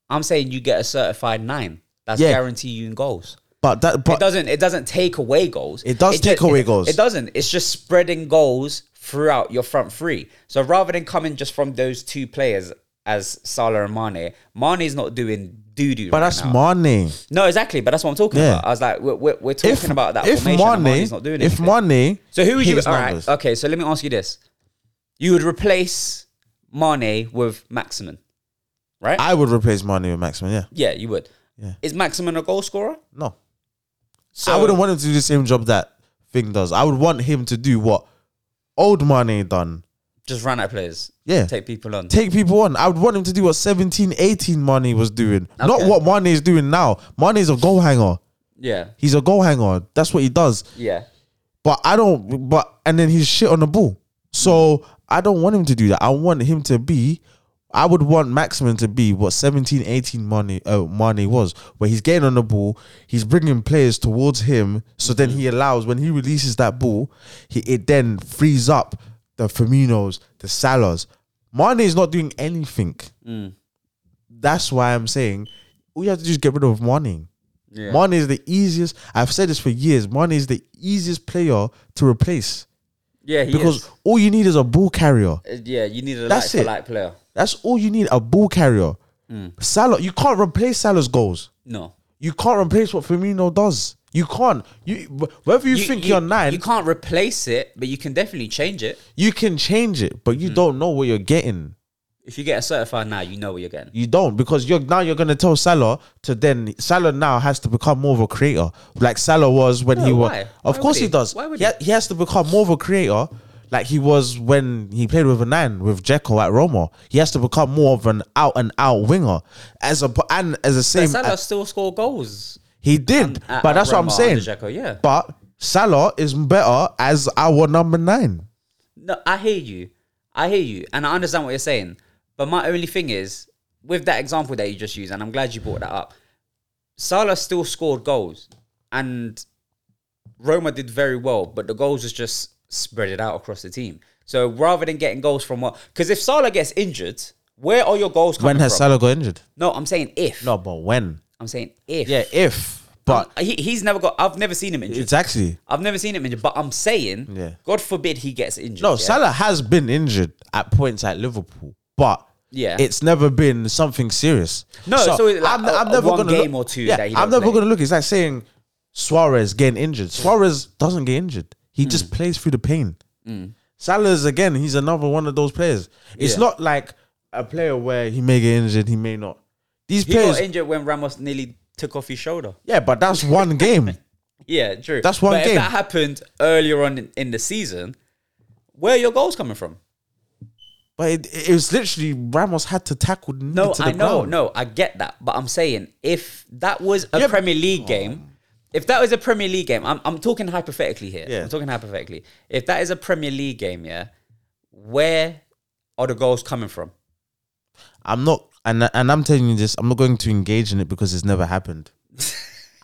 [SPEAKER 1] I'm saying you get a certified nine. That's
[SPEAKER 2] Yeah.
[SPEAKER 1] guarantee you in goals.
[SPEAKER 2] but that
[SPEAKER 1] It
[SPEAKER 2] but
[SPEAKER 1] doesn't. It doesn't take away goals.
[SPEAKER 2] It does take away goals.
[SPEAKER 1] It doesn't. It's just spreading goals throughout your front three. So rather than coming just from those two players as Salah and Mane, Mane's not doing doo doo.
[SPEAKER 2] but that's Mane.
[SPEAKER 1] No, exactly. But that's what I'm talking
[SPEAKER 2] Yeah.
[SPEAKER 1] about. I was like, we're, we're, we're talking about that
[SPEAKER 2] if
[SPEAKER 1] formation. and
[SPEAKER 2] Mane,
[SPEAKER 1] Mane's not doing it.
[SPEAKER 2] if Mane,
[SPEAKER 1] so who would you?
[SPEAKER 2] hits
[SPEAKER 1] All right.
[SPEAKER 2] numbers.
[SPEAKER 1] Okay. So let me ask you this: You would replace Mane with Maximin, right?
[SPEAKER 2] I would replace Mane with Maxman. Yeah,
[SPEAKER 1] yeah, you would.
[SPEAKER 2] Yeah.
[SPEAKER 1] Is Maximin a goal scorer?
[SPEAKER 2] no,
[SPEAKER 1] So
[SPEAKER 2] I wouldn't want him to do the same job that thing does. I would want him to do what old Mane done.
[SPEAKER 1] just run at players.
[SPEAKER 2] Yeah.
[SPEAKER 1] Take people on.
[SPEAKER 2] Take people on. I would want him to do what 17, 18 Mane was doing, not
[SPEAKER 1] Okay.
[SPEAKER 2] what Mane is doing now. Mane is a goal hanger.
[SPEAKER 1] Yeah.
[SPEAKER 2] He's a goal hanger. That's what he does.
[SPEAKER 1] Yeah.
[SPEAKER 2] But I don't. But and then he's shit on the ball. So I don't want him to do that. I want him to be. I would want Maximum to be what 17, 18 Mane, uh, Mane was, where he's getting on the ball, he's bringing players towards him, so then he allows, when he releases that ball, he, it then frees up the Firminos, the Salahs. Mane is not doing anything. That's why I'm saying all you have to do is get rid of Mane.
[SPEAKER 1] Yeah.
[SPEAKER 2] Mane is the easiest, I've said this for years, Mane is the easiest player to replace
[SPEAKER 1] Yeah. He
[SPEAKER 2] because
[SPEAKER 1] is.
[SPEAKER 2] all you need is a ball carrier.
[SPEAKER 1] Uh, yeah, you need a like
[SPEAKER 2] That's
[SPEAKER 1] for
[SPEAKER 2] it.
[SPEAKER 1] like player.
[SPEAKER 2] That's all you need. A ball carrier.
[SPEAKER 1] Mm.
[SPEAKER 2] Salah, you can't replace Salah's goals.
[SPEAKER 1] No.
[SPEAKER 2] You can't replace what Firmino does. You can't. You wh- whether you, think you, are nine,
[SPEAKER 1] You
[SPEAKER 2] you,
[SPEAKER 1] can't replace it, but you can definitely change it.
[SPEAKER 2] can change it, but
[SPEAKER 1] Mm.
[SPEAKER 2] you don't know what you're getting.
[SPEAKER 1] If you get a certified now, you know what you're getting.
[SPEAKER 2] You don't because you're now you're gonna tell Salah to then Salah now has to become more of a creator, like Salah was when he
[SPEAKER 1] No,
[SPEAKER 2] was.
[SPEAKER 1] why?
[SPEAKER 2] Of
[SPEAKER 1] Why would
[SPEAKER 2] course he
[SPEAKER 1] he?
[SPEAKER 2] does.
[SPEAKER 1] Why would
[SPEAKER 2] he, ha- he has to become more of a creator, like he was when he played with a nine with Jekyll at Roma. He has to become more of an out and out winger as a and as a same.
[SPEAKER 1] But Salah still score goals.
[SPEAKER 2] He did,
[SPEAKER 1] at-
[SPEAKER 2] but
[SPEAKER 1] at
[SPEAKER 2] that's what I'm
[SPEAKER 1] Roma under
[SPEAKER 2] saying.
[SPEAKER 1] Dzeko, yeah.
[SPEAKER 2] But Salah is better as our number nine.
[SPEAKER 1] No, I hear you. I hear you, and I understand what you're saying. But my only thing is, with that example that you just used, and I'm glad you brought that up. Salah still scored goals, and Roma did very well, but the goals was just spread it out across the team. So rather than getting goals from what, because if Salah gets injured, where are your goals coming
[SPEAKER 2] When has
[SPEAKER 1] from?
[SPEAKER 2] Salah got injured?
[SPEAKER 1] no, I'm saying if.
[SPEAKER 2] No, but when?
[SPEAKER 1] I'm saying if.
[SPEAKER 2] Yeah, if. But
[SPEAKER 1] he, he's never got. I've never seen him injured.
[SPEAKER 2] it's actually
[SPEAKER 1] I've never seen him injured, but I'm saying,
[SPEAKER 2] Yeah.
[SPEAKER 1] God forbid he gets injured.
[SPEAKER 2] no.
[SPEAKER 1] yeah?
[SPEAKER 2] Salah has been injured at points at Liverpool, but
[SPEAKER 1] Yeah.
[SPEAKER 2] it's never been something serious.
[SPEAKER 1] No, so it's like a- a one game
[SPEAKER 2] look-
[SPEAKER 1] or two
[SPEAKER 2] Yeah,
[SPEAKER 1] that he
[SPEAKER 2] I'm
[SPEAKER 1] don't
[SPEAKER 2] never
[SPEAKER 1] play.
[SPEAKER 2] going to look. It's like saying Suarez getting injured. Suarez doesn't get injured. He
[SPEAKER 1] Mm.
[SPEAKER 2] just plays through the pain. Salah's again. He's another one of those players. It's
[SPEAKER 1] Yeah.
[SPEAKER 2] not like a player where he may get injured, he may not. These
[SPEAKER 1] He
[SPEAKER 2] players,
[SPEAKER 1] got injured when Ramos nearly took off his shoulder.
[SPEAKER 2] yeah, but
[SPEAKER 1] *laughs*
[SPEAKER 2] that's one game.
[SPEAKER 1] Yeah, true.
[SPEAKER 2] That's one
[SPEAKER 1] but
[SPEAKER 2] game.
[SPEAKER 1] If that happened earlier on in, in the season, where are your goals coming from?
[SPEAKER 2] But it, it was literally Ramos had to tackle Nini
[SPEAKER 1] No,
[SPEAKER 2] to the
[SPEAKER 1] I know,
[SPEAKER 2] ground.
[SPEAKER 1] no, I get that. But I'm saying if that was a
[SPEAKER 2] Yeah, but-
[SPEAKER 1] Premier League game, if that was a Premier League game, I'm, I'm talking hypothetically here.
[SPEAKER 2] Yeah.
[SPEAKER 1] I'm talking hypothetically. If that is a Premier League game, yeah, where are the goals coming from?
[SPEAKER 2] I'm not, and and I'm telling you this. I'm not going to engage in it because it's never
[SPEAKER 1] *laughs*
[SPEAKER 2] happened.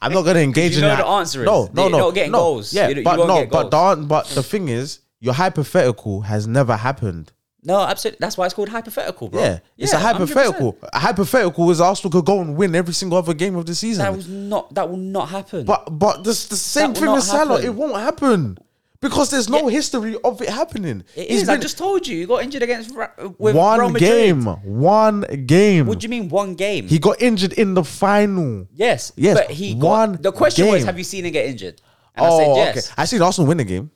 [SPEAKER 2] I'm not going to engage
[SPEAKER 1] you
[SPEAKER 2] in
[SPEAKER 1] know
[SPEAKER 2] that.
[SPEAKER 1] the answer is
[SPEAKER 2] no,
[SPEAKER 1] that
[SPEAKER 2] no,
[SPEAKER 1] you're
[SPEAKER 2] no,
[SPEAKER 1] not getting
[SPEAKER 2] no.
[SPEAKER 1] goals.
[SPEAKER 2] Yeah,
[SPEAKER 1] You- you
[SPEAKER 2] but
[SPEAKER 1] won't
[SPEAKER 2] no,
[SPEAKER 1] get
[SPEAKER 2] but the
[SPEAKER 1] goals.
[SPEAKER 2] an- but the thing is, your hypothetical has never happened.
[SPEAKER 1] No, absolutely. That's why it's called hypothetical, bro.
[SPEAKER 2] Yeah, it's a
[SPEAKER 1] 100%.
[SPEAKER 2] hypothetical. A hypothetical is Arsenal could go and win every single other game of the season.
[SPEAKER 1] That was not. That will not happen.
[SPEAKER 2] But but this the same
[SPEAKER 1] will
[SPEAKER 2] thing
[SPEAKER 1] not
[SPEAKER 2] with Salah.
[SPEAKER 1] happen.
[SPEAKER 2] It won't happen because there's no history of it happening.
[SPEAKER 1] It
[SPEAKER 2] He's
[SPEAKER 1] is. I
[SPEAKER 2] been-
[SPEAKER 1] just told you. You got injured against Ra- with Real
[SPEAKER 2] one
[SPEAKER 1] Madrid.
[SPEAKER 2] game, one game.
[SPEAKER 1] What do you mean one game?
[SPEAKER 2] He got injured in the final.
[SPEAKER 1] yes.
[SPEAKER 2] Yes,
[SPEAKER 1] But he got,
[SPEAKER 2] one
[SPEAKER 1] The question was,
[SPEAKER 2] game.
[SPEAKER 1] have you seen him get injured? And I
[SPEAKER 2] Oh,
[SPEAKER 1] said yes.
[SPEAKER 2] I seen Arsenal win the game.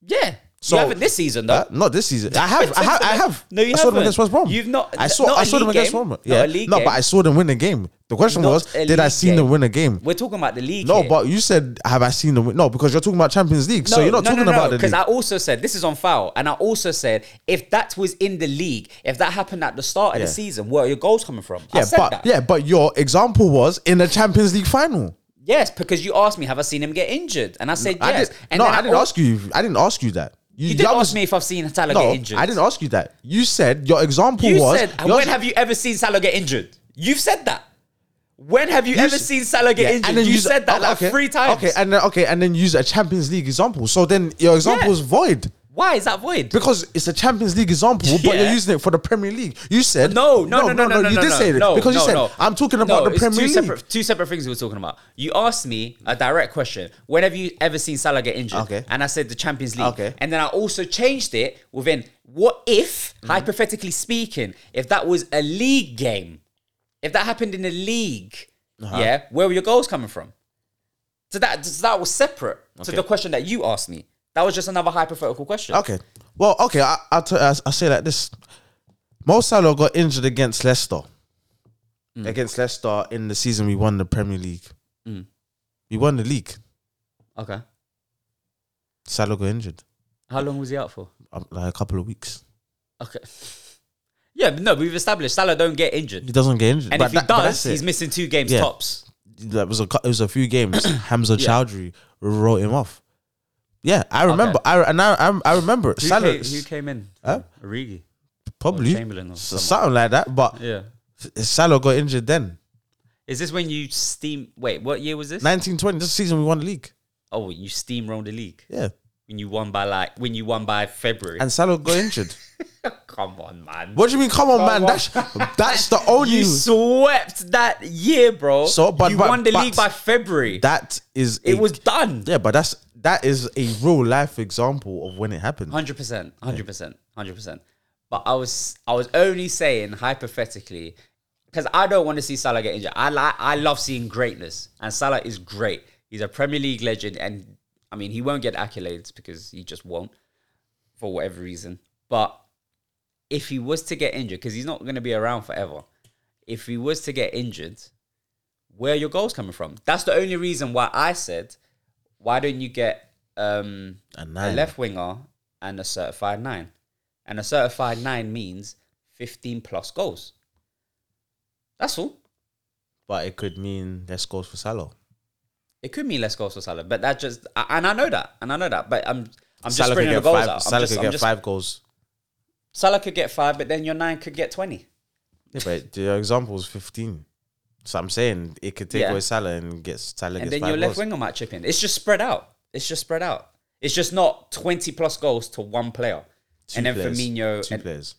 [SPEAKER 1] Yeah.
[SPEAKER 2] So-
[SPEAKER 1] you haven't this season though.
[SPEAKER 2] Uh, not this season. I have.
[SPEAKER 1] *laughs*
[SPEAKER 2] I have. I have.
[SPEAKER 1] No, you
[SPEAKER 2] I saw them
[SPEAKER 1] haven't.
[SPEAKER 2] against West Brom.
[SPEAKER 1] You've not-
[SPEAKER 2] I saw.
[SPEAKER 1] not
[SPEAKER 2] I
[SPEAKER 1] a
[SPEAKER 2] saw them
[SPEAKER 1] league
[SPEAKER 2] against
[SPEAKER 1] game,
[SPEAKER 2] Brom.
[SPEAKER 1] not a
[SPEAKER 2] Yeah.
[SPEAKER 1] league
[SPEAKER 2] no, but
[SPEAKER 1] game.
[SPEAKER 2] I saw them win the game. The question
[SPEAKER 1] Not
[SPEAKER 2] was,
[SPEAKER 1] a
[SPEAKER 2] did I
[SPEAKER 1] league
[SPEAKER 2] see
[SPEAKER 1] game.
[SPEAKER 2] them win a game?
[SPEAKER 1] We're talking about the league.
[SPEAKER 2] No,
[SPEAKER 1] here.
[SPEAKER 2] but you said, have I seen them? win? No, because you're talking about Champions League, so you're not talking about the
[SPEAKER 1] Because
[SPEAKER 2] league.
[SPEAKER 1] I also said this is on foul, and I also said if that was in the league, if that happened at the start of
[SPEAKER 2] Yeah.
[SPEAKER 1] the season, where are your goals coming from? I
[SPEAKER 2] yeah,
[SPEAKER 1] said
[SPEAKER 2] but
[SPEAKER 1] that.
[SPEAKER 2] yeah, but your example was in the Champions League final.
[SPEAKER 1] Yes, because you asked me, have I seen him get injured? And I said
[SPEAKER 2] I
[SPEAKER 1] yes.
[SPEAKER 2] did,
[SPEAKER 1] and
[SPEAKER 2] no,
[SPEAKER 1] then
[SPEAKER 2] I didn't
[SPEAKER 1] al-
[SPEAKER 2] ask you. I didn't ask you that.
[SPEAKER 1] You did
[SPEAKER 2] that
[SPEAKER 1] ask
[SPEAKER 2] was-
[SPEAKER 1] me if I've seen Salah
[SPEAKER 2] No,
[SPEAKER 1] get injured.
[SPEAKER 2] I didn't ask you that. You said your example
[SPEAKER 1] You
[SPEAKER 2] was.
[SPEAKER 1] said,
[SPEAKER 2] your-
[SPEAKER 1] when have you ever seen Salah get injured? You've said that. When have you, ever
[SPEAKER 2] s-
[SPEAKER 1] seen Salah get
[SPEAKER 2] Yeah,
[SPEAKER 1] injured? you,
[SPEAKER 2] use-
[SPEAKER 1] said that
[SPEAKER 2] oh,
[SPEAKER 1] like
[SPEAKER 2] okay,
[SPEAKER 1] three times.
[SPEAKER 2] Okay, and then, okay, and then use a Champions League example. So then your example
[SPEAKER 1] Yeah.
[SPEAKER 2] is void
[SPEAKER 1] Why is that void?
[SPEAKER 2] because it's a Champions League example, but you're
[SPEAKER 1] Yeah.
[SPEAKER 2] using it for the Premier League. You said
[SPEAKER 1] No, no, no, no, no, no,
[SPEAKER 2] You
[SPEAKER 1] no,
[SPEAKER 2] did
[SPEAKER 1] no,
[SPEAKER 2] say it
[SPEAKER 1] no,
[SPEAKER 2] because you
[SPEAKER 1] no,
[SPEAKER 2] said
[SPEAKER 1] no.
[SPEAKER 2] I'm talking
[SPEAKER 1] No,
[SPEAKER 2] about the
[SPEAKER 1] it's
[SPEAKER 2] Premier
[SPEAKER 1] two
[SPEAKER 2] League.
[SPEAKER 1] Separate, two separate things we were talking about. You asked me a direct question. When have you ever seen Salah get injured?
[SPEAKER 2] Okay.
[SPEAKER 1] And I said the Champions League.
[SPEAKER 2] Okay.
[SPEAKER 1] And then I also changed it within what if,
[SPEAKER 2] Mm-hmm.
[SPEAKER 1] hypothetically speaking, if that was a league game, if that happened in a league,
[SPEAKER 2] Uh-huh.
[SPEAKER 1] yeah, where were your goals coming from? So that so that was separate to
[SPEAKER 2] Okay.
[SPEAKER 1] the question that you asked me. That was just another hypothetical question.
[SPEAKER 2] Okay, well, okay, I, I'll, t- I'll I'll say like this: Mo Salah got injured against Leicester.
[SPEAKER 1] Mm.
[SPEAKER 2] Against Leicester in the season, we won the Premier League. We won the league.
[SPEAKER 1] Okay.
[SPEAKER 2] Salah got injured
[SPEAKER 1] How long was he out for?
[SPEAKER 2] um, like a couple of weeks.
[SPEAKER 1] Okay. *laughs* Yeah, but no, we've established Salah don't get injured.
[SPEAKER 2] He doesn't get injured,
[SPEAKER 1] And
[SPEAKER 2] but
[SPEAKER 1] if he
[SPEAKER 2] that- but
[SPEAKER 1] does,
[SPEAKER 2] that's it.
[SPEAKER 1] he's missing two games
[SPEAKER 2] Yeah.
[SPEAKER 1] tops.
[SPEAKER 2] that was a cou- it was a
[SPEAKER 1] *coughs*
[SPEAKER 2] few games. Hamza Chowdhury wrote him off. Yeah, I remember. I and I I, I remember it.
[SPEAKER 1] Who, came,
[SPEAKER 2] Salah-
[SPEAKER 1] who came in?
[SPEAKER 2] Huh?
[SPEAKER 1] Origi.
[SPEAKER 2] probably
[SPEAKER 1] Chamberlain or
[SPEAKER 2] s-
[SPEAKER 1] someone.
[SPEAKER 2] something like that. But
[SPEAKER 1] Yeah.
[SPEAKER 2] Salah got injured then.
[SPEAKER 1] Is this when you steam? Wait, what year was this?
[SPEAKER 2] 1920. This season we won the league.
[SPEAKER 1] Oh, you steamrolled the league
[SPEAKER 2] Yeah,
[SPEAKER 1] when you won by like when you won by February.
[SPEAKER 2] and Salah got injured.
[SPEAKER 1] *laughs* Come on, man.
[SPEAKER 2] What do you mean? Come on, man.
[SPEAKER 1] what?
[SPEAKER 2] That's that's the only.
[SPEAKER 1] You swept that year, bro.
[SPEAKER 2] So, but-
[SPEAKER 1] you
[SPEAKER 2] but-
[SPEAKER 1] won the
[SPEAKER 2] but-
[SPEAKER 1] league by February.
[SPEAKER 2] that is
[SPEAKER 1] it
[SPEAKER 2] a-
[SPEAKER 1] was done.
[SPEAKER 2] Yeah, but that's that is a real life example of when it happened.
[SPEAKER 1] Hundred percent, hundred percent, hundred percent. But I was, I was only saying hypothetically because I don't want to see Salah get injured. I like, I love seeing greatness, and Salah is great. He's a Premier League legend, and I mean, he won't get accolades because he just won't for whatever reason. But if he was to get injured, because he's not going to be around forever, if he was to get injured, where are your goals coming from? That's the only reason why I said, why don't you get um,
[SPEAKER 2] A
[SPEAKER 1] a
[SPEAKER 2] nine.
[SPEAKER 1] left winger and a certified nine? And a certified nine means 15 plus goals. That's all.
[SPEAKER 2] But it could mean less goals for Salah.
[SPEAKER 1] It could mean less goals for Salah, but that just I- and I know that, and I know that, but I'm I'm just
[SPEAKER 2] Salah could
[SPEAKER 1] bringing the
[SPEAKER 2] get
[SPEAKER 1] goals
[SPEAKER 2] five.
[SPEAKER 1] out. I'm
[SPEAKER 2] Salah
[SPEAKER 1] just-
[SPEAKER 2] could
[SPEAKER 1] I'm
[SPEAKER 2] get
[SPEAKER 1] just-
[SPEAKER 2] five goals.
[SPEAKER 1] Salah could get five, but then your nine could get twenty.
[SPEAKER 2] Yeah, but the example is fifteen. So I'm saying it could take
[SPEAKER 1] Yeah.
[SPEAKER 2] away Salah and get Salah
[SPEAKER 1] and
[SPEAKER 2] gets
[SPEAKER 1] then
[SPEAKER 2] five
[SPEAKER 1] your left
[SPEAKER 2] goals.
[SPEAKER 1] winger might chip in. It's just spread out. It's just spread out. It's just not twenty plus goals to one player,
[SPEAKER 2] Two
[SPEAKER 1] and then
[SPEAKER 2] players.
[SPEAKER 1] Firmino.
[SPEAKER 2] two
[SPEAKER 1] and,
[SPEAKER 2] players,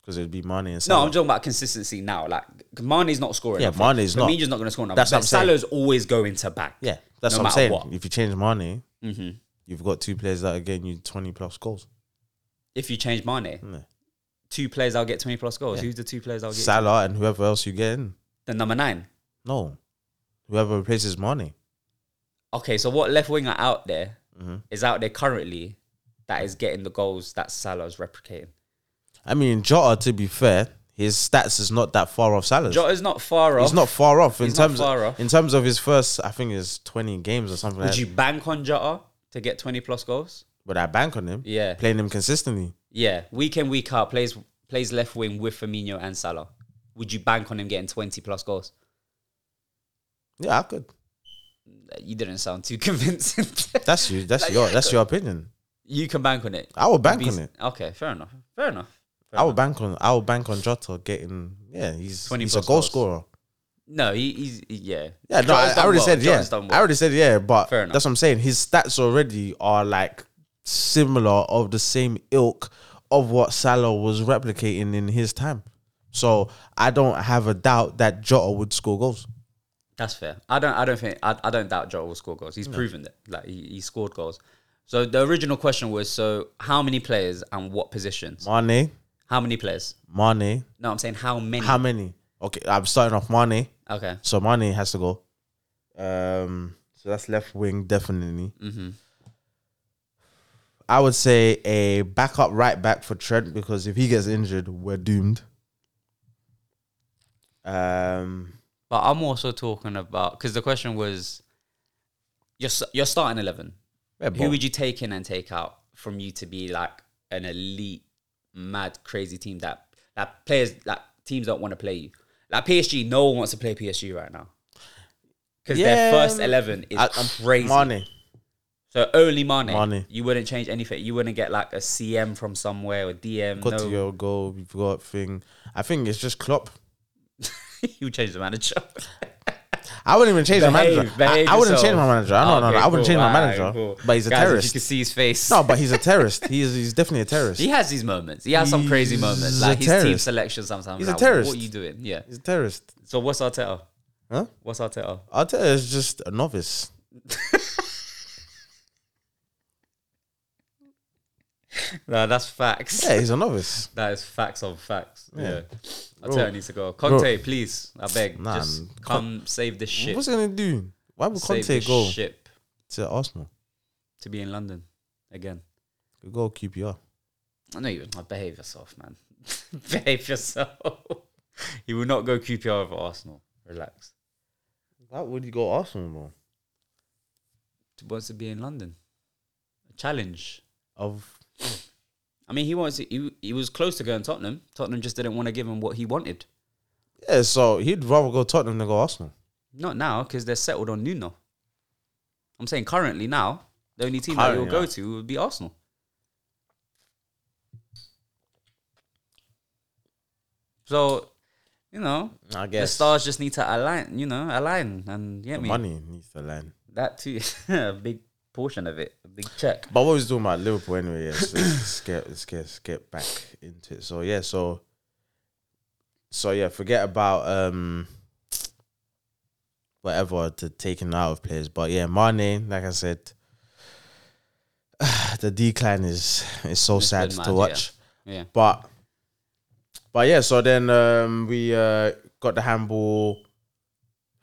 [SPEAKER 2] because it'd be Mane and
[SPEAKER 1] no,
[SPEAKER 2] Salah.
[SPEAKER 1] I'm talking about consistency now. Like Mane's not scoring.
[SPEAKER 2] Yeah,
[SPEAKER 1] up front.
[SPEAKER 2] Mane's not.
[SPEAKER 1] Firmino's not going to score.
[SPEAKER 2] That's
[SPEAKER 1] That's
[SPEAKER 2] what
[SPEAKER 1] but
[SPEAKER 2] I'm saying.
[SPEAKER 1] Salah's always going to back.
[SPEAKER 2] yeah, that's
[SPEAKER 1] no
[SPEAKER 2] what I'm
[SPEAKER 1] matter
[SPEAKER 2] saying.
[SPEAKER 1] what.
[SPEAKER 2] If you change Mane,
[SPEAKER 1] hmm
[SPEAKER 2] you've got two players that are getting you twenty plus goals.
[SPEAKER 1] If you change Mane,
[SPEAKER 2] Yeah.
[SPEAKER 1] two players I'll get twenty plus goals. Who's the two players I'll get?
[SPEAKER 2] Salah and whoever else you get in.
[SPEAKER 1] the number nine.
[SPEAKER 2] No, whoever replaces Mane.
[SPEAKER 1] Okay, so what left winger out there is
[SPEAKER 2] Mm-hmm.
[SPEAKER 1] out there currently that is getting the goals that Salah's replicating?
[SPEAKER 2] I mean, Jota. To be fair, his stats is not that far off Salah's.
[SPEAKER 1] Jota's not far off.
[SPEAKER 2] He's not far off in
[SPEAKER 1] He's not
[SPEAKER 2] terms
[SPEAKER 1] far
[SPEAKER 2] of,
[SPEAKER 1] off.
[SPEAKER 2] in terms of his first. I think is twenty games or something.
[SPEAKER 1] Would
[SPEAKER 2] like
[SPEAKER 1] you bank on Jota to get 20 plus goals?
[SPEAKER 2] Would I bank on him?
[SPEAKER 1] Yeah.
[SPEAKER 2] playing him consistently.
[SPEAKER 1] Yeah, week in, week out, plays plays left wing with Firmino and Salah. Would you bank on him getting 20 plus goals?
[SPEAKER 2] Yeah, I could.
[SPEAKER 1] You didn't sound too *laughs* convincing.
[SPEAKER 2] That's you. That's
[SPEAKER 1] Like,
[SPEAKER 2] your.
[SPEAKER 1] yeah, I
[SPEAKER 2] That's your opinion.
[SPEAKER 1] you can bank on it.
[SPEAKER 2] I would bank
[SPEAKER 1] Be-
[SPEAKER 2] on it.
[SPEAKER 1] Okay, fair enough. Fair enough. Fair
[SPEAKER 2] I
[SPEAKER 1] enough.
[SPEAKER 2] would bank on. I would bank on Jota getting. Yeah, he's
[SPEAKER 1] 20
[SPEAKER 2] he's a
[SPEAKER 1] plus
[SPEAKER 2] goal
[SPEAKER 1] goals.
[SPEAKER 2] scorer.
[SPEAKER 1] No, he, he's, yeah.
[SPEAKER 2] Yeah, no, I,
[SPEAKER 1] Jota's
[SPEAKER 2] I
[SPEAKER 1] done
[SPEAKER 2] already
[SPEAKER 1] well.
[SPEAKER 2] said yeah.
[SPEAKER 1] Jota's done well.
[SPEAKER 2] I already said yeah, but
[SPEAKER 1] Fair enough.
[SPEAKER 2] that's what I'm saying. His stats already are like similar of the same ilk of what Salah was replicating in his time. So I don't have a doubt that Jota would score goals.
[SPEAKER 1] That's fair. I don't. I don't think. I, I don't doubt Jota will score goals. He's proven that. Like he, he scored goals. So the original question was: so how many players and what positions?
[SPEAKER 2] Mane,
[SPEAKER 1] How many players?
[SPEAKER 2] Mane,
[SPEAKER 1] No, I'm saying how many.
[SPEAKER 2] how many? Okay, I'm starting off Mane.
[SPEAKER 1] okay.
[SPEAKER 2] So Mane has to go. Um, so that's left wing definitely.
[SPEAKER 1] Mm-hmm.
[SPEAKER 2] I would say a backup right back for Trent because if he gets injured, we're doomed. Um,
[SPEAKER 1] But I'm also talking about because the question was: your s- your starting eleven. Who would you take in and take out from you to be like an elite, mad, crazy team that that players that teams don't want to play you? Like PSG, no one wants to play PSG right now because
[SPEAKER 2] Yeah, um,
[SPEAKER 1] their first eleven is
[SPEAKER 2] I-
[SPEAKER 1] crazy.
[SPEAKER 2] Mane?
[SPEAKER 1] So only Mane.
[SPEAKER 2] Mane.
[SPEAKER 1] You wouldn't change anything. You wouldn't get like a CM from somewhere or DM.
[SPEAKER 2] Got to
[SPEAKER 1] no,
[SPEAKER 2] your goal. We've got thing. I think it's just Klopp.
[SPEAKER 1] *laughs* you change the manager.
[SPEAKER 2] I wouldn't even change my
[SPEAKER 1] Behave,
[SPEAKER 2] manager. I-
[SPEAKER 1] behave
[SPEAKER 2] I, wouldn't
[SPEAKER 1] yourself. Ah,
[SPEAKER 2] change my manager. No, no,
[SPEAKER 1] Okay,
[SPEAKER 2] no. I wouldn't
[SPEAKER 1] cool.
[SPEAKER 2] change my
[SPEAKER 1] Alright,
[SPEAKER 2] manager.
[SPEAKER 1] cool.
[SPEAKER 2] But he's a
[SPEAKER 1] Guys, if You
[SPEAKER 2] terrorist.
[SPEAKER 1] can see his face.
[SPEAKER 2] No, but he's a terrorist. He is. He's definitely a
[SPEAKER 1] *laughs*
[SPEAKER 2] terrorist.
[SPEAKER 1] He has these moments. He has some crazy
[SPEAKER 2] He's
[SPEAKER 1] moments,
[SPEAKER 2] a
[SPEAKER 1] like his team
[SPEAKER 2] terrorist.
[SPEAKER 1] selection. Sometimes
[SPEAKER 2] He's a
[SPEAKER 1] like,
[SPEAKER 2] terrorist.
[SPEAKER 1] What are you doing? Yeah.
[SPEAKER 2] He's a terrorist.
[SPEAKER 1] So what's Arteta?
[SPEAKER 2] Huh?
[SPEAKER 1] What's Arteta?
[SPEAKER 2] Arteta is just a novice.
[SPEAKER 1] No, that's facts.
[SPEAKER 2] Yeah, he's a novice.
[SPEAKER 1] That is facts on facts. Yeah. Arteta
[SPEAKER 2] Bro.
[SPEAKER 1] needs to go. Conte, please, I beg,
[SPEAKER 2] Nah,
[SPEAKER 1] just
[SPEAKER 2] Con-
[SPEAKER 1] come save this ship.
[SPEAKER 2] What's he gonna do? Why would
[SPEAKER 1] save
[SPEAKER 2] Conte
[SPEAKER 1] this
[SPEAKER 2] go
[SPEAKER 1] ship
[SPEAKER 2] to Arsenal?
[SPEAKER 1] to be in London again.
[SPEAKER 2] He Go QPR.
[SPEAKER 1] I know you. Behave yourself, man. *laughs* behave yourself. he will not go QPR over Arsenal. Relax.
[SPEAKER 2] Why would you go Arsenal
[SPEAKER 1] He wants to be in London. A challenge.
[SPEAKER 2] though? Of
[SPEAKER 1] I mean, he wants. He, he was close to going Tottenham. Tottenham just didn't want to give him what he wanted.
[SPEAKER 2] yeah, so he'd rather go Tottenham than go Arsenal.
[SPEAKER 1] Not now, because they're settled on Nuno. I'm saying currently now, the only team that
[SPEAKER 2] Currently
[SPEAKER 1] you'll
[SPEAKER 2] now.
[SPEAKER 1] go to would be Arsenal. So, you know,
[SPEAKER 2] I
[SPEAKER 1] the
[SPEAKER 2] guess
[SPEAKER 1] stars just need to align, you know, align and get
[SPEAKER 2] the
[SPEAKER 1] me
[SPEAKER 2] money needs to land.
[SPEAKER 1] that too. *laughs* a big portion of it, a big check.
[SPEAKER 2] But what we was talking about Liverpool anyway, yeah, so let's, get, let's get let's get back into it. So yeah, so so yeah, forget about um whatever the taking out of players. But yeah, Mane, like I said, *sighs* the decline is is so
[SPEAKER 1] It's
[SPEAKER 2] sad
[SPEAKER 1] been mad,
[SPEAKER 2] to watch.
[SPEAKER 1] Yeah.
[SPEAKER 2] But but yeah, so then um we uh got the handball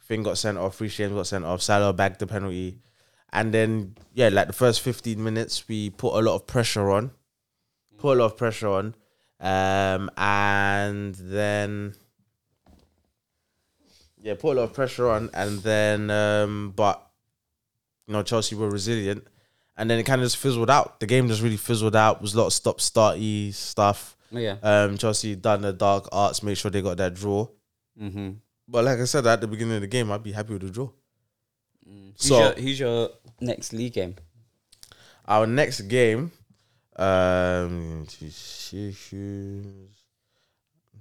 [SPEAKER 2] thing got sent off, free James got sent off, Salah bagged the penalty. And then yeah, like the first 15 minutes we put a lot of pressure on. Put a lot of pressure on. Um and then yeah, put a lot of pressure on and then um but you know, Chelsea were resilient. And then it kind of just fizzled out. The game just really fizzled out. Was a lot of stop starty stuff.
[SPEAKER 1] Oh, Yeah.
[SPEAKER 2] Um, Chelsea done the dark arts, made sure they got that draw.
[SPEAKER 1] Mm-hmm.
[SPEAKER 2] But like I said at the beginning of the game, I'd be happy with the draw.
[SPEAKER 1] Mm. Who's,
[SPEAKER 2] So-
[SPEAKER 1] your, who's your next league game?
[SPEAKER 2] Our next game, um, I'm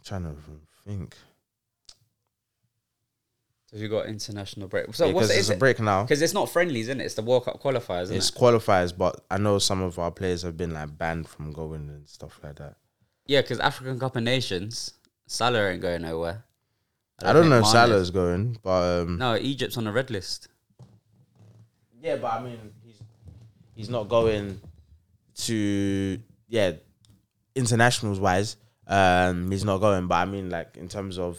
[SPEAKER 2] trying to think.
[SPEAKER 1] Because you got international break. So
[SPEAKER 2] Because
[SPEAKER 1] what's
[SPEAKER 2] it's a break now.
[SPEAKER 1] Because it's not friendlies, isn't it? It's the World Cup qualifiers, isn't
[SPEAKER 2] It's
[SPEAKER 1] it?
[SPEAKER 2] qualifiers, but I know some of our players have been like banned from going and stuff like that.
[SPEAKER 1] Yeah, because African Cup of Nations, Salah ain't going nowhere.
[SPEAKER 2] I don't know if
[SPEAKER 1] think Mane is.
[SPEAKER 2] Salah's going, but um,
[SPEAKER 1] No, Egypt's on the red list.
[SPEAKER 2] Yeah, but I mean, he's he's not going to yeah internationals wise. Um, he's not going, but I mean, like in terms of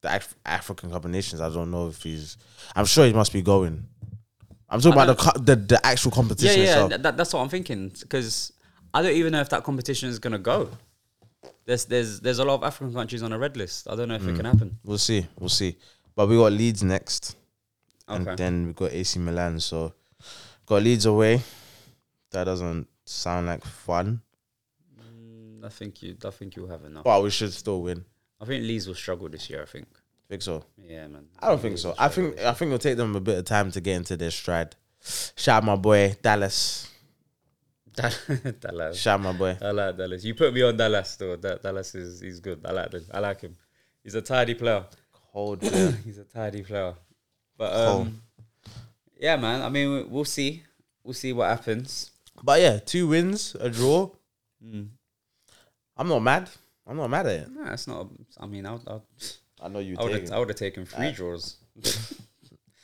[SPEAKER 2] the Af- African Cup of Nations, I don't know if he's. I'm sure he must be going. I'm talking
[SPEAKER 1] I
[SPEAKER 2] about the, cu- the the actual
[SPEAKER 1] Yeah,
[SPEAKER 2] competition
[SPEAKER 1] yeah,
[SPEAKER 2] itself.
[SPEAKER 1] th- that, that's what I'm thinking. Because I don't even know if that competition is gonna go. There's there's there's a lot of African countries on the red list. I don't know if it
[SPEAKER 2] Mm.
[SPEAKER 1] can happen.
[SPEAKER 2] We'll see, we'll see. But we got Leeds next,
[SPEAKER 1] Okay.
[SPEAKER 2] and then we got AC Milan. So got Leeds away. That doesn't sound like fun,
[SPEAKER 1] Mm, I think you I think you'll have enough.
[SPEAKER 2] but we should still win.
[SPEAKER 1] I think Leeds will struggle this year. I think.
[SPEAKER 2] think so.
[SPEAKER 1] Yeah, man.
[SPEAKER 2] I don't think so. I think I think it'll take them a bit of time to get into their stride. Shout out my boy Dallas.
[SPEAKER 1] *laughs* Dallas.
[SPEAKER 2] Shout out my boy.
[SPEAKER 1] I like Dallas. You put me on Dallas though. Da- Dallas is he's good. I like him. I like him. He's a tidy player.
[SPEAKER 2] Hold yeah.
[SPEAKER 1] He's a tidy player. But um, yeah, man. I mean, we- we'll see. We'll see what happens. Hmm.
[SPEAKER 2] But yeah, two wins, a draw. I'm not mad. I'm not mad at it.
[SPEAKER 1] Nah, it's not. I mean, I'll, I'll,
[SPEAKER 2] I know you
[SPEAKER 1] I would
[SPEAKER 2] take
[SPEAKER 1] have.
[SPEAKER 2] it.
[SPEAKER 1] I would have taken three
[SPEAKER 2] *laughs*
[SPEAKER 1] draws.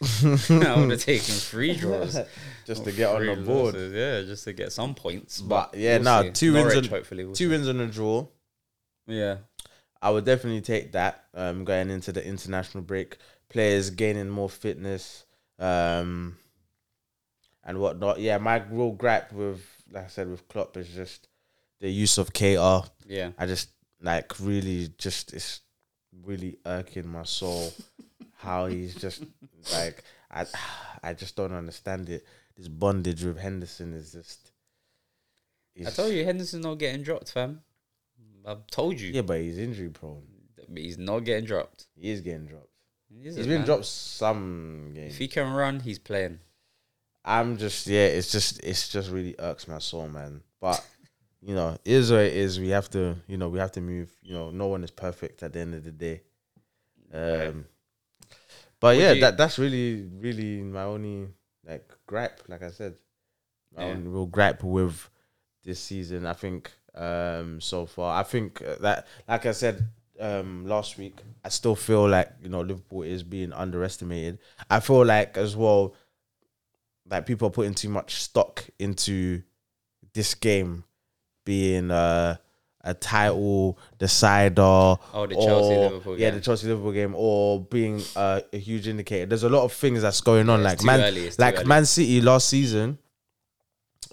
[SPEAKER 1] I would have taken three draws
[SPEAKER 2] *laughs* just to get on the
[SPEAKER 1] Three
[SPEAKER 2] board.
[SPEAKER 1] losses, Yeah, just to get some points.
[SPEAKER 2] But yeah,
[SPEAKER 1] we'll
[SPEAKER 2] nah,
[SPEAKER 1] see.
[SPEAKER 2] two wins
[SPEAKER 1] Norwich,
[SPEAKER 2] and-
[SPEAKER 1] hopefully, we'll
[SPEAKER 2] Two wins and a draw.
[SPEAKER 1] see. Yeah,
[SPEAKER 2] I would definitely take that. Um, going into the international break, players gaining more fitness, um, and whatnot. Yeah, my real gripe with, like I said, with Klopp is just the use of KR.
[SPEAKER 1] yeah.
[SPEAKER 2] I just like really just it's really irking my soul *laughs* how he's just like I I just don't understand it. This bondage with Henderson is just.
[SPEAKER 1] I
[SPEAKER 2] it's-
[SPEAKER 1] told you Henderson's not getting dropped, fam. I've told you.
[SPEAKER 2] Yeah, but he's injury prone.
[SPEAKER 1] He's not getting dropped.
[SPEAKER 2] He is getting dropped.
[SPEAKER 1] He's
[SPEAKER 2] He's been dropped some games.
[SPEAKER 1] If he can run, he's playing.
[SPEAKER 2] I'm just yeah, it's just it's just really irks my soul, man. But *laughs* you know, it is what it is. We have to, you know, we have to move. You know, no one is perfect at the end of the day. Um, but yeah,
[SPEAKER 1] you-
[SPEAKER 2] that that's really really my only like gripe. Like I said, my
[SPEAKER 1] Yeah.
[SPEAKER 2] only real gripe with this season. I think um so far. I think uh, that like I said um last week, I still feel like you know Liverpool is being underestimated. I feel like as well like people are putting too much stock into this game being uh, a title decider. Oh,
[SPEAKER 1] the Chelsea Liverpool
[SPEAKER 2] Yeah,
[SPEAKER 1] game.
[SPEAKER 2] the Chelsea Liverpool game, or being uh, a huge indicator. There's a lot of things that's going on. like
[SPEAKER 1] too
[SPEAKER 2] Man,
[SPEAKER 1] early, it's too
[SPEAKER 2] like
[SPEAKER 1] early.
[SPEAKER 2] Man City last season,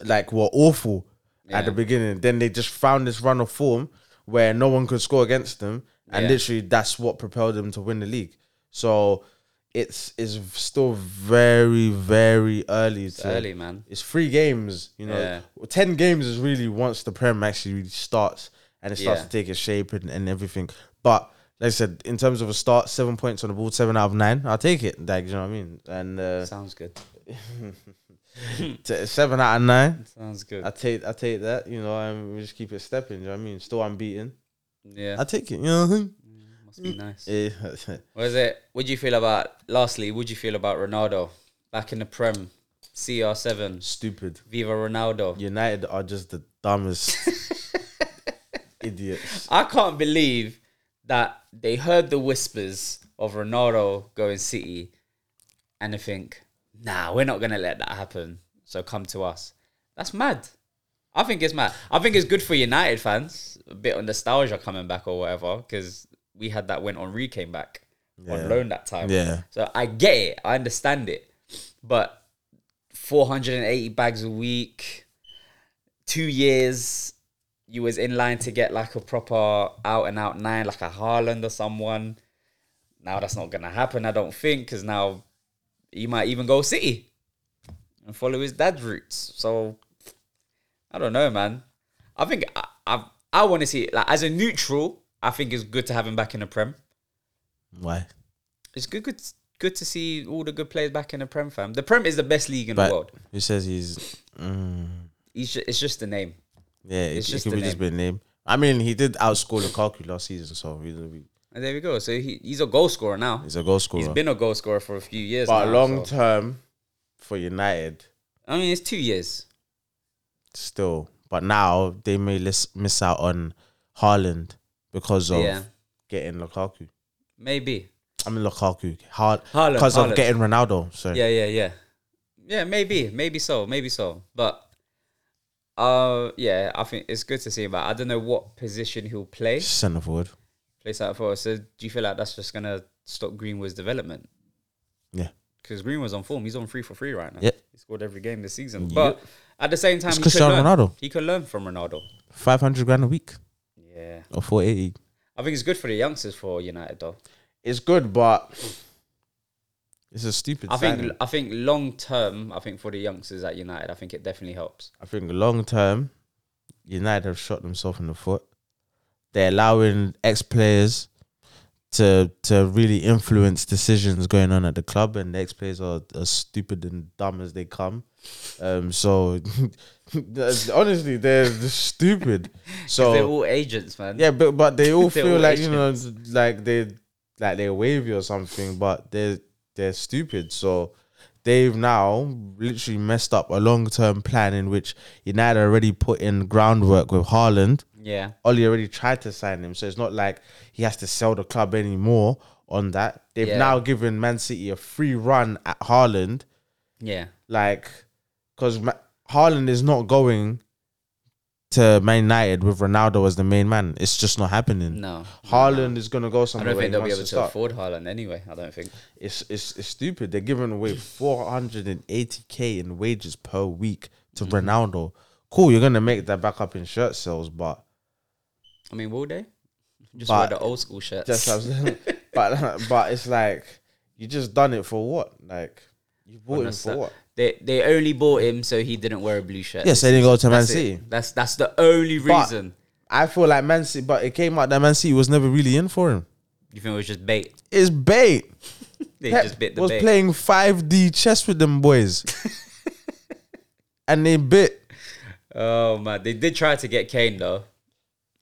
[SPEAKER 2] like were awful
[SPEAKER 1] Yeah.
[SPEAKER 2] at the beginning. Then they just found this run of form where no one could score against them, and
[SPEAKER 1] Yeah.
[SPEAKER 2] literally that's what propelled them to win the league. So. It's is still very very early to
[SPEAKER 1] Early, man.
[SPEAKER 2] it's three games, you know.
[SPEAKER 1] Yeah.
[SPEAKER 2] Ten games is really once the Prem actually starts and it starts
[SPEAKER 1] Yeah.
[SPEAKER 2] to take a shape and, and everything. But like I said, in terms of a start, seven points on the board, seven out of nine. I'll take it. Like, you know what I mean? And uh,
[SPEAKER 1] Sounds good.
[SPEAKER 2] t- seven out of nine.
[SPEAKER 1] Sounds good.
[SPEAKER 2] I take I take that, you know, and we just keep it stepping, you know what I mean? Still unbeaten.
[SPEAKER 1] yeah.
[SPEAKER 2] I take it, you know what I mean?
[SPEAKER 1] Must be nice.
[SPEAKER 2] Yeah.
[SPEAKER 1] What is it? What do you feel about? Lastly, what do you feel about Ronaldo back in the Prem? CR7,
[SPEAKER 2] *laughs* Stupid.
[SPEAKER 1] Viva Ronaldo.
[SPEAKER 2] United are just the
[SPEAKER 1] *laughs*
[SPEAKER 2] dumbest idiots.
[SPEAKER 1] I can't believe that they heard the whispers of Ronaldo going City, and they think, "Nah, we're not gonna let that happen. So come to us." That's mad. I think it's mad. I think it's good for United fans, a bit of nostalgia coming back or whatever, because we had that when Henri came back
[SPEAKER 2] Yeah.
[SPEAKER 1] on loan that time.
[SPEAKER 2] Yeah.
[SPEAKER 1] So I get it. I understand it. But 480 bags a week, two years, you was in line to get like a proper out and out nine, like a Haaland or someone. Now that's not gonna happen, I don't think, because now he might even go City and follow his dad's roots. So I don't know, man. I think I I, I want to see like as a neutral. I think it's good to have him back in the prem.
[SPEAKER 2] Why?
[SPEAKER 1] It's good, good, good to see all the good players back in the prem, fam. The prem is the best league in
[SPEAKER 2] But
[SPEAKER 1] the world.
[SPEAKER 2] who says he's mm,
[SPEAKER 1] It's just, it's just the name.
[SPEAKER 2] yeah, it,
[SPEAKER 1] It's
[SPEAKER 2] it
[SPEAKER 1] just
[SPEAKER 2] could
[SPEAKER 1] the
[SPEAKER 2] be just been name. I mean he did outscore Lukaku last season, so he didn't be-
[SPEAKER 1] And there we go. So he, he's a goal scorer now.
[SPEAKER 2] he's a goal scorer.
[SPEAKER 1] He's been a goal scorer for a few years.
[SPEAKER 2] but
[SPEAKER 1] now,
[SPEAKER 2] long
[SPEAKER 1] so-
[SPEAKER 2] term for United,
[SPEAKER 1] I mean, it's two years.
[SPEAKER 2] still. But now they may lis- miss out on Haaland because of
[SPEAKER 1] Yeah.
[SPEAKER 2] getting Lukaku.
[SPEAKER 1] Maybe.
[SPEAKER 2] I mean Lukaku. Haaland.
[SPEAKER 1] Haaland,
[SPEAKER 2] Because
[SPEAKER 1] Haaland.
[SPEAKER 2] of getting Ronaldo. So
[SPEAKER 1] Yeah, yeah, yeah. Yeah, maybe, maybe so, maybe so. But uh, yeah, I think it's good to see him. But I don't know what position he'll play.
[SPEAKER 2] centre forward.
[SPEAKER 1] Play out for us. So do you feel like that's just gonna stop Greenwood's development?
[SPEAKER 2] Yeah.
[SPEAKER 1] Because Greenwood's on form. He's on three for three right now.
[SPEAKER 2] Yeah.
[SPEAKER 1] He scored every game this season.
[SPEAKER 2] Yeah.
[SPEAKER 1] But at the same time,
[SPEAKER 2] It's
[SPEAKER 1] he
[SPEAKER 2] Cristiano
[SPEAKER 1] could learn.
[SPEAKER 2] Ronaldo.
[SPEAKER 1] He could learn from Ronaldo.
[SPEAKER 2] Five hundred grand a week
[SPEAKER 1] Yeah.
[SPEAKER 2] or four eighty.
[SPEAKER 1] I think it's good for the youngsters for United though.
[SPEAKER 2] It's good, but it's a stupid
[SPEAKER 1] I think
[SPEAKER 2] signing.
[SPEAKER 1] I think long term, I think for the youngsters at United, I think it definitely helps.
[SPEAKER 2] I think long term, United have shot themselves in the foot. They're allowing ex players to to really influence decisions going on at the club, and the ex players are as stupid and dumb as they come. Um, so *laughs* that's- honestly, they're *laughs* stupid. So
[SPEAKER 1] They're all agents, man.
[SPEAKER 2] Oh. yeah, but but they
[SPEAKER 1] *laughs*
[SPEAKER 2] all
[SPEAKER 1] They're
[SPEAKER 2] feel
[SPEAKER 1] all
[SPEAKER 2] like you know, like they like they're wavy or something, but they're they're stupid. So they've now literally messed up a long term plan in which United already put in groundwork with Haaland.
[SPEAKER 1] Yeah.
[SPEAKER 2] Oli already tried to sign him, so it's not like he has to sell the club anymore on that. They've
[SPEAKER 1] Yeah.
[SPEAKER 2] now given Man City a free run at Haaland,
[SPEAKER 1] Yeah.
[SPEAKER 2] like because Ma- Haaland is not going to Man United with Ronaldo as the main man. It's just not happening.
[SPEAKER 1] No.
[SPEAKER 2] Haaland is gonna go
[SPEAKER 1] I
[SPEAKER 2] somewhere.
[SPEAKER 1] don't think they'll
[SPEAKER 2] where he
[SPEAKER 1] be able
[SPEAKER 2] wants
[SPEAKER 1] to
[SPEAKER 2] start.
[SPEAKER 1] afford Haaland anyway. I don't think.
[SPEAKER 2] It's, it's it's stupid. They're giving away four hundred and eighty k in wages per week to
[SPEAKER 1] Mm-hmm.
[SPEAKER 2] Ronaldo. Cool, you're gonna make that back up in shirt
[SPEAKER 1] *laughs*
[SPEAKER 2] sales, but
[SPEAKER 1] I mean, will they? Just
[SPEAKER 2] But-
[SPEAKER 1] wear the old school shirts.
[SPEAKER 2] just
[SPEAKER 1] *laughs*
[SPEAKER 2] *laughs* but but it's like you just done it for what? Like you bought him for
[SPEAKER 1] Understand.
[SPEAKER 2] what?
[SPEAKER 1] They they only bought him so he didn't wear a blue shirt.
[SPEAKER 2] Yes, they didn't go to Man
[SPEAKER 1] that's
[SPEAKER 2] City.
[SPEAKER 1] it. That's that's the only
[SPEAKER 2] But-
[SPEAKER 1] reason.
[SPEAKER 2] I feel like Man City, but it came out that Man City was never really in for him.
[SPEAKER 1] you think it was just bait?
[SPEAKER 2] It's bait.
[SPEAKER 1] They
[SPEAKER 2] Pep
[SPEAKER 1] just bit the
[SPEAKER 2] was
[SPEAKER 1] bait.
[SPEAKER 2] playing 5D chess with them
[SPEAKER 1] *laughs*
[SPEAKER 2] boys. and they bit.
[SPEAKER 1] Oh man, they did try to get Kane though,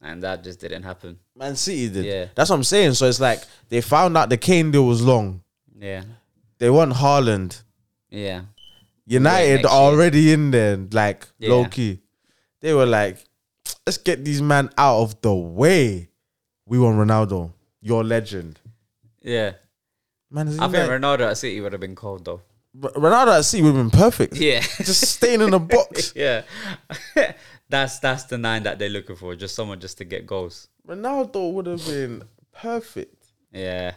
[SPEAKER 1] and that just didn't happen.
[SPEAKER 2] Man City did.
[SPEAKER 1] Yeah.
[SPEAKER 2] That's what I'm saying. So it's like they found out the Kane deal was long.
[SPEAKER 1] Yeah,
[SPEAKER 2] They want Haaland.
[SPEAKER 1] yeah.
[SPEAKER 2] United
[SPEAKER 1] next year.
[SPEAKER 2] are already in there, like
[SPEAKER 1] Yeah.
[SPEAKER 2] low key. They were like, let's get these man out of the way. We want Ronaldo, your legend.
[SPEAKER 1] Yeah,
[SPEAKER 2] Man,
[SPEAKER 1] I think
[SPEAKER 2] like,
[SPEAKER 1] Ronaldo at City would have been cold though. *laughs*
[SPEAKER 2] R- Ronaldo at sea would have been perfect.
[SPEAKER 1] Yeah,
[SPEAKER 2] Just
[SPEAKER 1] *laughs*
[SPEAKER 2] staying in the box.
[SPEAKER 1] yeah. that's that's the nine that they're looking for. Just someone just to get goals.
[SPEAKER 2] Ronaldo would have been perfect.
[SPEAKER 1] Yeah,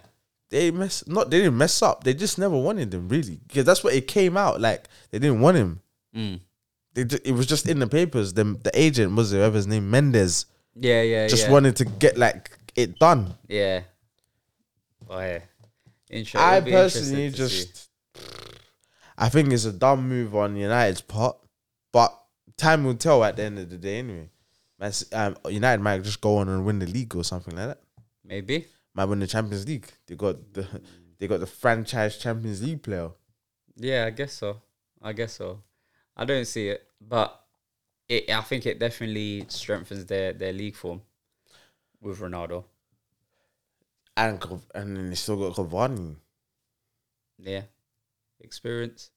[SPEAKER 2] they mess not they didn't mess up. They just never wanted him really because that's what it came out like. They didn't want him.
[SPEAKER 1] Mm.
[SPEAKER 2] They ju- it was just in the papers. The the agent was whoever his name Mendes
[SPEAKER 1] yeah, yeah.
[SPEAKER 2] just
[SPEAKER 1] yeah.
[SPEAKER 2] wanted to get like it done.
[SPEAKER 1] Yeah. Oh yeah. Inter-
[SPEAKER 2] I
[SPEAKER 1] it'll be interesting
[SPEAKER 2] personally
[SPEAKER 1] to see.
[SPEAKER 2] just I think it's a dumb move on United's part, but time will tell at the end of the day anyway. Man, C- um, United might just go on and win the league or something like that.
[SPEAKER 1] maybe.
[SPEAKER 2] Man won the Champions League. They got the they got the franchise Champions League player.
[SPEAKER 1] Yeah, I guess so. I guess so. I don't see it, but it, I think it definitely strengthens their, their league form with Ronaldo.
[SPEAKER 2] And Cov- and then they still got Cavani.
[SPEAKER 1] Yeah, experience.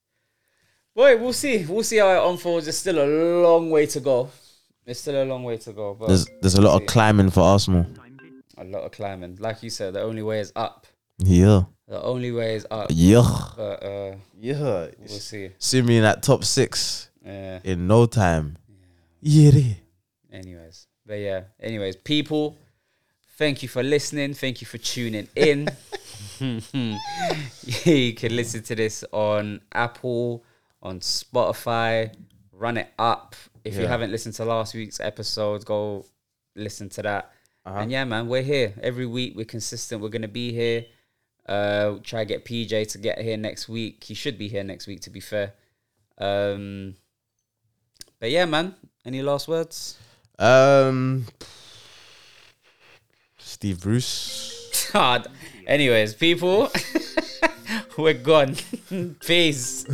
[SPEAKER 1] Boy, we'll see. We'll see how it unfolds. There's still a long way to go. There's still a long way to go, but
[SPEAKER 2] There's there's a lot of climbing for Arsenal.
[SPEAKER 1] a lot of climbing. Like you said, the only way is up.
[SPEAKER 2] Yeah.
[SPEAKER 1] The only way is up.
[SPEAKER 2] Yeah.
[SPEAKER 1] But uh,
[SPEAKER 2] Yeah.
[SPEAKER 1] we'll see.
[SPEAKER 2] See me in that top six
[SPEAKER 1] Yeah.
[SPEAKER 2] in no time. Yeah.
[SPEAKER 1] Anyways, but yeah. Anyways, people, thank you for listening. Thank you for tuning in. *laughs* you can listen to this on Apple, on Spotify. Run it up. If you
[SPEAKER 2] Yeah.
[SPEAKER 1] haven't listened to last week's episode, go listen to that. And yeah, man, we're here every week. We're consistent. We're gonna be here. Uh, try to get PJ to get here next week. He should be here next week, to be fair. Um, but yeah, man. Any last words?
[SPEAKER 2] Um Steve Bruce.
[SPEAKER 1] God. *laughs* Anyways, people, we're gone. *laughs* Peace.